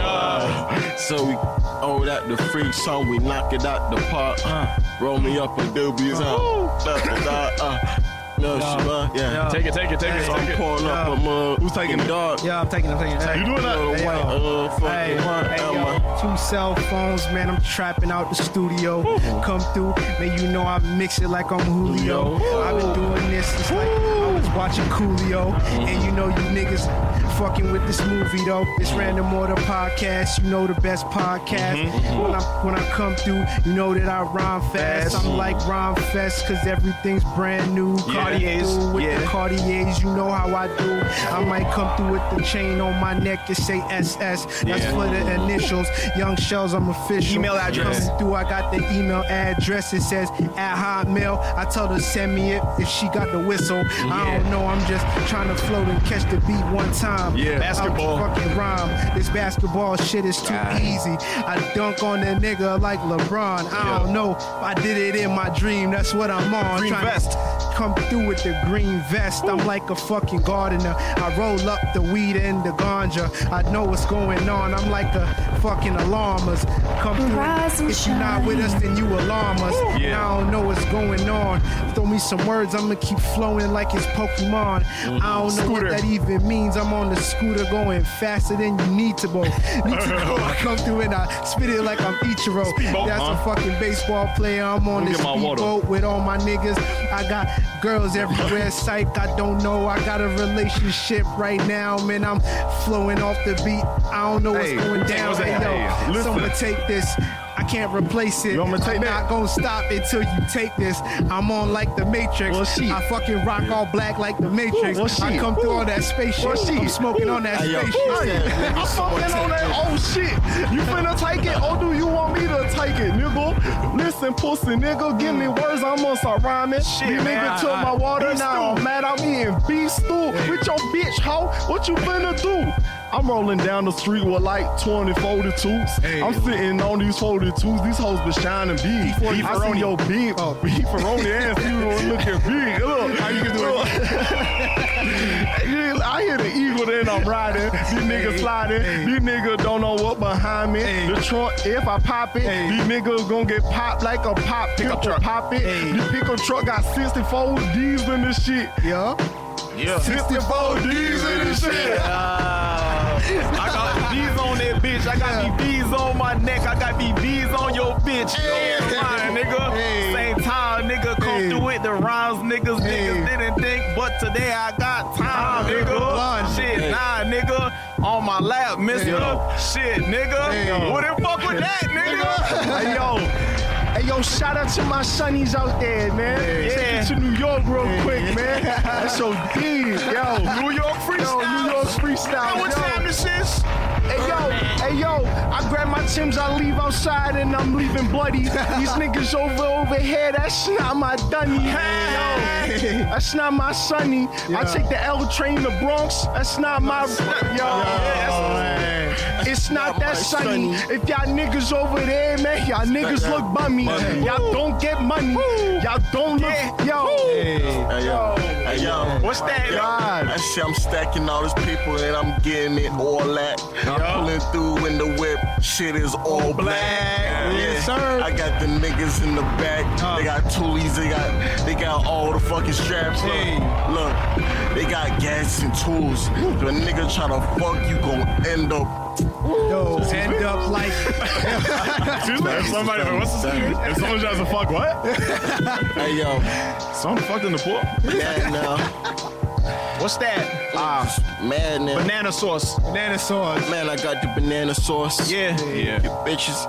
S6: So we owe that the freak song, we knock it out the park. uh. Roll me up a doobies uh, uh, uh, uh, No, shit, uh, yeah.
S11: Take it, take it, take it,
S6: So I'm
S11: take it.
S6: pulling up a mug. Who's taking dog?
S2: Yeah, I'm taking it, I'm taking it.
S6: You doing that?
S2: Hey,
S6: white,
S2: yo.
S6: uh, fucking
S2: Hey,
S6: white,
S2: hey,
S6: uh,
S2: yo. Two cell phones, man. I'm trapping out the studio. Come through, man. You know I mix it like I'm Julio. I've been doing this since like I was watching Coolio, and you know you niggas fucking with this movie though. It's Random Order Podcast. You know the best podcast. When, I, when I come through, you know that I rhyme fast. I'm like Rhyme Fest because everything's brand new.
S11: Yeah.
S2: Cartiers,
S11: Cartiers,
S2: with the
S11: yeah.
S2: Cartiers, you know how I do. I might come through with the chain on my neck and say SS. That's
S11: Yeah.
S2: for the initials. Young Shells, I'm official.
S11: Email address.
S2: Coming through, I got the email address. It says at Hotmail. I tell her send me it if she got the whistle. I don't know. I'm just trying to float and catch the beat one time.
S11: Yeah.
S2: Out the
S11: Basketball. Ah.
S2: Fucking rhyme. This basketball shit is too easy. I dunk on that nigga like LeBron. I don't know. I did it in my dream. That's what I'm on.
S11: Green
S2: Tryna
S11: vest.
S2: Come through with the green vest. I'm like a fucking gardener. I roll up the weed and the ganja. I know what's going on. I'm like a fucking alarmist. Come through.
S13: Rise and
S2: Mm. if you're not with us, then you alarm us. And I don't know what's going on. Throw me some words. I'm gonna keep flowing like it's Pokemon. I don't know
S11: Mm-hmm. Scooter.
S2: what that even means. I'm on the scooter going faster than you need to go. Need to go. I come through and I spit it like I'm Ichiro.
S11: Speedboat,
S2: That's
S11: huh?
S2: a fucking baseball player. I'm on
S11: Let me
S2: this
S11: get my water.
S2: speedboat with all my niggas. I got girls everywhere. Psych, I don't know. I got a relationship right now, man. I'm flowing off the beat. I don't know what's
S7: Hey,
S2: going
S7: what's
S2: down.
S7: that?
S2: Hey,
S7: Hey,
S2: yo,
S7: listen.
S2: someone take this. I can't replace it.
S7: You want me to take
S2: I'm
S7: that?
S2: not gonna stop until you take this. I'm on like the Matrix.
S7: Well, shit.
S2: I fucking rock all black like the Matrix.
S7: well,
S2: I
S7: shit.
S2: come through all that spaceship.
S7: Well, shit.
S2: I'm smoking on that
S6: Hey, yo,
S2: spaceship.
S6: who said-
S7: I'm fucking on that old shit. You finna take it? Oh, do you want me to take it, nigga? Listen, pussy, nigga, give me words. I'm gonna start rhyming. Shit, you
S11: man,
S7: nigga took
S11: I-
S7: my water.
S11: beef
S7: Now
S11: stew.
S7: I'm mad. I'm eating beef stew with your bitch, hoe. What you finna do? I'm rolling down the street with like 20 42s.
S2: Hey.
S7: I'm sitting on these 42s. These hoes been shining big. I
S2: Beefaroni.
S7: see your big
S2: Oh.
S7: beefaroni ass. You looking big. Look. How you I hear the eagle then I'm riding. These niggas sliding. These niggas don't know what behind me. The trunk, if I pop it, these niggas gonna get popped like a pop pickup truck. Pop it. The pickup truck got 64 D's in this shit.
S2: Yeah.
S7: 64 D's in this shit.
S11: I got these on that bitch. I got these V's on my neck. I got these V's on your bitch. Yo, mine, nigga. Same time, nigga. Come
S2: Hey.
S11: through with the rhymes, niggas. Niggas didn't think, but today I got time, nigga.
S2: Lunch.
S11: Shit, nah, nigga. On my lap, mister. Shit, nigga. Wouldn't fuck with that, nigga.
S7: Hey, yo. Hey, yo, shout out to my sonnies out there, man. Take it to New York real quick, man. That's your D, yo.
S11: New York
S7: Yo,
S11: freestyle.
S7: New York freestyle.
S11: And what
S7: yo.
S11: time this is?
S7: Hey yo, hey yo, I grab my Timbs, I leave outside and I'm leaving bloody. These niggas over over here, that's not my dunny. Hey, yo, that's not my sonny. I take the L train to Bronx, that's not my. Yo, it's not, that sunny. If y'all niggas over there, man, y'all niggas look bummy. Y'all don't get money. Y'all don't look. Yo,
S6: Hey, yo. Hey, yo.
S11: What's that?
S7: God.
S6: I see I'm stacking all this people and I'm getting it all that. I'm pulling through in the whip. Shit is all black.
S2: Yes, sir.
S6: I got the niggas in the back. They got toolies. They got they got all the fucking straps. Look, look, they got gas and tools. If a nigga try to fuck, you gon' end up.
S2: Yo, end up like
S7: Excuse me, somebody, what's this? If someone tries to fuck, what?
S6: Hey yo,
S7: Someone fucked in the pool.
S6: mad now.
S11: What's that?
S6: Ah, mad now.
S11: Banana sauce.
S2: banana sauce.
S6: Man, I got the banana sauce.
S11: Yeah.
S6: You bitches.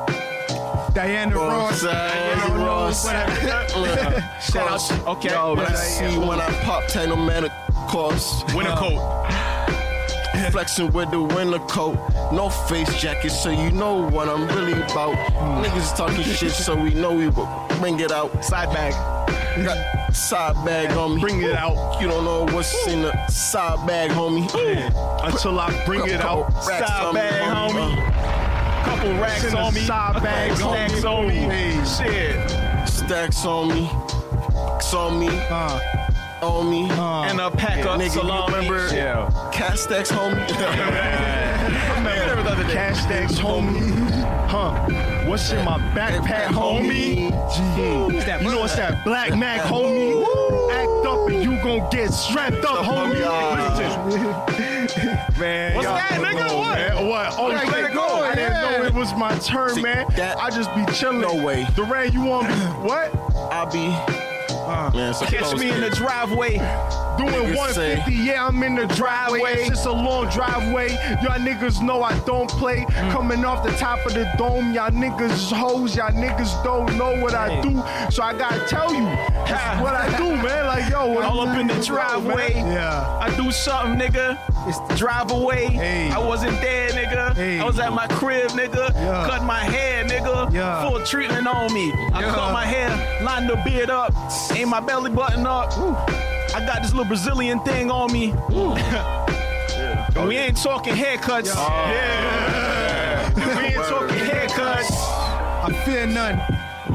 S2: Diana Ross. I don't know
S6: Ross.
S2: what I-
S6: Look.
S11: Shout out. Okay.
S6: Yo,
S11: What
S6: when I
S11: I-
S6: see when I pop ten no man of course.
S11: Winter coat.
S6: Flexing with the winter coat. No face jacket, so you know what I'm really about. Niggas talking shit, so we know we will bring it out.
S11: Side bag.
S6: Got side bag on me.
S7: Bring it out.
S6: You don't know what's in the side bag, homie.
S7: Until I bring it out.
S11: Side bag, homie. Couple racks
S7: the
S11: on me.
S7: side bag,
S11: Stacks
S7: homie.
S11: on me.
S7: Hey.
S11: Shit.
S6: Uh, Stacks on me. Stacks on me.
S2: Uh,
S6: On me.
S2: uh,
S11: And a pack of
S6: nigga,
S11: salon
S6: you
S11: member.
S6: bitch.
S11: Yeah.
S6: Cat stacks, homie.
S11: Remember the other day.
S7: Cash stacks, homie. Huh? What's in my backpack, homie? You know it's that black Mac, homie. Act up and you gon' get strapped up, homie. Listen. Man,
S11: What's
S7: y'all
S11: that,
S7: come
S11: nigga?
S7: on,
S11: What?
S7: Man. What? Oh,
S11: Let it
S7: shit.
S11: go.
S7: I didn't
S11: Yeah.
S7: know it was my turn,
S6: See,
S7: man.
S6: that-
S7: I just be chilling.
S6: No way.
S7: Duran, you want me? What?
S6: I be. uh, Man, it's a
S11: Catch
S6: close
S11: me in the
S6: hit.
S11: driveway.
S2: Doing
S6: Niggas say.
S2: 150, yeah, I'm in the driveway. It's just a long driveway. Y'all niggas know I don't play.
S11: Mm.
S2: Coming off the top of the dome, y'all niggas is hoes. Y'all niggas don't know what I do. So I gotta tell you this is what I do, man. Like, yo,
S11: All up in the
S2: yo, man.
S11: driveway.
S2: Yeah.
S11: I do something, nigga. It's the drive away.
S2: Hey.
S11: I wasn't there, nigga.
S2: Hey.
S11: I was at my crib, nigga.
S2: Yeah.
S11: Cut my hair, nigga.
S2: Yeah.
S11: Full treatment on me. I
S2: Yeah.
S11: cut my hair, lined the beard up, ain't my belly button up. I got this little Brazilian thing on me. We ain't talking haircuts. Yeah. We ain't talking haircuts.
S2: I fear none.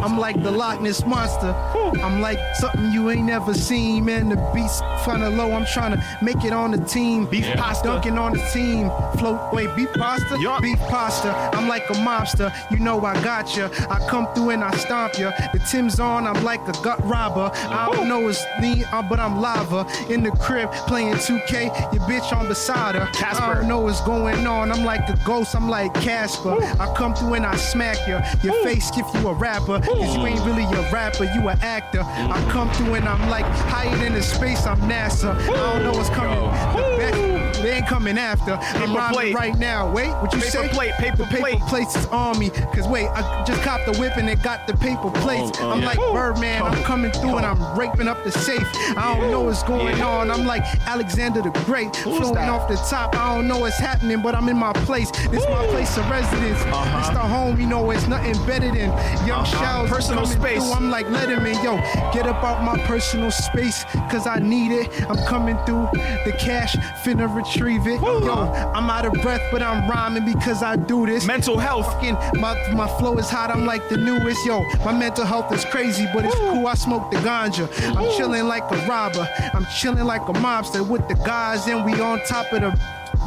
S2: I'm like the Loch Ness monster. I'm like something you ain't never seen, man. The beats kinda low. I'm trying to make it on the team. Beef pasta, dunking on the team. Float, wait, beef pasta,
S11: Yup.
S2: beef pasta. I'm like a mobster. You know I got ya. I come through and I stomp ya. The Tim's on. I'm like a gut robber. I don't know it's me, uh, but I'm lava in the crib playing 2K. Your bitch on beside her. I
S11: Casper.
S2: don't know what's going on. I'm like a ghost. I'm like Casper. I come through and I smack ya. Your face if you a rapper. Cause you ain't really a rapper, you an actor. I come through and I'm like higher than the space. I'm NASA. I don't know what's coming. The best- They ain't coming after. I'm
S11: Paper
S2: rhyming
S11: plate.
S2: right now. Wait, what you
S11: Paper
S2: say?
S11: plate, paper
S2: the paper
S11: plate.
S2: plates is on me. Cause wait, I just copped the whip and it got the paper plates.
S6: Oh, oh,
S2: I'm
S6: yeah.
S2: like Birdman. I'm coming through and I'm raping up the safe. I don't know what's going on. I'm like Alexander the Great, floating
S11: that?
S2: off the top. I don't know what's happening, but I'm in my place. This my place of residence. It's the home, you know. It's nothing better than young shells.
S11: Personal
S2: coming
S11: space.
S2: through. I'm like Letterman, yo. Get up out my personal space, cause I need it. I'm coming through. The cash, finna retrieve it.
S6: uh,
S2: Yo, I'm out of breath, but I'm rhyming because I do this.
S11: Mental health.
S2: Fucking, my, my flow is hot, I'm like the newest. Yo, my mental health is crazy, but it's cool. I smoke the ganja. I'm chilling like a robber. I'm chilling like a mobster with the guys, and we on top of the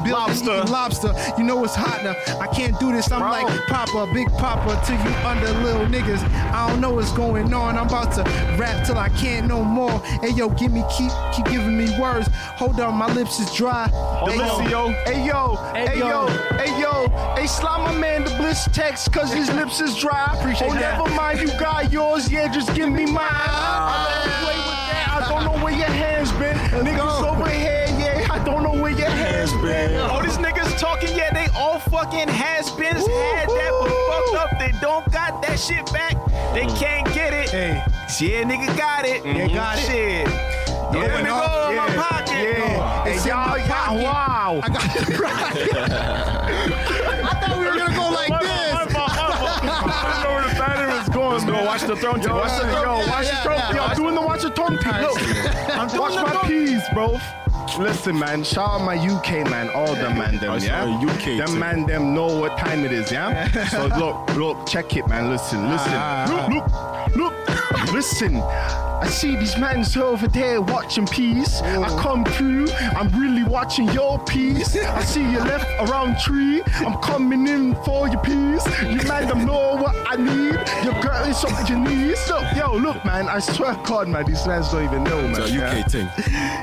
S2: building
S11: Lobster.
S2: eating lobster. You know it's hot now. I can't do this. I'm
S11: Bro.
S2: like Papa, Big Papa, till you under little niggas. I don't know what's going on. I'm about to rap till I can't no more. Hey yo, give me keep keep giving me words. Hold on, my lips is dry. Hey
S11: on.
S2: yo, hey yo, hey yo, hey yo, hey slime my man the bliss text cause his lips is dry. oh
S11: that.
S2: never mind, you got yours, yeah, just give me mine.
S7: Ah.
S2: I don't play with that. I don't know where your hands been. Niggas over here, yeah, I don't know where your hands been.
S6: Oh,
S11: All these niggas talking, yeah, they all fucking has-beens had that, but fucked up. They don't got that shit back. They can't get it.
S2: Hey.
S11: Yeah, nigga got it. Yeah,
S2: got it.
S11: Shit. Yeah, let me go in my pocket.
S2: Yeah. It's in my pocket.
S11: wow.
S2: I got it right. I thought we were gonna go like this.
S11: I don't know where the battery was going. Let's go watch the throne. Yo, watch the
S2: Yo,
S11: throne.
S2: watch the throat. Yo, I'm doing the watch the throat piece. Look, I'm watch my peas, bro. Listen, man. Shout out my UK man, all the man
S6: I
S2: them,
S6: saw
S2: yeah.
S6: a UK
S2: them
S6: too.
S2: man them know what time it is, yeah. so look, look, check it, man. Listen, listen, look, look, look, listen. I see these mans over there watching peas. I come through, I'm really watching your peas. I see you left around tree. I'm coming in for your peas. You man them know what I need. Your girl is on your knees. Look, yo, look, man. I swear to God, man, these mans don't even know, man.
S6: It's a UK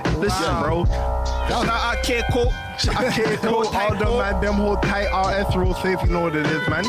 S6: thing.
S2: Listen, bro.
S11: Shout out Kid Coke.
S2: I can't do all
S11: tight,
S2: them,
S11: bro.
S2: man. Them whole tight RS real safe. You know what it is, man.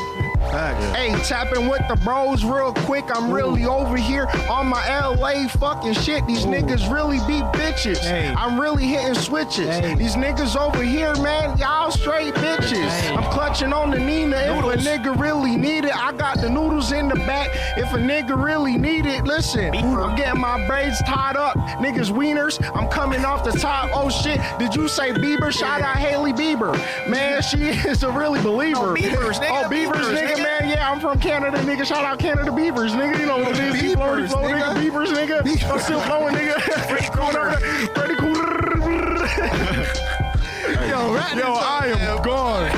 S2: Hey, tapping with the bros real quick. I'm really over here on my LA fucking shit. These niggas really be bitches.
S11: Hey.
S2: I'm really hitting switches. These niggas over here, man, y'all straight bitches. I'm clutching on the Nina. If a nigga really need it, I got the noodles in the back. If a nigga really need it, listen, I'm getting my braids tied up. Niggas wieners, I'm coming off the top. Oh shit, did you say Bieber? Shout out Haley Bieber. Man, she is a really believer.
S11: Oh, Biebers, nigga,
S2: Oh, Beavers,
S11: Biebers,
S2: nigga,
S11: nigga.
S2: man. Yeah, I'm from Canada, nigga. Shout out Canada Beavers, nigga. You know what it is. Keep blowing,
S7: Biebers,
S2: flow, nigga.
S7: nigga.
S2: Beavers, nigga. I'm still flowing, nigga. Freddy Krueger. Freddy Krueger. Yo, Yo, I am gone.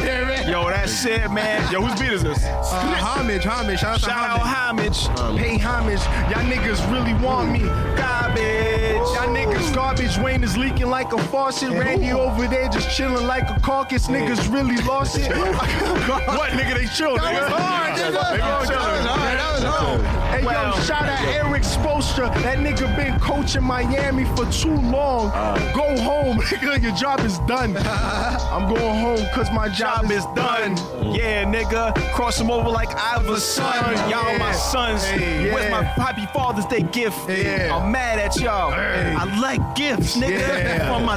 S11: Yo, that's it, man. Yo, whose beat is this?
S7: Uh, homage, homage. Shout out to
S11: Shout out
S7: homage.
S11: homage.
S2: Pay homage, y'all niggas really want me. Garbage, y'all niggas garbage. Wayne is leaking like a faucet. Randy over there just chilling like a carcass. Niggas really lost it.
S11: What, nigga? They chill, nigga.
S2: That was hard, nigga.
S11: They all
S2: That was
S11: chilling.
S2: hard. That was hard.
S7: Hey,
S11: Well,
S7: yo, shout out Eric Spoelstra. That nigga been coaching Miami for too long.
S11: Uh.
S7: Go home, nigga. Your job is done. I'm going home because my job,
S11: job is done. Yeah, nigga. Cross them over like Iverson. Y'all my
S7: Yeah.
S11: sons.
S7: Hey,
S11: Where's my
S7: yeah.
S11: happy Father's Day gift?
S7: Yeah.
S11: I'm mad at y'all.
S7: Hey.
S11: I like gifts, nigga.
S7: Yeah.
S11: From my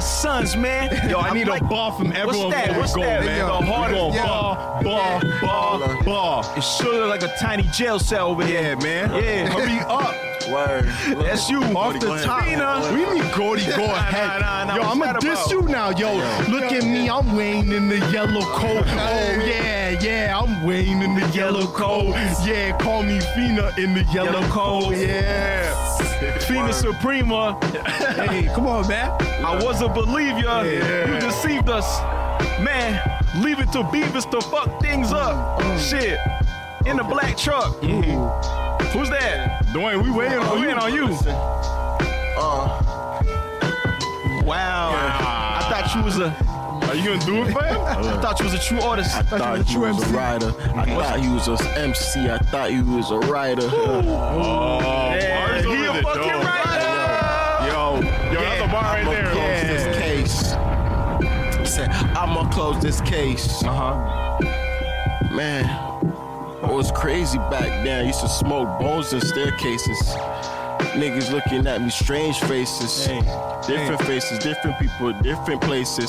S11: sons, man.
S7: Yo, I need a
S11: like-
S7: ball from everyone
S11: What's that?
S7: where we
S11: What's
S7: go,
S11: that?
S7: man.
S11: The
S7: We
S11: hardest
S7: going
S11: ball, ball, ball, ball. It sure look like a tiny jail cell over here.
S14: Yeah, man.
S11: Yeah.
S7: Hurry up.
S15: Word.
S11: That's you.
S7: Off the top. We need Gordy. Go
S11: Nah,
S7: ahead.
S11: nah, nah, nah.
S7: Yo,
S11: What's
S7: I'ma
S11: that
S7: diss
S11: about?
S7: you now. Yo, look at me. I'm Wayne in the yellow coat. Oh, yeah, yeah. I'm Wayne in the yellow coat. Yeah, call me Fina in the yellow
S11: Yellow coat.
S7: coat. Yeah.
S11: Fina Suprema.
S2: Hey, come on, man.
S11: I was a believer. You deceived us. Man, leave it to Beavis to fuck things up.
S7: Mm.
S11: Shit. In the black truck. Who's that?
S7: Dwayne, we waiting
S11: Oh,
S7: on
S11: we
S7: you.
S11: in on you.
S15: Uh,
S11: Wow. I thought you was a
S7: Are you gonna do it, fam?
S11: I thought you was a true artist.
S6: I thought you was a writer. I thought you was a MC. I thought you was a writer.
S11: Yeah,
S7: Bars
S11: he
S7: over
S11: a
S7: the
S11: fucking
S7: door.
S11: writer.
S7: Yo, yo, that's a bar right
S6: I'ma
S7: there.
S6: close this case. He said, I'ma close this case. Uh huh. Man, what was crazy back then? I used to smoke bones in staircases. Niggas looking at me, strange faces, different faces, different people, different places.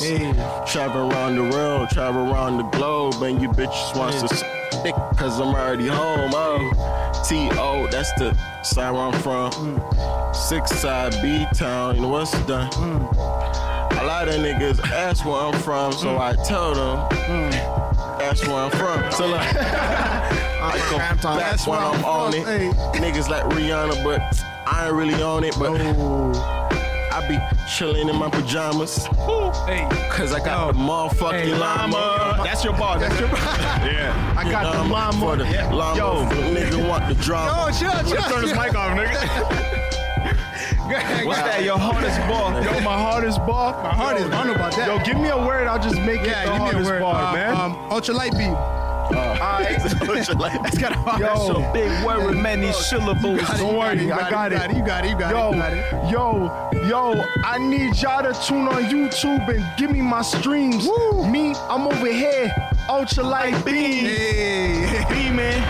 S6: Travel around the world, travel around the globe, and you bitches wants to stick, cause I'm already home. Oh, T.O., that's the side where I'm from. Six side B town, you know what's done? A lot of niggas ask where I'm from, so I tell them that's where I'm from. So look, I go back when I'm on it. Niggas like Rihanna, but I ain't really on it. But
S7: Oh.
S6: I be chilling in my pajamas,
S7: Uh-huh.
S6: cause I got the motherfucking llama.
S11: That's your bar. That's your
S7: I got the
S6: for
S7: llama.
S6: the llama.
S7: Yo.
S6: for the nigga want the drama.
S7: chill, chill. Turn his mic off, nigga.
S11: What's that? Your hardest bar.
S7: Yo, my hardest ball. My
S2: hardest- I don't know about that.
S7: Yo, give me a word. I'll just make it the
S2: Yeah, give me
S7: hardest
S2: a word.
S7: ball,
S2: Uh,
S7: man.
S2: Um, ultra light beam.
S6: That's
S2: Got
S5: uh,
S2: a
S11: That's
S7: Yo.
S11: a big word with many syllables.
S7: Don't worry, I got it.
S2: You got it. You got it.
S7: Yo,
S2: You got it.
S7: yo, yo, I need y'all to tune on YouTube and give me my streams. Me, I'm over here, ultra light beam.
S2: Hey.
S11: beaming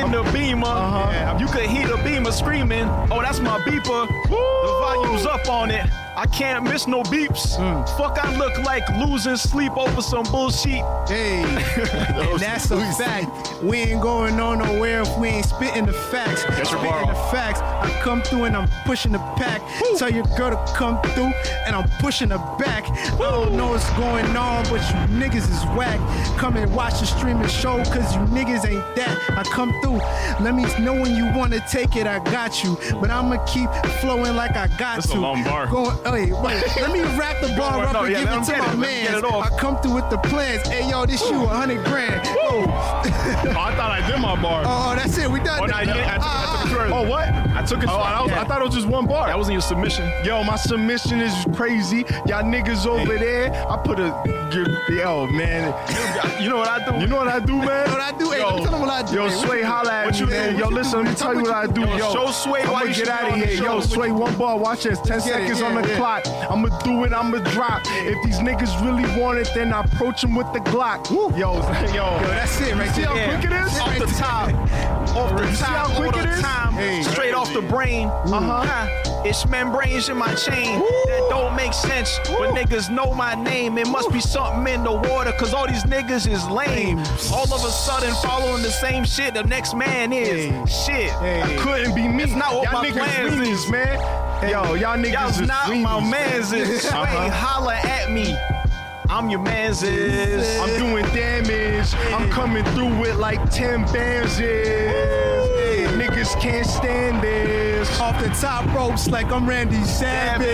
S11: in the beamer.
S7: Uh-huh.
S11: You could hear the beamer screaming. Oh, that's my beeper. The volume's up on it. I can't miss no beeps.
S7: Hmm.
S11: Fuck, I look like losing sleep over some bullshit.
S2: Hey, and that's a fact. We ain't going on nowhere if we ain't spitting the facts.
S7: That's your
S2: spitting
S7: bar
S2: the facts. I come through and I'm pushing the pack. Tell your girl to come through and I'm pushing her back. I don't know what's going on, but you niggas is whack. Come and watch the streaming show, cause you niggas ain't that. I come through. Let me know when you wanna take it, I got you. But I'ma keep flowing like I got
S7: That's a
S2: to.
S7: long bar.
S2: Going, hey, wait, let me wrap the bar up
S11: No,
S2: and
S11: yeah,
S2: give
S11: let him
S2: it to my
S11: get it. Let him get
S2: man.
S11: it off.
S2: I come through with the plans. Hey, yo, this shoe, 100 grand. Oh,
S7: Oh, I thought I did my bar.
S2: oh, that's it. We done.
S11: Oh, no,
S2: now.
S11: you didn't. I took- I took
S2: Ah,
S11: it further.
S7: Oh, what?
S11: I took it
S7: Oh, I, was,
S11: further.
S7: I thought it was just one bar.
S11: That wasn't your submission.
S7: Yo, my submission is crazy. Y'all niggas over there, I put a. give- Yo, man.
S11: You know what I do?
S7: You know what I do, man?
S2: What I do? Hey, let me tell them what I do.
S7: Yo,
S2: Hey, what
S7: Sway,
S2: you do?
S7: holla at
S2: What
S7: me,
S2: you do?
S7: man. Yo,
S2: What you
S7: listen,
S2: do?
S7: let me tell you what I do.
S11: Yo,
S7: Yo,
S11: show Sway why
S7: I'ma
S11: you should
S7: get out
S11: be on
S7: of
S11: the
S7: here.
S11: show.
S7: Yo, Sway, one ball. Watch this. Ten
S2: Yeah,
S7: seconds
S2: yeah,
S7: on the
S2: yeah.
S7: clock. I'ma do it. I'ma drop. If these niggas really want it, then I approach them with the Glock. Yo, yo,
S2: Yo, that's it right
S7: See
S2: there.
S7: how
S2: Yeah.
S7: quick it is?
S2: Off the
S7: top.
S11: off the
S7: You see
S11: top,
S7: how quick
S11: all
S7: it
S11: the
S7: is?
S11: time,
S7: Hey. Uh-huh.
S11: straight off the brain. Uh huh. It's membranes in my chain that don't make sense. But niggas know my name. It must be something in the water, cause all these niggas is lame. All of a sudden, following the same shit the next man is.
S2: Hey.
S11: Shit.
S7: I couldn't be me.
S11: That's not what
S7: y'all
S11: my
S7: niggas
S11: plans
S7: weenies,
S11: is.
S7: man. Yo, y'all niggas
S11: Y'all's
S7: is
S11: not my
S7: weenies,
S11: mans. Is Sway,
S7: Uh-huh.
S11: holla at me. I'm your mans. Is
S7: I'm doing damage. I'm coming through with like 10 bands. is. Niggas can't stand this.
S2: Off the top ropes like I'm Randy Savage.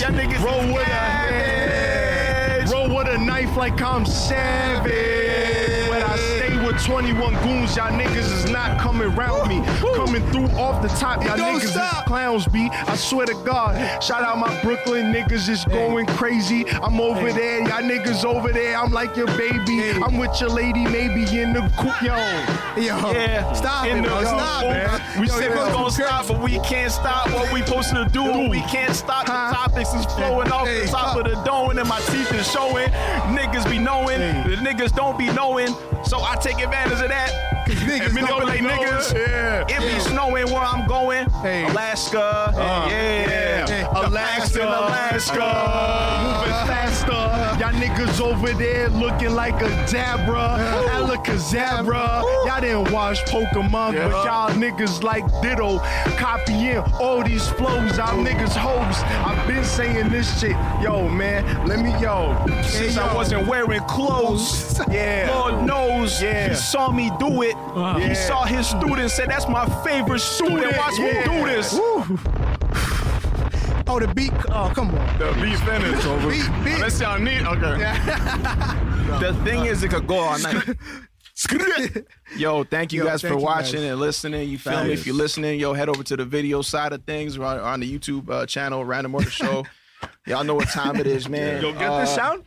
S11: Y'all niggas
S7: Roll
S11: is
S7: with a
S11: savage.
S7: hand. Roll with a knife like I'm savage. But I stay with 21 goons, y'all niggas is not coming round me. Coming through off the top, y'all
S11: don't
S7: niggas
S11: stop.
S7: is clowns, B. I swear to God. Shout out my Brooklyn niggas is going crazy. I'm over there, y'all niggas over there. I'm like your baby. I'm with your lady, maybe in the coop, yo.
S11: Yo,
S3: Yeah.
S11: stop
S3: In
S11: it,
S3: the
S11: bro.
S3: go,
S11: Stop,
S3: man.
S11: man.
S3: We
S11: Yo,
S3: said
S11: yo,
S3: we
S11: yo.
S3: was gonna stop, but we can't stop what we posted to do. We can't stop. The topics is flowing off
S11: Hey,
S3: the top
S11: stop.
S3: of the dome, and my teeth is showing. Niggas be knowing. The niggas don't be knowing. So I take advantage of that.
S11: niggas
S3: and
S11: don't
S3: manipulate
S11: be knowing.
S3: niggas.
S7: Yeah.
S3: It be snowing where I'm going. Alaska.
S11: Uh,
S3: yeah.
S7: Alaska, Alaska, moving faster. Y'all niggas over there looking like a Dabra, Alakazabra. Y'all didn't watch Pokemon, but y'all niggas like Ditto, copying all these flows. Y'all niggas hopes. I've been saying this shit. Yo, man, let me, yo.
S3: Since I wasn't wearing clothes,
S7: Yeah.
S3: Lord knows
S7: Yeah. Uh-huh.
S3: he saw me do it.
S7: Yeah.
S3: He saw his student said, "That's my favorite student.
S7: Student,
S3: Watch me
S7: yeah.
S3: do this."
S11: Oh, the beat. Oh, come on.
S5: The beat finished over.
S11: Beat, beat.
S5: Unless y'all need. Okay.
S3: The thing is, it could go all night. Yo, thank you
S4: Yo,
S3: guys
S4: thank
S3: for
S4: you guys.
S3: watching and listening. You feel me?
S4: Thanks.
S3: If you're listening, yo, head over to the video side of things. We're on, on the YouTube uh, channel, Random Order Show. Y'all know what time it is, man. Uh,
S7: Yo, get this
S3: sound.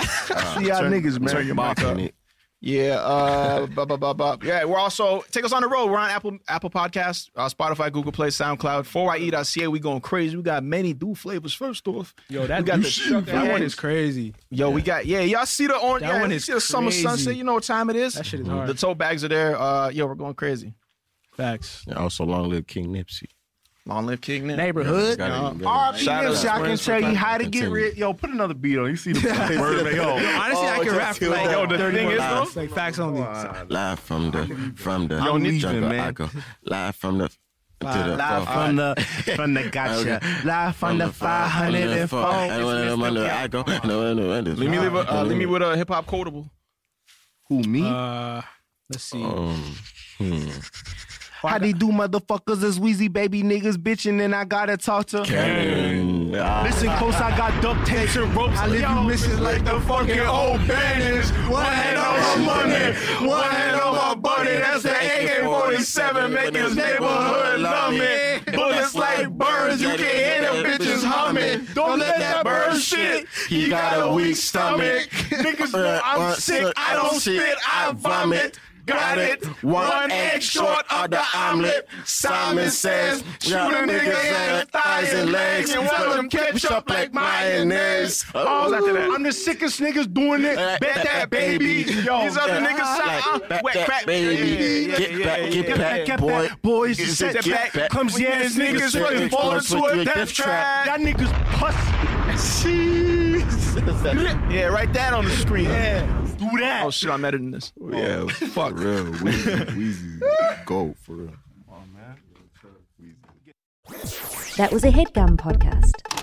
S7: See y'all niggas, man.
S3: Yeah, uh, bu- bu- bu- bu- yeah. We're also take us on the road. We're on Apple Apple Podcasts, uh, Spotify, Google Play, SoundCloud, E 4ye.ca. We going crazy. We got many new flavors. First off,
S4: Yo, that,
S3: we got
S4: you
S3: the
S4: shoot, that one is crazy.
S3: Yo, we got yeah. Y'all see the orange?
S4: That
S3: Yeah,
S4: one
S3: you
S4: is
S3: see the summer
S4: crazy.
S3: sunset. You know what time it is? Mm-hmm.
S4: That shit is hard.
S3: The tote bags are there. Uh, yo, we're going crazy.
S4: Facts.
S6: And also, Oh, long live King Nipsey.
S3: Long live King Nip.
S4: Neighborhood.
S7: Uh,
S6: Gotta-
S7: RP
S3: Shout out
S7: Nipsey,
S3: to
S7: I can
S6: Springs
S7: tell
S6: for
S7: you how to
S6: fucking
S7: get
S6: continuing.
S7: rid. Yo, put another beat on. You see the word, yo. Oh,
S4: Honestly, I can rap for like
S7: Yo, the
S4: 30
S7: thing
S4: more
S7: is,
S4: lines. like facts only.
S6: Live from the from the
S7: I'm leaving,
S6: jungle,
S7: man.
S6: I go. Live from the to the
S7: Live
S6: floor.
S7: from the from the gotcha.
S6: Okay.
S7: Live from the
S6: floor.
S7: 504.
S6: I went
S7: It's
S6: up
S7: Mr.
S6: under
S7: Cat.
S6: I go. No, no, no. Let
S3: Leave me leave a, uh, leave me with a hip hop quotable.
S7: Who me?
S4: Uh, let's see.
S6: Um, hmm.
S7: How they do motherfuckers is Wheezy baby niggas bitching and I gotta talk to
S6: Karen. Ah.
S7: Listen close, I got duct tapes and ropes. I live you misses like the fucking old bandits. One hand on my money, one hand on my buddy. That's the AK-47 making his neighborhood numbing. Bullets like birds, you can hear them bitches humming. Don't let that bird shit. He got a weak stomach. Niggas know I'm sick. I don't spit, I vomit. Got it. One egg short of the omelet. Simon says, shoot a nigga in the thighs and legs. And let them catch up like mayonnaise. All after that. I'm the sickest niggas doing it. Bet that baby. Yo,
S3: These other
S7: niggas
S3: niggas
S6: Like,
S3: sound uh,
S6: back
S3: wet
S6: that
S3: crack
S6: baby.
S3: Yeah, yeah,
S6: Get
S3: yeah,
S6: back,
S3: yeah,
S6: get
S3: yeah,
S6: back,
S7: Get
S6: boy.
S7: back, boys.
S6: Get
S7: Set
S6: back,
S7: back.
S6: back.
S7: Comes yeah, these niggas
S6: Get
S7: fucking
S6: back,
S7: fall
S6: boys,
S7: into
S6: with
S7: a
S6: your
S7: death
S6: death
S7: trap.
S6: trap.
S7: Y'all niggas pussy.
S3: yeah. Yeah, write that on the screen.
S7: Do that.
S3: Oh shit, I'm editing this.
S6: Yeah, fuck. real. Weezy, Weezy, go for real.
S16: That was a headgum podcast.